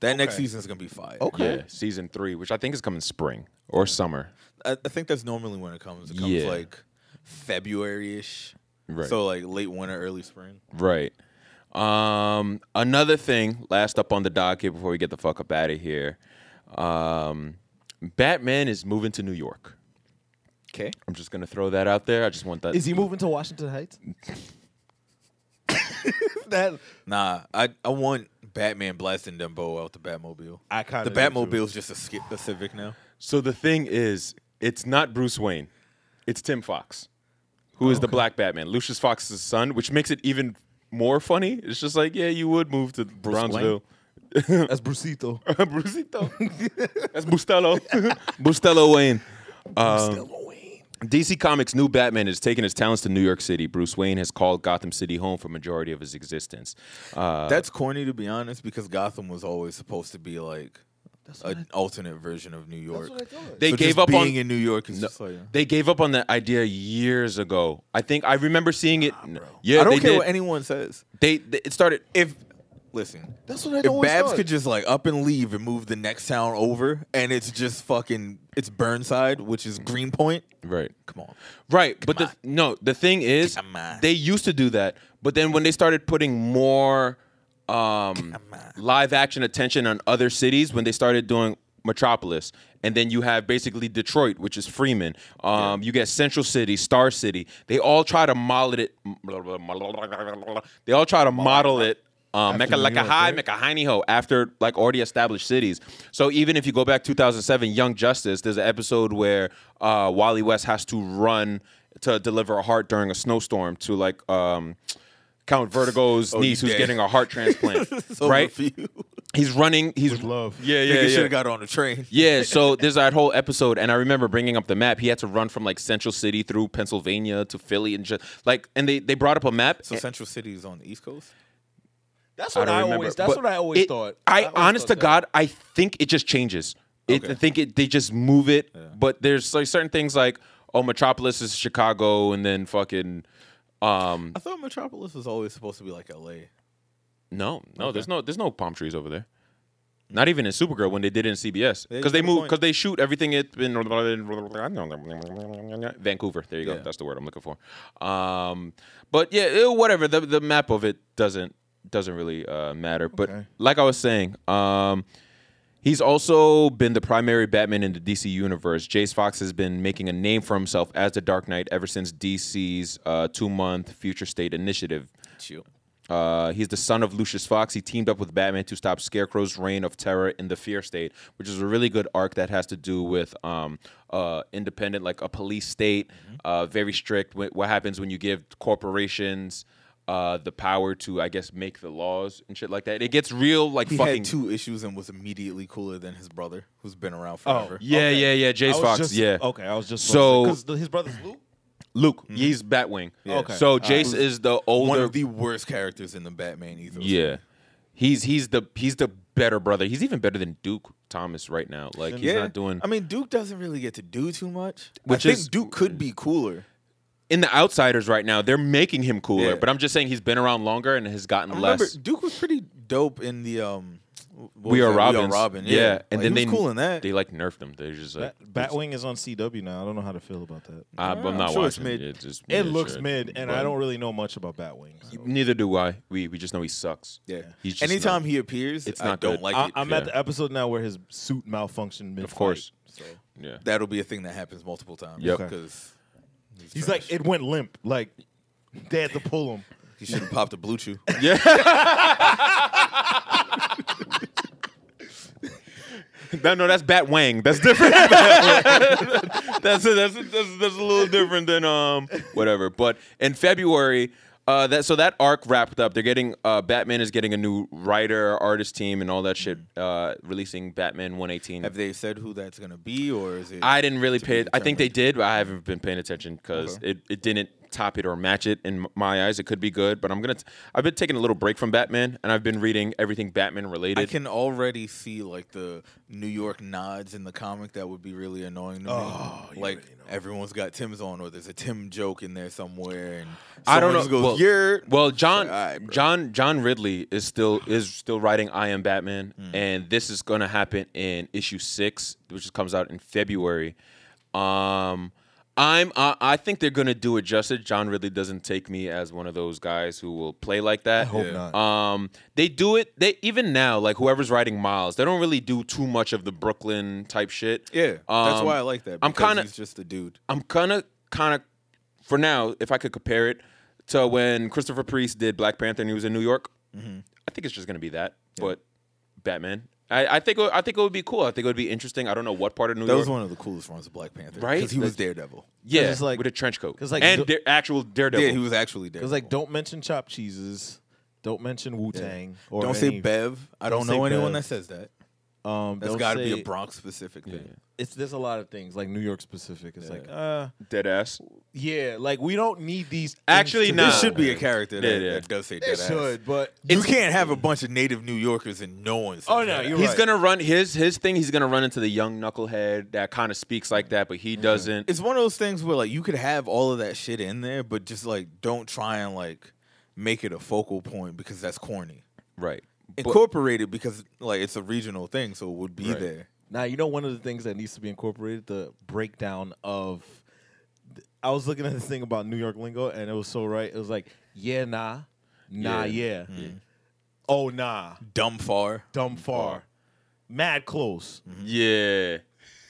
That next season's gonna be fire.
Okay.
Yeah, season three, which I think is coming spring or summer.
I, I think that's normally when it comes. It comes
Yeah.
like February ish.
Right.
So like late winter, early spring.
Right. Um, another thing, last up on the docket before we get the fuck up out of here. Um, Batman is moving to New York.
Okay.
I'm just gonna throw that out there. I just want that.
Is he moving to Washington Heights? that
Nah, I, I want Batman blasting Dumbo out the Batmobile.
I kinda
the
do, too.
Batmobile's just a, ski- a Civic now.
So the thing is, it's not Bruce Wayne. It's Tim Fox, who is the Black Batman, Lucius Fox's son, which makes it even more funny. It's just like, yeah, you would move to Brownsville.
that's Brucito.
[laughs] Brucito. That's Bustelo. [laughs] Bustelo Wayne. DC Comics' new Batman is taking his talents to New York City. Bruce Wayne has called Gotham City home for majority of his existence. Uh,
That's corny to be honest, because Gotham was always supposed to be like
what
an alternate version of New York.
what I thought.
they
So
gave
just
up
being
on
in New York. Is
No,
just like,
they gave up on that idea years ago. I think I remember seeing it. yeah,
I don't
they
care
did.
what anyone says.
they, they it started.
If listen,
That's what I
if
always
Babs
thought.
could just like up and leave and move the next town over, and it's just fucking it's Burnside, which is Greenpoint.
Right.
Come on,
Right, but the, no, the thing is,
Come on.
they used to do that, but then when they started putting more um, live action attention on other cities, when they started doing Metropolis, and then you have basically Detroit, which is Freeman, um, you get Central City, Star City. They all try to model it. They all try to model it. Um,
After
Mecca
New
like a
York,
high,
right?
like a hiney ho after like already established cities. So even if you go back 2007, Young Justice, there's an episode where uh, Wally West has to run to deliver a heart during a snowstorm to like um, Count Vertigo's
Oh,
niece
you
who's
dead.
getting a
[laughs]
heart transplant,
So
right?
for you.
He's running. He's
love.
[laughs] Yeah, yeah,
Nigga should
yeah.
have got on the train.
Yeah, so there's that whole episode, and I remember bringing up the map. He had to run from like Central City through Pennsylvania to Philly, and just like, and they they brought up a map.
So Central City is on the East Coast.
That's
I
what
don't
I,
remember.
always. That's
but
what I always
it-
thought.
I,
always
honest to
thought that.
God, I think it just changes. It, I think it they just move it, but there's like certain things like oh, Metropolis is Chicago, and then fucking um
I thought Metropolis was always supposed to be like L.A.
no, no, there's no there's no palm trees over there. Not even in Supergirl when they did it in CBS
Yeah, you
because they
got a
move
point.
because they shoot everything it in Vancouver. There you go.
Yeah.
That's the word I'm looking for. Um, but yeah, eh, whatever. The the map of it doesn't doesn't really uh, matter. But
Okay.
like I was saying, um, He's also been the primary Batman in the DC universe. Jace Fox has been making a name for himself as the Dark Knight ever since DC's uh, two-month Future State initiative.
Chill.
Uh, he's the son of Lucius Fox. He teamed up with Batman to stop Scarecrow's reign of terror in the Fear State, which is a really good arc that has to do with um, uh, independent, like a police state, uh, very strict. Wh- what happens when you give corporations uh, the power to, I guess, make the laws and shit like that? It gets real, like
He
fucking.
had two issues and was immediately cooler than his brother, who's been around forever.
Oh, Yeah, yeah, yeah.
I
Jace
was
Fox.
just-
yeah.
Okay, I was just
So-
because his brother's Luke.
Luke, he's Batwing.
Okay.
So Jace is the
Mm-hmm. Uh,
older.
One of the worst characters in the Batman ethos.
yeah. He's he's the he's the better brother. He's even better than Duke Thomas right now. Like he's not doing
I mean, Duke doesn't really get to do too much.
Which
I think
is-
Duke could be cooler.
in the outsiders right now. They're making him cooler,
Yeah.
but I'm just saying he's been around longer and has gotten
Remember,
less.
Duke was pretty dope in the um. what
We
was
are
that?
Robin.
Robin.
Yeah.
Yeah,
and
Like,
then
he was
they
cool in that.
They like nerfed him. They're just like
Bat- Batwing is on CW now. I don't know how to feel about that.
I, am
I'm
not
sure it's
watching
mid.
it. It's just
It
yeah,
looks
sure.
mid, and I don't really know much about Batwing. so.
Neither do I. We we just know he sucks.
yeah.
He's just
Anytime
not-
he appears,
It's
I
not
don't
good.
like
I,
it.
I'm
yeah.
at the episode now where his suit malfunctioned mid.
course.
so
yeah.
That'll be a thing that happens multiple times.
Yep. Okay.
Because
he's like it went limp. Like they had to pull him.
he should have popped a blue
[laughs]
chew.
No, no, that's Bat Wang. That's
[laughs]
different. [laughs] that's, a, that's, a, that's that's a little different than um whatever. But in February, uh, that so that arc wrapped up. They're getting uh, Batman is getting a new writer, artist team, and all that shit. Uh, releasing Batman 118.
Mm-hmm. Have they said who that's gonna be, or is it?
I didn't really pay.
be
I think they did, but I haven't been paying attention because it, it didn't top it or match it in m- my eyes. It could be good, but I'm gonna. T- I've been taking a little break from Batman, and I've been reading everything Batman
I
related.
can already see like the New York nods in the comic that would be really annoying to me.
Oh,
like everyone's got Tim's on, or there's a Tim joke in there somewhere, and
I don't
someone
know.
Just goes,
well,
You're
well, John,
All right, bro.
John, John Ridley is still is still writing I Am Batman,
Mm.
and this is gonna happen in issue six, which comes out in February. Um, I'm I, I think they're gonna do it justice. John Ridley doesn't take me as one of those guys who will play like that.
hope not.
Um, they do it. They even now, like whoever's writing Miles, they don't really do too much of the Brooklyn type shit.
yeah. that's
Um,
why I like that.
I'm
because
kinda-
he's just a dude.
I'm gonna kind of for now, if I could compare it to when Christopher Priest did Black Panther and he was in New York. I think it's just gonna be that, but Batman. I, I think it- I think it would be cool. I think it would be interesting. I don't know what part of New
That
York.
was one of the coolest runs of Black Panther,
Right?
Because he was
That-
Daredevil.
yeah,
'Cause it's like-
with a trench coat.
'cause like
and
the-
da- actual Daredevil.
Yeah, he was actually
It
Daredevil.
was like, don't mention chopped cheeses. Don't mention Wu Tang. or
don't
any-
say Bev. I don't,
don't say
know anyone
Bev.
that says that.
Um,
That's
don't
got to be
say-
a Bronx specific thing.
It's there's a lot of things like New York specific. It's like, uh,
dead ass.
yeah, like we don't need these. things
Actually,
to-
nah.
There should be a character that,
Yeah, yeah.
that does say
It
that.
should, but
you can't have a bunch of native New Yorkers and no one. Says
Oh, no,
dead ass.
you're
He's
right.
gonna run his his thing. He's gonna run into the young knucklehead that kind of speaks like that, but he doesn't.
it's one of those things where like you could have all of that shit in there, but just like don't try and like make it a focal point because that's corny.
right.
Incorporate it because like it's a regional thing, so it would be there.
Now you know one of the things that needs to be incorporated the breakdown of. I was looking at this thing about New York lingo, and it was so right. It was like, yeah, nah, nah, yeah,
Yeah.
oh nah,
Dumb far.
dumb far, mad close.
Yeah.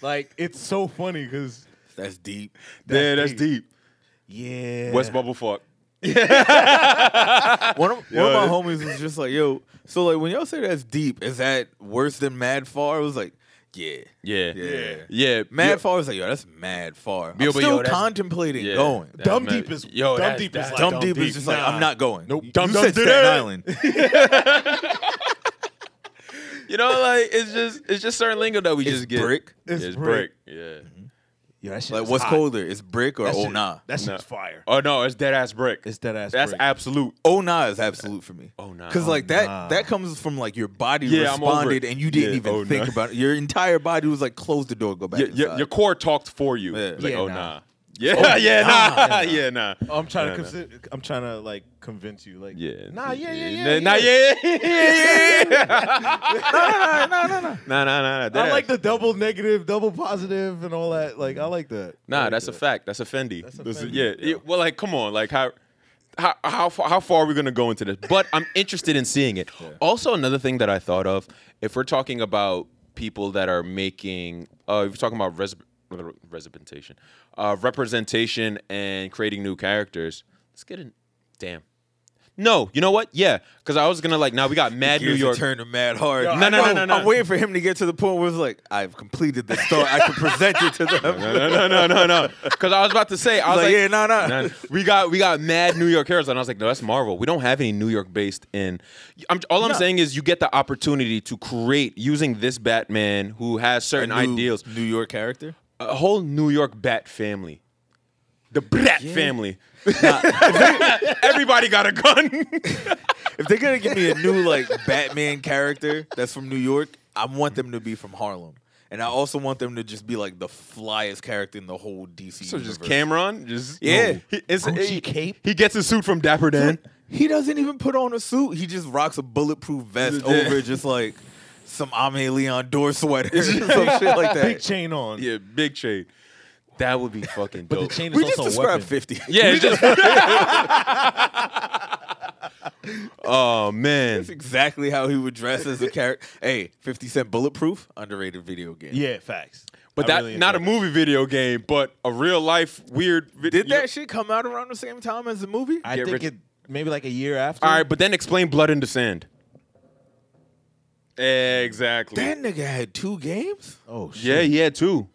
Like it's so funny because
That's deep.
yeah, that's deep.
yeah,
West Bubble fuck.
One of, one of my homies was just like, "Yo, so like when y'all say that's deep, is that worse than mad far?" I was like, "Yeah,
Yeah.
yeah."
Yeah.
Mad
yeah.
far was like, "Yo, that's mad far." I'm
Yo, but yo,
still
that's-
contemplating
yeah.
going.
That-
Dumb
That's mad-
deep is
Yo,
dumb
that's-
deep is
that's
like
dumb deep is just like,
nah.
"I'm not going." Nope. You,
Dumb
you
dumb
said
did
Staten
that. [laughs]
Island.
You know, like it's just it's just certain lingo that we just get.
brick.
It's,
It's
brick.
brick.
Yeah.
Yo, that shit
Like
is
what's
hot.
colder? It's brick or
That
oh
shit-
nah?
That shit's
No.
fire.
Oh no, it's dead ass brick.
It's dead ass.
That's
break.
absolute.
Oh nah is absolute for me.
Oh, nah.
because
Oh,
like that
nah.
that comes from like your body
Yeah, I'm over
responded
it.
and you didn't
Yeah,
even
oh,
think
nah.
about it. Your entire body was like, close the door, go back
Your,
inside.
your, your core talked for you.
Yeah.
It's like,
Yeah,
oh
nah. Oh.
nah. Yeah, [laughs] yeah, nah.
nah.
[laughs] yeah, nah.
I'm trying to
Nah, nah.
consider, I'm trying to like convince you like
Yeah.
nah yeah yeah yeah,
Nah,
yeah.
yeah, yeah, yeah,
[laughs]
yeah. Nah, nah, nah, nah, nah. Nah, nah, nah, nah. Dead
I like
ass.
the double negative, double positive, and all that. Like I like that. I
Nah,
like
that's a
that.
fact. That's a Fendi.
That's a
This is-
Fendi.
yeah, it- Well, like, come on. Like, how, how, how, fa- how far are we gonna go into this? But I'm interested in seeing it. Also, another thing that I thought of, if we're talking about people that are making, uh, if we're talking about res- representation, uh, representation and creating new characters, let's get in. Damn. No, you know what? Yeah, because I was gonna like. Now we
[laughs]
got Mad New
Gears
York.
turn to mad hard.
No, no, no, no, no.
I'm waiting for him to get to the point where it's like, I've completed this thought. I can present it to them.
[laughs] [laughs] No, no, no, no, no. Because I was about to say, I was
like,
like,
yeah, nah, nah.
Nah, we got we got mad New York heroes, and I was like, no, that's Marvel. We don't have any New York based in. I'm, all I'm saying is, you get the opportunity to create using this Batman who has certain
New-
ideals,
New York character.
a whole New York Bat family, the Bat family. [laughs] Everybody got a gun.
If they're gonna give me a new like Batman character that's from New York, I want them to be from Harlem. And I also want them to just be like the flyest character in the whole DC.
so just
universe.
[laughs] Cameron, just
Yeah.
He, it's,
Gucci
he,
cape?
He gets a suit from Dapper Dan.
He doesn't even put on a suit. He just rocks a bulletproof vest
Yeah.
over just like some Ame Leon door sweater
[laughs]
or some shit like
Big
that.
chain on.
Yeah, big chain. That would be fucking
But the
dope.
chain is
We just
also a
described
weapon.
fifty. [laughs]
Yeah, it's just. [laughs] oh man,
That's exactly how he would dress as a character. hey, 50 Cent Bulletproof, underrated video game.
Yeah, facts.
but
I
that
really
not a
enjoyed
movie video game, but a real life weird. Vid-
Did
you know-
that shit come out around the same time as the movie?
it. I
Get
think
rich-
it maybe like a year after.
All right, but then explain Blood in the Sand. Exactly.
that nigga had two games?
oh shit.
yeah, he had two.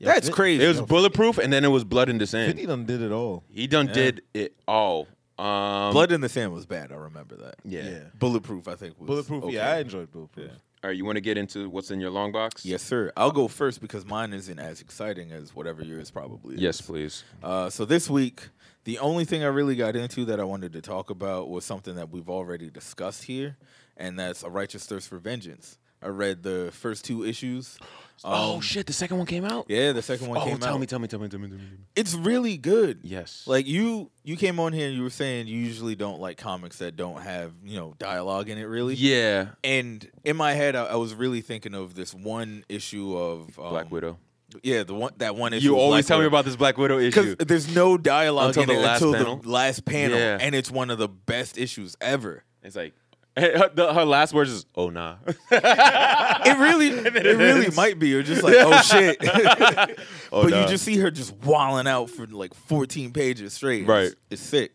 Yo,
That's
Fif-
crazy.
It was bulletproof, and then it was Blood in the
Fifty
Sand.
done did it all.
He done did it all. Um,
Blood in the Sand was bad. I remember that.
Yeah.
Yeah.
Bulletproof, I think. Was
Bulletproof.
okay.
Yeah, I enjoyed bulletproof.
All right, you want to get into what's in your long box?
Yes, sir. I'll go first because mine isn't as exciting as whatever yours probably is.
Yes, please.
Uh, so this week, the only thing I really got into that I wanted to talk about was something that we've already discussed here, and that's A Righteous Thirst for Vengeance. I read the first two issues.
[gasps] oh
Um,
shit! The second one came out.
Yeah, the second one
Oh,
came
tell
out.
me, tell me, tell me, tell me, tell me. tell me.
it's really good.
Yes.
Like you, you came on here and you were saying you usually don't like comics that don't have you know dialogue in it really.
yeah,
And in my head, I, I was really thinking of this one issue of um,
Black Widow.
Yeah, the one that one issue.
You
of
always
Black
tell me
Widow.
about this Black Widow
because
issue.
there's no dialogue
Until
in
the
it
last
until
panel?
the last panel,
Yeah.
and it's one of the best issues
[laughs]
ever.
It's like her, the- her last words is "Oh nah." [laughs]
It really, it, really might be. You're just like, oh shit,
[laughs]
[laughs]
Oh,
but
nah.
you just see her just walling out for like 14 pages straight. It's-
Right.
it's, sick.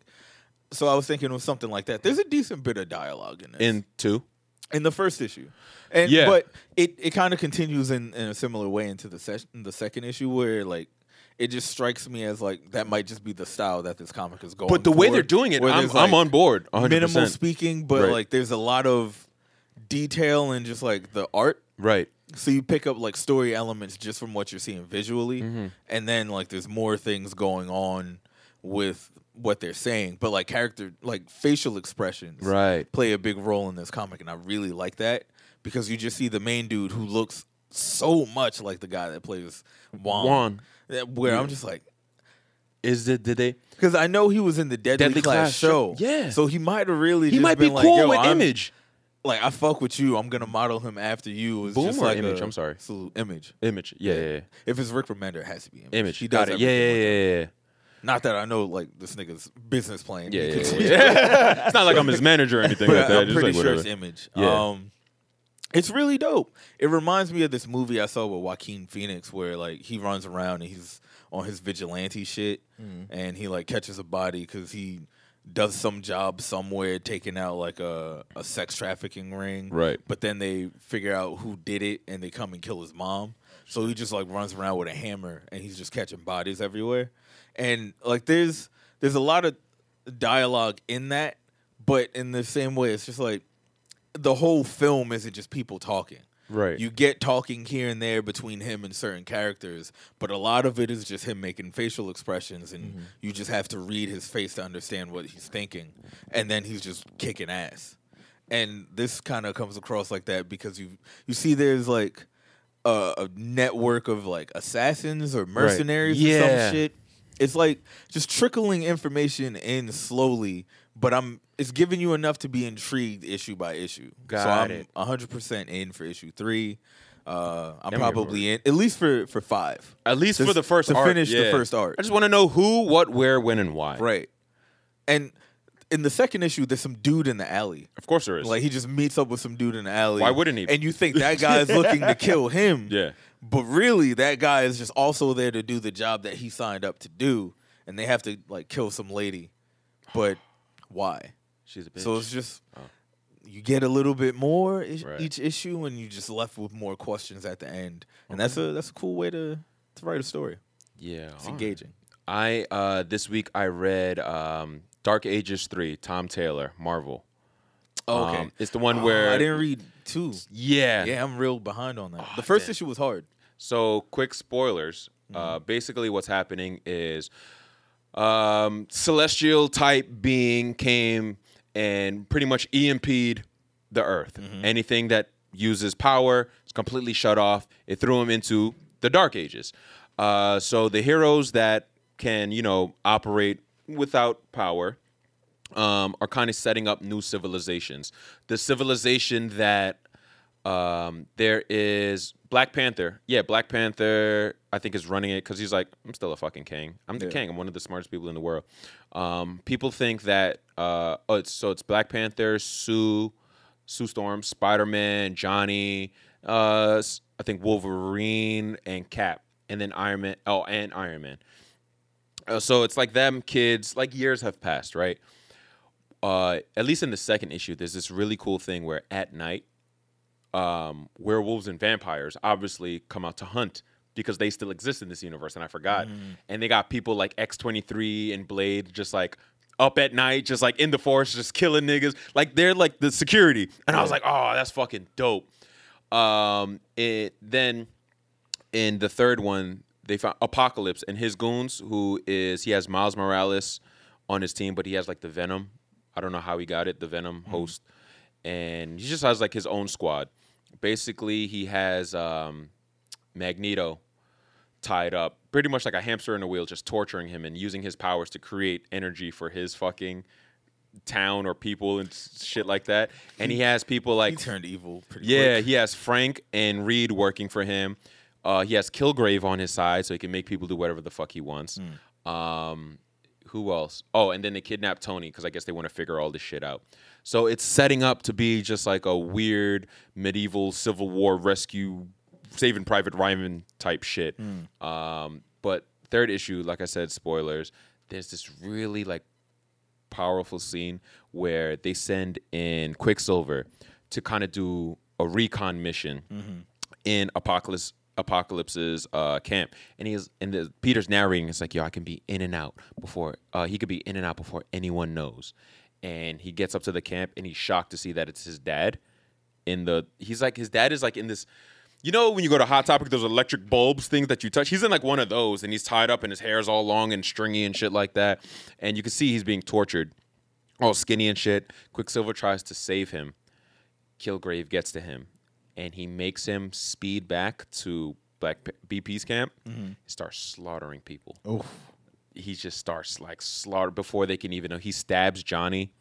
So I was thinking of something like that. There's a decent bit of dialogue in this
in two.
in the first issue, and
Yeah.
but it it kind of continues in, in a similar way into the session, the second issue where like. It just strikes me as like that might just be the style that this comic is going.
But the way they're
toward,
doing it,
where
I'm,
there's,
I'm
like,
on board. 100%.
minimal speaking, but
Right.
like there's a lot of detail and just like the art.
Right.
So you pick up like story elements just from what you're seeing visually,
Mm-hmm.
and then like there's more things going on with what they're saying, but like character, like facial expressions,
Right.
play a big role in this comic, and I really like that because you just see the main dude who looks so much like the guy that plays Juan.
Juan.
That- Where I'm just like,
Is it? Did they?
because I know he was in the Deadly,
Deadly
Class,
Class
show,
show. Yeah.
So he might have really
He
just
might be
been
cool
like, Yo,
with
I'm-
image.
like I fuck with you, I'm gonna model him after you. It's
Boom
just
or
like
Image?
i
I'm sorry.
salute image.
Image. Yeah, yeah, yeah.
If it's Rick Remender, it has to be image.
Image.
He does
Got it. Yeah,
everything
yeah,
with it.
yeah, yeah.
Not that I know like this nigga's business plan.
Yeah,
He
yeah,
could
yeah,
switch
[laughs] yeah.
it,
It's not like I'm his manager or anything
but
like that.
I'm
Just
pretty
like,
sure
whatever.
it's image.
Yeah.
Um, it's really dope. It reminds me of this movie I saw with Joaquin Phoenix where like he runs around and he's on his vigilante shit and he like catches a body because he does some job somewhere taking out like a, a sex trafficking ring.
Right.
But then they figure out who did it and they come and kill his mom. So he just like runs around with a hammer and he's just catching bodies everywhere. And like there's there's a lot of dialogue in that, but in the same way it's just like the whole film isn't just people talking.
Right.
You get talking here and there between him and certain characters, but a lot of it is just him making facial expressions, and
Mm-hmm.
you just have to read his face to understand what he's thinking. And then he's just kicking ass. And this kind of comes across like that because you you see there's like a, a network of like assassins or mercenaries or
Yeah.
some shit. It's like just trickling information in slowly, but I'm it's giving you enough to be intrigued issue by issue. so I'm
Got it.
100% in for issue 3. Uh, I'm
Damn, you're
probably in at least for for 5.
At least
To-
for the first
to
arc,
finish the
yeah.
first arc.
I just want to know who, what, where, when, and why.
Right. And in the second issue there's some dude in the alley.
Of course there is.
Like he just meets up with some dude in the alley.
Why wouldn't he?
And you think that guy's looking
[laughs]
to kill him.
Yeah.
But really that guy is just also there to do the job that he signed up to do and they have to like kill some lady. But why?
She's a bitch. Oh.
So it's just you get a little bit more is-
Right.
each issue, and you just left with more questions at the end, and that's a that's a cool way to to write a story.
yeah.
It's
all right.
engaging.
I uh, this week I read um, Dark Ages three. Tom Taylor, Marvel.
Oh, okay, Oh,
Um, it's the one where
I didn't read two.
Yeah. Oh,
Yeah, I'm real behind on that. the first
damn.
issue was hard.
So quick spoilers. Uh, basically, what's happening is um, celestial type being came and pretty much EMP'd the Earth. Anything that uses power is completely shut off. It threw them into the Dark Ages. Uh, so the heroes that can you know operate without power um, are kind of setting up new civilizations. The civilization that um, there is Black Panther. Yeah, Black Panther. I think is running it because he's like, I'm still a fucking king. I'm the king. I'm one of the smartest people in the world. Um, people think that. Uh, oh, it's, so it's Black Panther, Sue, Sue Storm, Spider Man, Johnny. Uh, s- I think Wolverine and Cap, and then Iron Man. Oh, and Iron Man. Uh, so it's like them kids. Like years have passed, right? uh, at least in the second issue, there's this really cool thing where at night, um, werewolves and vampires obviously come out to hunt because they still exist in this universe, and I forgot. And they got people like X23 and Blade just like up at night, just like in the forest, just killing niggas. Like they're like the security. And I was like, oh, that's fucking dope. Um, it then in the third one they found Apocalypse and his goons, who is he has Miles Morales on his team, but he has like the Venom. I don't know how he got it, the Venom host, and he just has like his own squad. Basically, he has um, Magneto tied up, pretty much like a hamster in a wheel, just torturing him and using his powers to create energy for his fucking town or people and s- shit like that. And he has people
He
like
turned evil pretty
yeah,
quick.
he has Frank and Reed working for him. Uh, he has Kilgrave on his side, so he can make people do whatever the fuck he wants.
Hmm.
Um, who else? Oh, and then they kidnap Tony because I guess they want to figure all this shit out. So it's setting up to be just like a weird medieval Civil War rescue, Saving Private Ryan type shit.
Hmm.
Um, but third issue, like I said, spoilers. There's this really like powerful scene where they send in Quicksilver to kind of do a recon mission in Apocalypse Apocalypse's uh, camp, and he's and the, Peter's narrating. It's like, yo, I can be in and out before uh, he could be in and out before anyone knows. And he gets up to the camp, and he's shocked to see that it's his dad. In the he's like his dad is like in this. You know when you go to Hot Topic, those electric bulbs things that you touch. He's in like one of those, and he's tied up, and his hair's all long and stringy and shit like that. And you can see he's being tortured all skinny and shit. Quicksilver tries to save him. Kilgrave gets to him, and he makes him speed back to Black P- BP's camp. He starts slaughtering people.
Oof.
He just starts like slaughter before they can even know. He stabs Johnny,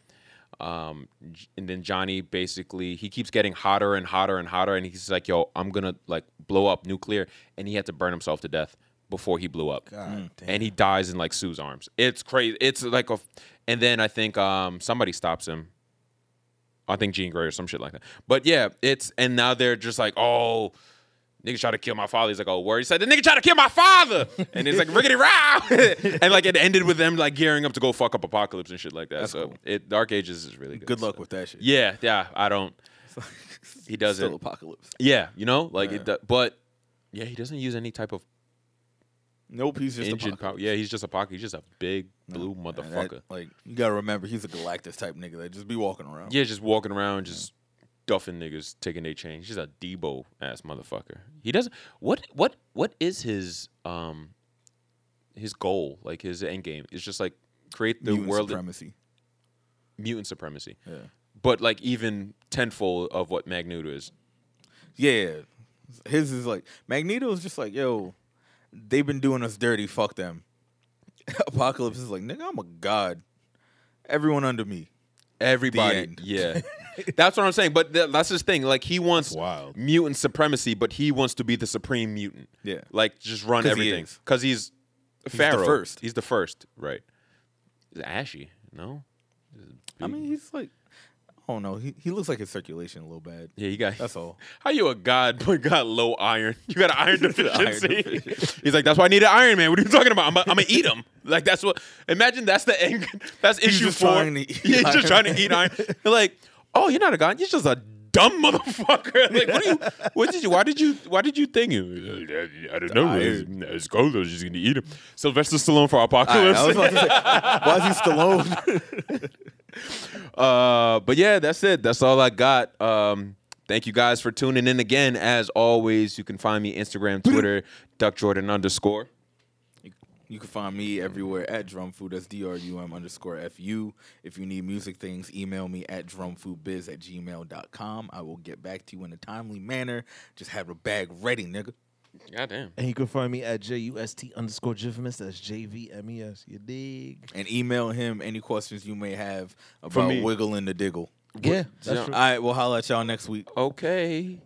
um, J- and then Johnny basically he keeps getting hotter and hotter and hotter, and he's like, "Yo, I'm gonna like blow up nuclear," and he had to burn himself to death before he blew up and he dies in like Sue's arms. It's crazy. It's like a, and then I think um somebody stops him. I think Jean Grey or some shit like that. But yeah, it's and now they're just like, oh, nigga tried to kill my father. He's like, oh, word. He said the nigga tried to kill my father, and it's like riggedy row, [laughs] and like it ended with them like gearing up to go fuck up apocalypse and shit like that. so it Dark Ages is really good.
Good luck
So-
with that shit.
Yeah, yeah. I don't.
[laughs]
He doesn't.
Still apocalypse.
yeah, you know, like it. do- But yeah, he doesn't use any type of
Nope, he's just
engine power.
apocalypse.
Yeah, he's just a pocket. He's just a big blue
And that-
motherfucker.
like you gotta remember, he's a Galactus type nigga that just be walking around.
yeah, just walking around, just duffing niggas, taking their change. He's a Debo ass motherfucker. He doesn't. What what what is his um his goal? Like his end game is just like create the
Mutant
world
supremacy.
mutant supremacy. Yeah. But like even tenfold of what Magneto is.
Yeah, his is like Magneto's just like yo, they've been doing us dirty. Fuck them. [laughs] Apocalypse is like nigga, I'm a god. Everyone under me.
Everybody,
end.
yeah, that's what I'm saying. But th- that's his thing. Like he wants
wild.
mutant supremacy, but he wants to be the supreme mutant.
Yeah.
like just
'Cause
run
he
everything
is.
because he's Pharaoh.
first.
He's the first, right? He's ashy. No,
I mean, he's like, I don't know. He he looks like his circulation a little bad.
yeah, you got
That's all.
How you a god but got low iron? You got an
[laughs]
iron deficiency.
deficiency.
He's like, that's why I need an Iron Man. What are you talking about? I'm gonna I'm gonna eat him. Like that's what. Imagine that's the end. That's issue
just
four. [laughs]
trying to eat
yeah, he's
Iron
just trying to eat iron. You're like, oh, you're not a god. You're just a dumb motherfucker. [laughs] Like, what are you? What did you? Why did you? Why did you think you? I don't know. It's, it's cold. I was just gonna eat him. Sylvester Stallone for Apocalypse.
I was about to say, why is he
[laughs]
Stallone?
Uh, but yeah, that's it. That's all I got. Um, thank you guys for tuning in again. As always, you can find me Instagram, Twitter, Duck Jordan underscore.
You can find me everywhere at drumfood. That's D R U M underscore F U. If you need music things, email me at drumfoodbiz at gmail.com. I will get back to you in a timely manner. Just have a bag ready, nigga.
Goddamn.
And you can find me at J-U-S-T underscore Jivimus. That's
E
J-V-M-E-S. You dig?
And email him any questions you may have
From
about
me.
Wiggle in the Diggle.
Yeah, that's
Yeah.
true.
All right, we'll holla at y'all next week.
Okay.